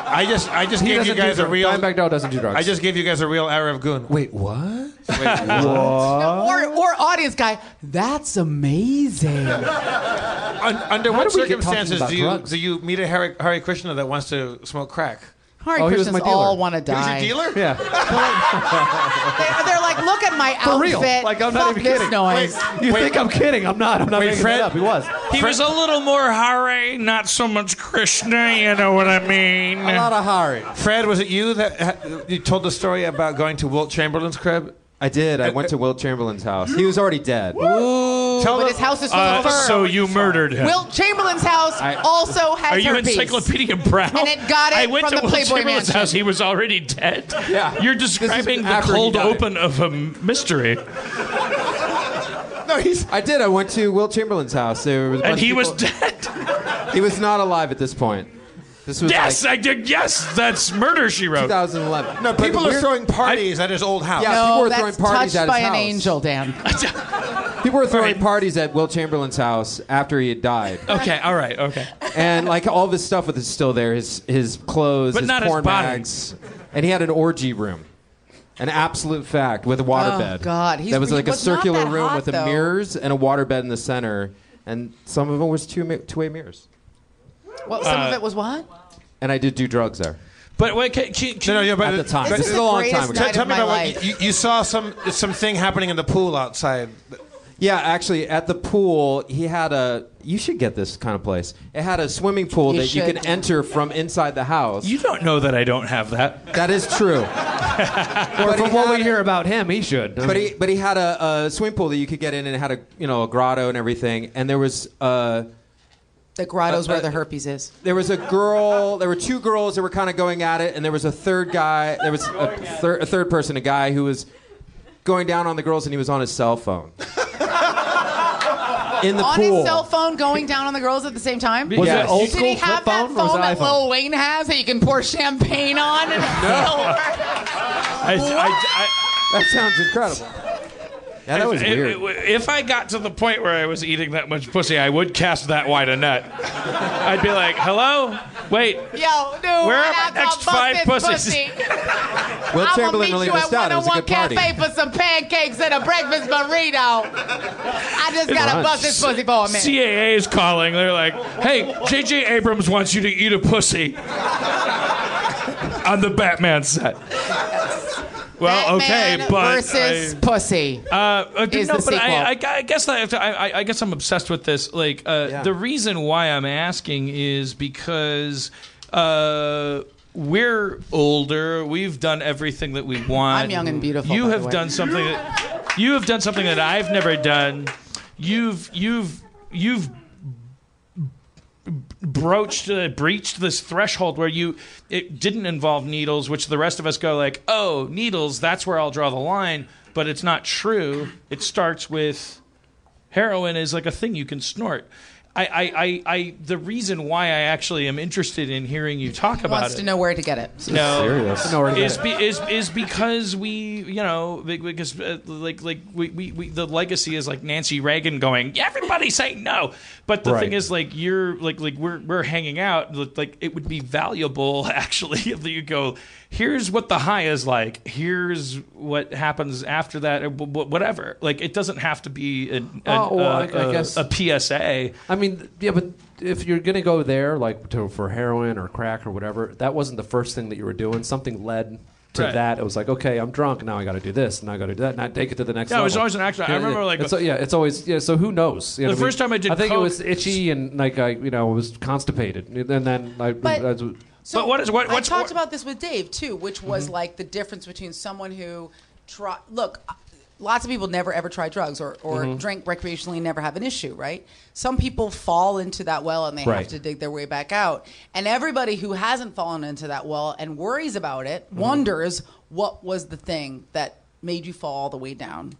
[SPEAKER 16] I just, I just
[SPEAKER 13] He
[SPEAKER 16] gave you
[SPEAKER 13] doesn't do
[SPEAKER 16] guys a
[SPEAKER 13] drugs.
[SPEAKER 16] real.
[SPEAKER 13] Dimebag Darrell doesn't do drugs.
[SPEAKER 16] I just gave you guys a real hour of goon.
[SPEAKER 13] Wait, what?
[SPEAKER 11] or,
[SPEAKER 13] Oh.
[SPEAKER 11] or audience guy, that's amazing.
[SPEAKER 16] Un- under
[SPEAKER 11] How
[SPEAKER 16] what
[SPEAKER 11] do we get talking
[SPEAKER 16] circumstances
[SPEAKER 11] about
[SPEAKER 16] do you
[SPEAKER 11] drugs?
[SPEAKER 16] do you meet a Hare, Hare Krishna that wants to smoke crack?
[SPEAKER 11] Hare Oh, he was Krishnas my dealer. all wanna die.
[SPEAKER 16] He was your dealer?
[SPEAKER 13] Yeah.
[SPEAKER 11] They're, they're like, look at my
[SPEAKER 13] For
[SPEAKER 11] outfit.
[SPEAKER 13] real. Like, I'm not
[SPEAKER 11] Fuck
[SPEAKER 13] even
[SPEAKER 11] this
[SPEAKER 13] kidding.
[SPEAKER 11] Noise.
[SPEAKER 13] You think I'm kidding? I'm not. I'm not
[SPEAKER 7] Wait,
[SPEAKER 13] making
[SPEAKER 7] Fred?
[SPEAKER 13] that up. He was.
[SPEAKER 7] He was a little more Hare, not so much Krishna. You know what I mean?
[SPEAKER 16] A lot of
[SPEAKER 13] Hare.
[SPEAKER 16] Fred, was it you that ha- you told the story about going to Wilt Chamberlain's crib?
[SPEAKER 1] I did. I went to Wilt Chamberlain's house. He was already dead.
[SPEAKER 11] Ooh,
[SPEAKER 16] Tell
[SPEAKER 11] but
[SPEAKER 16] the-
[SPEAKER 11] his house is full
[SPEAKER 16] Uh,
[SPEAKER 11] of fur.
[SPEAKER 16] so you
[SPEAKER 7] murdered him.
[SPEAKER 11] Wilt Chamberlain's house
[SPEAKER 7] I-
[SPEAKER 11] also has
[SPEAKER 7] Are you
[SPEAKER 11] herpes.
[SPEAKER 7] Encyclopedia Brown?
[SPEAKER 11] And it got it
[SPEAKER 7] I went
[SPEAKER 11] from
[SPEAKER 7] to
[SPEAKER 11] the
[SPEAKER 7] Will
[SPEAKER 11] Playboy
[SPEAKER 7] Chamberlain's
[SPEAKER 11] Mansion.
[SPEAKER 7] house. He was already dead.
[SPEAKER 1] Yeah.
[SPEAKER 7] You're describing the
[SPEAKER 1] after he
[SPEAKER 7] cold
[SPEAKER 1] died.
[SPEAKER 7] open of a mystery.
[SPEAKER 1] No, he's. I did. I went to Will Chamberlain's house. There was a
[SPEAKER 7] And
[SPEAKER 1] bunch of
[SPEAKER 7] he was
[SPEAKER 1] people-
[SPEAKER 7] dead.
[SPEAKER 1] He was not alive at this point. This was
[SPEAKER 7] Yes,
[SPEAKER 1] like
[SPEAKER 7] I did. Yes, that's murder. She wrote.
[SPEAKER 1] 2011.
[SPEAKER 16] No,
[SPEAKER 1] But the
[SPEAKER 16] people are
[SPEAKER 1] weird-
[SPEAKER 16] throwing parties at his old house.
[SPEAKER 1] Yeah,
[SPEAKER 11] no,
[SPEAKER 1] people were
[SPEAKER 11] that's
[SPEAKER 1] throwing parties
[SPEAKER 11] touched
[SPEAKER 1] at his
[SPEAKER 11] by an
[SPEAKER 1] house.
[SPEAKER 11] angel, Dan.
[SPEAKER 1] People were throwing parties at Will Chamberlain's house after he had died.
[SPEAKER 7] Okay, all right, okay.
[SPEAKER 1] And like all of his stuff was still there, his his clothes,
[SPEAKER 7] But
[SPEAKER 1] his
[SPEAKER 7] not his
[SPEAKER 1] porn
[SPEAKER 7] body.
[SPEAKER 1] bags, and he had an orgy room, an absolute fact with a waterbed.
[SPEAKER 11] Oh, God. He's-
[SPEAKER 1] that was
[SPEAKER 11] he
[SPEAKER 1] like a
[SPEAKER 11] was not
[SPEAKER 1] circular
[SPEAKER 11] that
[SPEAKER 1] room
[SPEAKER 11] hot,
[SPEAKER 1] with
[SPEAKER 11] though.
[SPEAKER 1] a mirrors and a waterbed in the center, and some of them was two mi- two way mirrors.
[SPEAKER 11] Well, some
[SPEAKER 1] Uh,
[SPEAKER 11] of it was what?
[SPEAKER 1] And I did do drugs there.
[SPEAKER 7] But wait, can, can, can
[SPEAKER 16] No, no,
[SPEAKER 7] you-
[SPEAKER 16] yeah, but
[SPEAKER 1] At the time. This
[SPEAKER 11] is the greatest night
[SPEAKER 16] Tell, tell
[SPEAKER 11] of
[SPEAKER 16] me
[SPEAKER 11] my
[SPEAKER 16] about
[SPEAKER 11] life.
[SPEAKER 16] what you, you saw some something happening in the pool outside.
[SPEAKER 1] Yeah, actually, at the pool, he had a. You should get this kind of place. It had a swimming pool
[SPEAKER 7] You
[SPEAKER 1] that you
[SPEAKER 7] should.
[SPEAKER 1] could enter from inside the house.
[SPEAKER 7] You don't know that I don't have that.
[SPEAKER 1] That is true.
[SPEAKER 13] Or from what we hear about him, he should. I
[SPEAKER 1] But
[SPEAKER 13] mean-
[SPEAKER 1] he but he had a, a swimming pool that you could get in and it had a you know a grotto and everything. And there was uh,
[SPEAKER 11] The grotto's
[SPEAKER 1] Uh,
[SPEAKER 11] where
[SPEAKER 1] uh,
[SPEAKER 11] the herpes is.
[SPEAKER 1] there was a girl. There were two girls that were kind of going at it, and there was a third guy. There was a, thir- a third person, a guy who was going down on the girls, and he was on his cell phone in the
[SPEAKER 11] on
[SPEAKER 1] pool.
[SPEAKER 11] his cell phone, going down on the girls at the same time.
[SPEAKER 1] Was Yeah. that old
[SPEAKER 11] Did he
[SPEAKER 1] school
[SPEAKER 11] have
[SPEAKER 1] flip
[SPEAKER 11] that
[SPEAKER 1] phone
[SPEAKER 11] phone
[SPEAKER 1] or was it
[SPEAKER 11] that
[SPEAKER 1] iPhone?
[SPEAKER 11] Lil Wayne has that you can pour champagne on? And
[SPEAKER 7] I, I, I,
[SPEAKER 1] that sounds incredible. Yeah, that was
[SPEAKER 7] If-
[SPEAKER 1] weird.
[SPEAKER 7] If, if I got to the point where I was eating that much pussy, I would cast that wide a net. I'd be like, "Hello, wait,
[SPEAKER 11] Yo, dude,
[SPEAKER 7] Where are my
[SPEAKER 11] I
[SPEAKER 7] next
[SPEAKER 11] bust
[SPEAKER 7] five
[SPEAKER 11] this
[SPEAKER 7] pussies?
[SPEAKER 11] pussy.
[SPEAKER 1] Will
[SPEAKER 11] I'm gonna
[SPEAKER 1] Chamberlain
[SPEAKER 11] meet
[SPEAKER 1] really
[SPEAKER 11] you
[SPEAKER 1] missed
[SPEAKER 11] at
[SPEAKER 1] out. It was a
[SPEAKER 11] 101
[SPEAKER 1] good party.
[SPEAKER 11] Cafe for some pancakes and a breakfast burrito. I just gotta
[SPEAKER 7] Brunch.
[SPEAKER 11] bust this pussy for a minute.
[SPEAKER 7] CAA is calling. They're like, hey, J.J. Abrams wants you to eat a pussy on the Batman set. Well, okay,
[SPEAKER 11] Batman
[SPEAKER 7] but
[SPEAKER 11] versus
[SPEAKER 7] I-
[SPEAKER 11] pussy.
[SPEAKER 7] uh, uh,
[SPEAKER 11] is
[SPEAKER 7] no,
[SPEAKER 11] the
[SPEAKER 7] but
[SPEAKER 11] sequel.
[SPEAKER 7] I, I, I guess I, have to, I, I- I guess I'm obsessed with this. Like uh, the reason why I'm asking is because uh, we're older. We've done everything that we want.
[SPEAKER 11] I'm young and beautiful,
[SPEAKER 7] You
[SPEAKER 11] by the
[SPEAKER 7] have
[SPEAKER 11] way.
[SPEAKER 7] done something that you have done something that I've never done. You've you've you've broached uh, breached this threshold where you it didn't involve needles which the rest of us go like oh needles that's where i'll draw the line but it's not true it starts with heroin is like a thing you can snort I, I, I, I, the reason why I actually am interested in hearing you talk about
[SPEAKER 11] wants
[SPEAKER 7] it.
[SPEAKER 11] to know where to get it.
[SPEAKER 7] No, Is, be, is is because we, you know, be- because uh, like like we, we, we the legacy is like Nancy Reagan going, everybody say no. But the
[SPEAKER 14] Right.
[SPEAKER 7] thing is, like you're like like we're we're hanging out. Like like, it would be valuable actually if you go, here's what the high is like. Here's what happens after that, or wh- wh- whatever. Like it doesn't have to be an, an,
[SPEAKER 13] Oh, well, I-
[SPEAKER 7] uh,
[SPEAKER 13] I
[SPEAKER 7] uh,
[SPEAKER 13] guess-
[SPEAKER 7] a PSA.
[SPEAKER 13] I mean, yeah, but if you're gonna go there, like to, for heroin or crack or whatever, that wasn't the first thing that you were doing. Something led to
[SPEAKER 7] Right.
[SPEAKER 13] that. It was like, okay, I'm drunk now. I got to do this, and I got to do that, and I take it to the next.
[SPEAKER 7] Yeah, it
[SPEAKER 13] level.
[SPEAKER 7] was always an action- I remember, like-
[SPEAKER 13] it's, yeah, it's always yeah. So who knows? You know
[SPEAKER 7] The
[SPEAKER 13] what I mean?
[SPEAKER 7] first time I did
[SPEAKER 13] I think
[SPEAKER 7] coke-
[SPEAKER 13] it was itchy and like I, you know, was constipated, and then I.
[SPEAKER 11] But-
[SPEAKER 13] that's what- Mm-hmm.
[SPEAKER 11] So I talked about this with Dave too, which was like the difference between someone who try look. uh, Lots of people never ever try drugs or, or
[SPEAKER 13] Mm-hmm.
[SPEAKER 18] Mhm.
[SPEAKER 11] drink recreationally and never have an issue, right? Some people fall into that well and they have
[SPEAKER 18] Right.
[SPEAKER 11] to dig their way back out. And everybody who hasn't fallen into that well and worries about it
[SPEAKER 18] Mm-hmm.
[SPEAKER 11] wonders what was the thing that made you fall all the way down.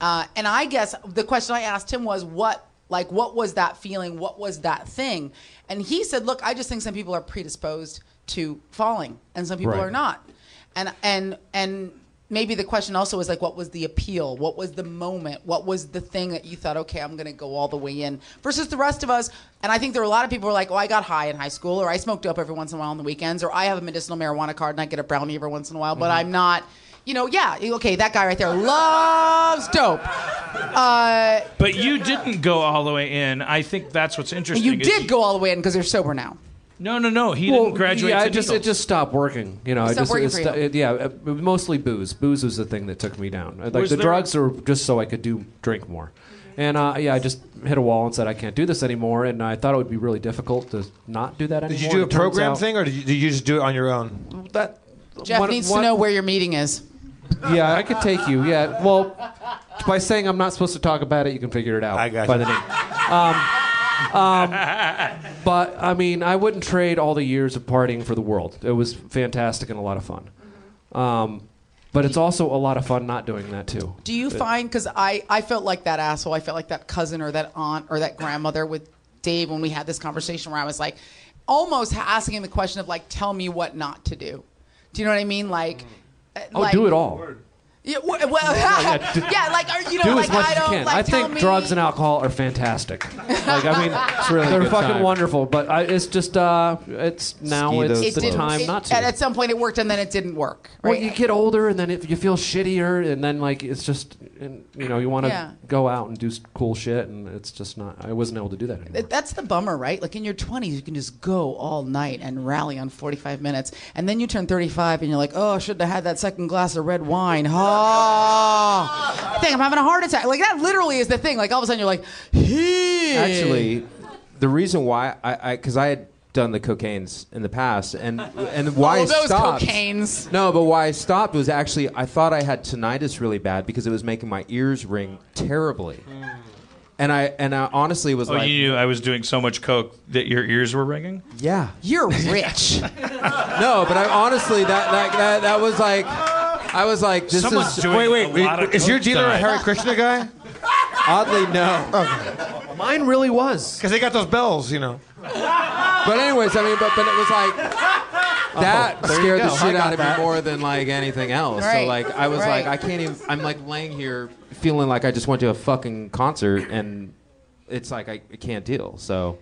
[SPEAKER 11] Uh, and I guess the question I asked him was, what like what was that feeling? What was that thing? And he said, look, I just think some people are predisposed to falling, and some people
[SPEAKER 18] Right.
[SPEAKER 11] are not. And and and maybe the question also is like, what was the appeal? What was the moment? What was the thing that you thought, okay, I'm going to go all the way in? Versus the rest of us. And I think there are a lot of people who are like, oh, I got high in high school, or I smoked dope every once in a while on the weekends, or I have a medicinal marijuana card and I get a brownie every once in a while, but
[SPEAKER 7] Mm-hmm.
[SPEAKER 18] Mhm.
[SPEAKER 11] I'm not. You know, yeah, okay, that guy right there loves dope. Uh,
[SPEAKER 7] But you didn't go all the way in. I think that's what's interesting.
[SPEAKER 11] you
[SPEAKER 7] is
[SPEAKER 11] did go all the way in because you're sober now.
[SPEAKER 7] No, no, no. He
[SPEAKER 13] Well,
[SPEAKER 7] didn't graduate.
[SPEAKER 13] Yeah,
[SPEAKER 7] to
[SPEAKER 13] I just
[SPEAKER 7] legal.
[SPEAKER 13] it just stopped working. You know,
[SPEAKER 11] It
[SPEAKER 13] I
[SPEAKER 11] stopped
[SPEAKER 13] just
[SPEAKER 11] working
[SPEAKER 13] it
[SPEAKER 11] for
[SPEAKER 13] sto-
[SPEAKER 11] you.
[SPEAKER 13] it- yeah, uh, mostly booze. Booze was the thing that took me down. Uh, Like
[SPEAKER 1] Was
[SPEAKER 13] the
[SPEAKER 1] there-
[SPEAKER 13] drugs were just so I could do drink more. And uh, yeah, I just hit a wall and said I can't do this anymore. And I thought it would be really difficult to not do that anymore.
[SPEAKER 16] Did you do a
[SPEAKER 13] It turns
[SPEAKER 16] program
[SPEAKER 13] out-
[SPEAKER 16] thing, or did you, did you just do it on your own?
[SPEAKER 13] That
[SPEAKER 11] Jeff
[SPEAKER 13] What-
[SPEAKER 11] needs to
[SPEAKER 13] what-
[SPEAKER 11] know where your meeting is.
[SPEAKER 13] Yeah, I could take you. Yeah, well, by saying I'm not supposed to talk about it, you can figure it out. I got by the name. Um, um, but I mean, I wouldn't trade all the years of partying for the world. It was fantastic and a lot of fun. Um, but it's also a lot of fun not doing that too.
[SPEAKER 11] Do you
[SPEAKER 13] It-
[SPEAKER 11] find because I I felt like that asshole. I felt like that cousin or that aunt or that grandmother with Dave when we had this conversation where I was like, almost ha- asking him the question of like, tell me what not to do. Do you know what I mean? Like, uh,
[SPEAKER 13] Oh,
[SPEAKER 11] like,
[SPEAKER 13] do it all.
[SPEAKER 11] Yeah, w- well,
[SPEAKER 13] Yeah,
[SPEAKER 11] yeah,
[SPEAKER 13] yeah, do-
[SPEAKER 11] like are, you know,
[SPEAKER 13] do
[SPEAKER 11] like
[SPEAKER 13] as much
[SPEAKER 11] I
[SPEAKER 13] as you
[SPEAKER 11] don't
[SPEAKER 13] can.
[SPEAKER 11] like
[SPEAKER 13] I
[SPEAKER 11] tell
[SPEAKER 13] think
[SPEAKER 11] me.
[SPEAKER 13] drugs and alcohol are fantastic. Like I mean,
[SPEAKER 11] It's really
[SPEAKER 13] they're
[SPEAKER 1] good
[SPEAKER 13] fucking
[SPEAKER 1] time.
[SPEAKER 13] wonderful. But I, it's just uh, it's now
[SPEAKER 1] Ski
[SPEAKER 13] it's
[SPEAKER 11] It
[SPEAKER 13] the
[SPEAKER 11] didn't-
[SPEAKER 13] time
[SPEAKER 11] it-
[SPEAKER 13] not to.
[SPEAKER 11] and at some point it worked and then it didn't work.
[SPEAKER 13] Well, you get older, and then it, you feel shittier, and then like it's just, and, you know, you want to
[SPEAKER 11] Yeah.
[SPEAKER 13] go out and do s- cool shit, and it's just not. I wasn't able to do that anymore.
[SPEAKER 11] Th- That's the bummer, right? Like in your 20s, you can just go all night and rally on 45 minutes. And then you turn 35 and you're like, oh, I shouldn't have had that second glass of red wine. Oh, I think I'm having a heart attack. Like that literally is the thing. Like all of a sudden you're like, "Hey."
[SPEAKER 1] Actually, the reason why I, because I, had done the cocaines in the past, and and why
[SPEAKER 11] All
[SPEAKER 1] I
[SPEAKER 11] of those
[SPEAKER 1] stopped.
[SPEAKER 11] cocaines.
[SPEAKER 1] No, but why I stopped was actually I thought I had tinnitus really bad because it was making my ears ring terribly,
[SPEAKER 11] Hmm.
[SPEAKER 1] and I and I honestly was
[SPEAKER 7] Oh,
[SPEAKER 1] like,
[SPEAKER 7] you knew I was doing so much coke that your ears were ringing.
[SPEAKER 1] yeah,
[SPEAKER 11] you're rich.
[SPEAKER 1] no, but I honestly that that that, that was like. I was like, this
[SPEAKER 16] Someone's
[SPEAKER 1] is
[SPEAKER 16] doing Wait, wait, a lot of is your coke dealer a tonight. Hare
[SPEAKER 1] Krishna guy? Oddly, no.
[SPEAKER 13] Mine really was
[SPEAKER 16] because they got those bells, you know.
[SPEAKER 1] But anyways, I mean, but, but it was like that
[SPEAKER 16] Oh, there you
[SPEAKER 1] scared
[SPEAKER 16] go.
[SPEAKER 1] the
[SPEAKER 16] I
[SPEAKER 1] shit
[SPEAKER 16] got
[SPEAKER 1] out of
[SPEAKER 16] that.
[SPEAKER 1] me more than like anything else.
[SPEAKER 16] Right,
[SPEAKER 1] So like I was
[SPEAKER 16] right.
[SPEAKER 1] like I can't even. I'm like laying here feeling like I just went to a fucking concert and it's like I, I can't deal. So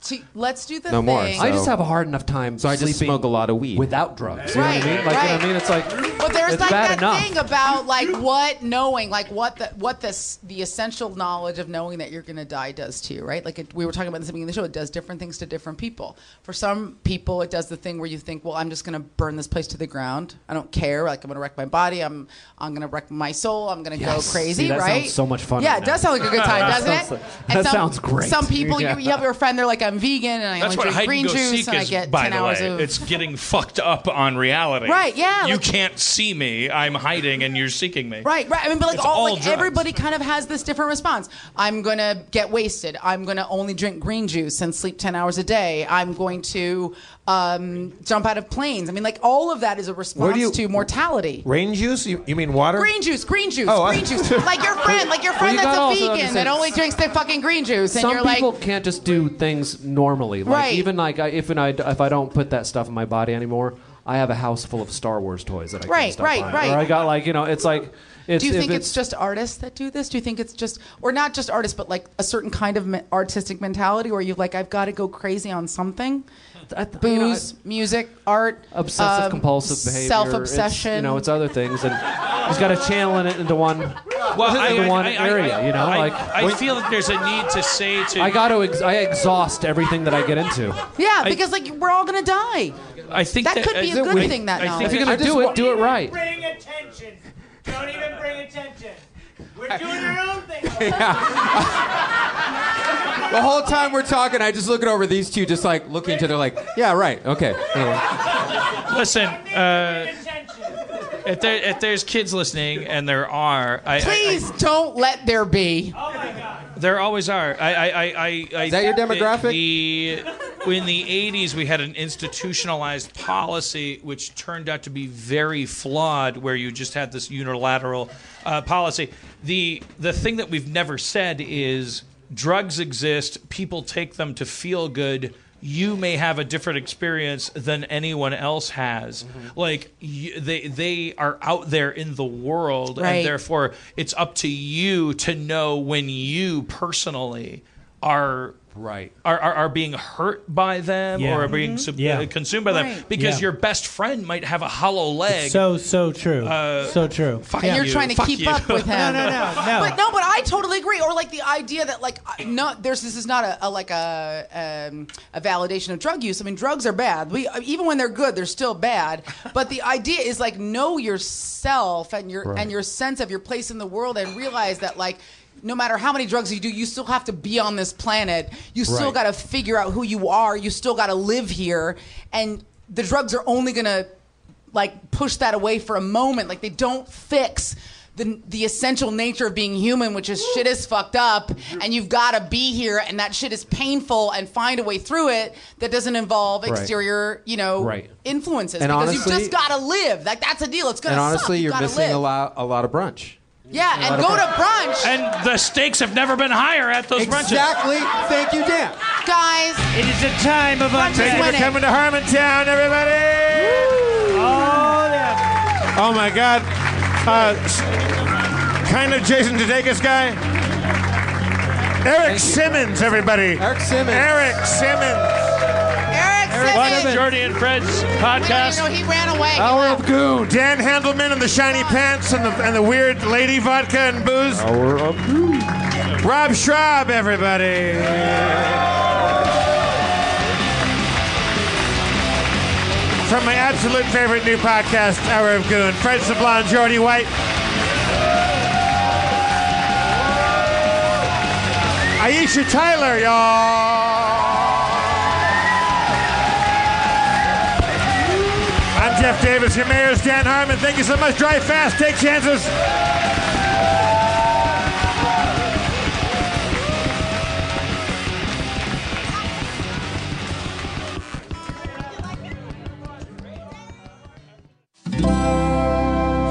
[SPEAKER 11] See, let's do the
[SPEAKER 1] no
[SPEAKER 11] thing.
[SPEAKER 1] more.
[SPEAKER 13] I just have a hard enough time.
[SPEAKER 1] So I just
[SPEAKER 13] sleeping
[SPEAKER 1] smoke a lot of weed
[SPEAKER 13] without drugs. You know what I mean? Like you know what I mean? It's like
[SPEAKER 11] But there's
[SPEAKER 13] it's
[SPEAKER 11] like
[SPEAKER 13] bad
[SPEAKER 11] that
[SPEAKER 13] enough.
[SPEAKER 11] thing about like what knowing, like what the what this the essential knowledge of knowing that you're gonna die does to you, right? Like it, we were talking about this at the beginning of the show, it does different things to different people. For some people, it does the thing where you think, well, I'm just gonna burn this place to the ground. I don't care. Like I'm gonna wreck my body. I'm I'm gonna wreck my soul. I'm gonna
[SPEAKER 13] Yes.
[SPEAKER 11] go crazy,
[SPEAKER 13] See, that
[SPEAKER 11] right?
[SPEAKER 13] sounds so much fun
[SPEAKER 11] Yeah,
[SPEAKER 13] right
[SPEAKER 11] it
[SPEAKER 13] now.
[SPEAKER 11] does sound like a good time,
[SPEAKER 13] That
[SPEAKER 11] doesn't
[SPEAKER 13] sounds-
[SPEAKER 11] it? And
[SPEAKER 13] that sounds great.
[SPEAKER 11] Some people,
[SPEAKER 13] Yeah.
[SPEAKER 11] you, you have your friend, they're like, I'm I'm vegan and I
[SPEAKER 7] That's
[SPEAKER 11] only
[SPEAKER 7] what
[SPEAKER 11] drink
[SPEAKER 7] hide
[SPEAKER 11] green
[SPEAKER 7] and go
[SPEAKER 11] juice
[SPEAKER 7] seek
[SPEAKER 11] and I
[SPEAKER 7] is,
[SPEAKER 11] get
[SPEAKER 7] by
[SPEAKER 11] ten
[SPEAKER 7] the
[SPEAKER 11] hours
[SPEAKER 7] way.
[SPEAKER 11] of
[SPEAKER 7] It's getting fucked up on reality.
[SPEAKER 11] Right, yeah,
[SPEAKER 7] You
[SPEAKER 11] like-
[SPEAKER 7] can't see me. I'm hiding and you're seeking me.
[SPEAKER 11] Right, right. I mean, but like
[SPEAKER 7] It's
[SPEAKER 11] all,
[SPEAKER 7] all
[SPEAKER 11] like
[SPEAKER 7] drugs.
[SPEAKER 11] everybody kind of has this different response. I'm gonna get wasted. I'm gonna only drink green juice and sleep ten hours a day. I'm going to um, jump out of planes. I mean, like all of that is a response
[SPEAKER 6] you-
[SPEAKER 11] to mortality.
[SPEAKER 6] Rain juice? You, you mean water?
[SPEAKER 11] Green juice, green juice,
[SPEAKER 6] Oh, I-
[SPEAKER 11] green juice. Like your friend, like your
[SPEAKER 13] Well,
[SPEAKER 11] friend
[SPEAKER 13] you gotta
[SPEAKER 11] that's
[SPEAKER 13] also
[SPEAKER 11] a vegan that
[SPEAKER 13] understand-
[SPEAKER 11] only drinks the fucking green juice, and
[SPEAKER 13] Some
[SPEAKER 11] you're
[SPEAKER 13] people
[SPEAKER 11] like,
[SPEAKER 13] can't just do things normally. Like
[SPEAKER 11] Right.
[SPEAKER 13] even like I, if and I if I don't put that stuff in my body anymore, I have a house full of Star Wars toys that I
[SPEAKER 11] Right,
[SPEAKER 13] can stop
[SPEAKER 11] right,
[SPEAKER 13] buying.
[SPEAKER 11] right.
[SPEAKER 13] Or I got like you know it's like it's
[SPEAKER 11] do you
[SPEAKER 13] if
[SPEAKER 11] think it's,
[SPEAKER 13] it's
[SPEAKER 11] just artists that do this? Do you think it's just, or not just artists, but like a certain kind of me- artistic mentality, where you like, I've got to go crazy on something? Booze,
[SPEAKER 13] you know,
[SPEAKER 11] music, art,
[SPEAKER 13] obsessive
[SPEAKER 11] um,
[SPEAKER 13] compulsive behavior,
[SPEAKER 11] self
[SPEAKER 13] It's,
[SPEAKER 11] obsession.
[SPEAKER 13] you know, it's other things, and he's got to channel it into one, into one area. you know,
[SPEAKER 7] I,
[SPEAKER 13] like
[SPEAKER 7] I feel like there's a need to say to.
[SPEAKER 13] I got to ex- I exhaust everything that I get into.
[SPEAKER 11] yeah,
[SPEAKER 7] I-
[SPEAKER 11] because like we're all gonna die.
[SPEAKER 7] I think
[SPEAKER 11] that
[SPEAKER 7] that,
[SPEAKER 11] could be a
[SPEAKER 7] I-
[SPEAKER 11] good
[SPEAKER 7] I-
[SPEAKER 11] thing, that
[SPEAKER 7] I
[SPEAKER 11] knowledge.
[SPEAKER 7] think
[SPEAKER 13] If you're gonna
[SPEAKER 7] I just
[SPEAKER 13] do it,
[SPEAKER 7] want-
[SPEAKER 13] do it right.
[SPEAKER 5] Bring attention. Don't even bring attention. We're doing our own thing.
[SPEAKER 1] The whole time we're talking, I just looking over these two, just like looking to. They're like, yeah, right, okay. Anyway.
[SPEAKER 7] Listen, uh, if, there, if there's kids listening, and there are, I, I-
[SPEAKER 11] Please don't let there be.
[SPEAKER 13] Oh,
[SPEAKER 7] There always are. I, I, I, I, I
[SPEAKER 1] Is that your demographic?
[SPEAKER 7] The, in the 80s, we had an institutionalized policy which turned out to be very flawed, where you just had this unilateral uh, policy. The the thing that we've never said is drugs exist. People take them to feel good. You may have a different experience than anyone else has.
[SPEAKER 1] Mm-hmm.
[SPEAKER 7] Like y- they they are out there in the world,
[SPEAKER 19] Right.
[SPEAKER 7] and therefore therefore it's up to you to know when you personally are
[SPEAKER 13] right
[SPEAKER 7] are, are, are being hurt by them
[SPEAKER 20] Yeah.
[SPEAKER 7] or are
[SPEAKER 11] Mm-hmm.
[SPEAKER 7] being sub-
[SPEAKER 20] Yeah.
[SPEAKER 7] uh, consumed by them
[SPEAKER 20] Right.
[SPEAKER 7] because
[SPEAKER 20] Yeah.
[SPEAKER 7] your best friend might have a hollow leg
[SPEAKER 20] So so true.
[SPEAKER 7] Uh,
[SPEAKER 20] so true.
[SPEAKER 7] fuck
[SPEAKER 11] and you're
[SPEAKER 7] you,
[SPEAKER 11] trying to
[SPEAKER 7] fuck
[SPEAKER 11] keep
[SPEAKER 7] you.
[SPEAKER 11] up with him.
[SPEAKER 20] No, no, no, no.
[SPEAKER 11] But no, but I totally agree. Or like the idea that like I- no, there's this is not a, a like a um, a validation of drug use. I mean, drugs are bad. We even when they're good, they're still bad. But the idea is like know yourself and your
[SPEAKER 21] Right.
[SPEAKER 11] and your sense of your place in the world, and realize that like. No matter how many drugs you do, you still have to be on this planet. You still
[SPEAKER 21] Right.
[SPEAKER 11] got to figure out who you are. You still got to live here. And the drugs are only going to like push that away for a moment. Like they don't fix the the essential nature of being human, which is shit is fucked up, and you've got to be here, and that shit is painful, and find a way through it that doesn't involve
[SPEAKER 1] Right.
[SPEAKER 11] exterior, you know,
[SPEAKER 1] Right.
[SPEAKER 11] influences.
[SPEAKER 1] And
[SPEAKER 11] because
[SPEAKER 1] honestly-
[SPEAKER 11] you've just got to live. Like that's a deal. It's gonna
[SPEAKER 1] And
[SPEAKER 11] suck.
[SPEAKER 1] honestly,
[SPEAKER 11] You
[SPEAKER 1] you're
[SPEAKER 11] gotta
[SPEAKER 1] missing
[SPEAKER 11] live.
[SPEAKER 1] a lot, a lot of brunch.
[SPEAKER 11] Yeah,
[SPEAKER 1] lot
[SPEAKER 11] and
[SPEAKER 1] of
[SPEAKER 11] go to
[SPEAKER 1] fun.
[SPEAKER 11] brunch,
[SPEAKER 7] and the stakes have never been higher at those brunches
[SPEAKER 1] Exactly. Thank you, Dan.
[SPEAKER 11] guys.
[SPEAKER 20] It is a time of
[SPEAKER 4] Thank you for coming to Harmontown, everybody.
[SPEAKER 20] Oh, yeah.
[SPEAKER 4] Oh, my God. Uh, s- kind of Jason Sudeikis guy. Eric Simmons, everybody. Eric Simmons. Eric Simmons.
[SPEAKER 11] Eric Simmons.
[SPEAKER 7] Jordy and Fred's podcast.
[SPEAKER 11] No, he ran away.
[SPEAKER 4] Hour of Goo. Dan Handelman and the shiny pants and the, and the weird lady vodka and booze. Hour of Goo. Rob Schraub, everybody. From my absolute favorite new podcast, Hour of Goon, Fred Sablon, Jordy White. Aisha Tyler, y'all. I'm Jeff Davis. Your mayor is Dan Harmon. Thank you so much. Drive fast. Take chances.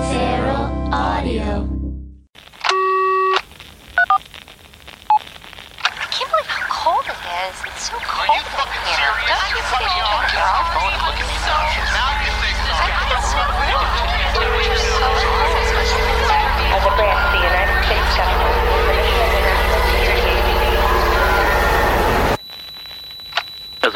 [SPEAKER 21] Feral Audio.
[SPEAKER 22] I can't believe how cold it is. It's so cold Are you fucking here. serious? Don't you think you don't get off? Look at me now. Now you think so. I think it's so real. As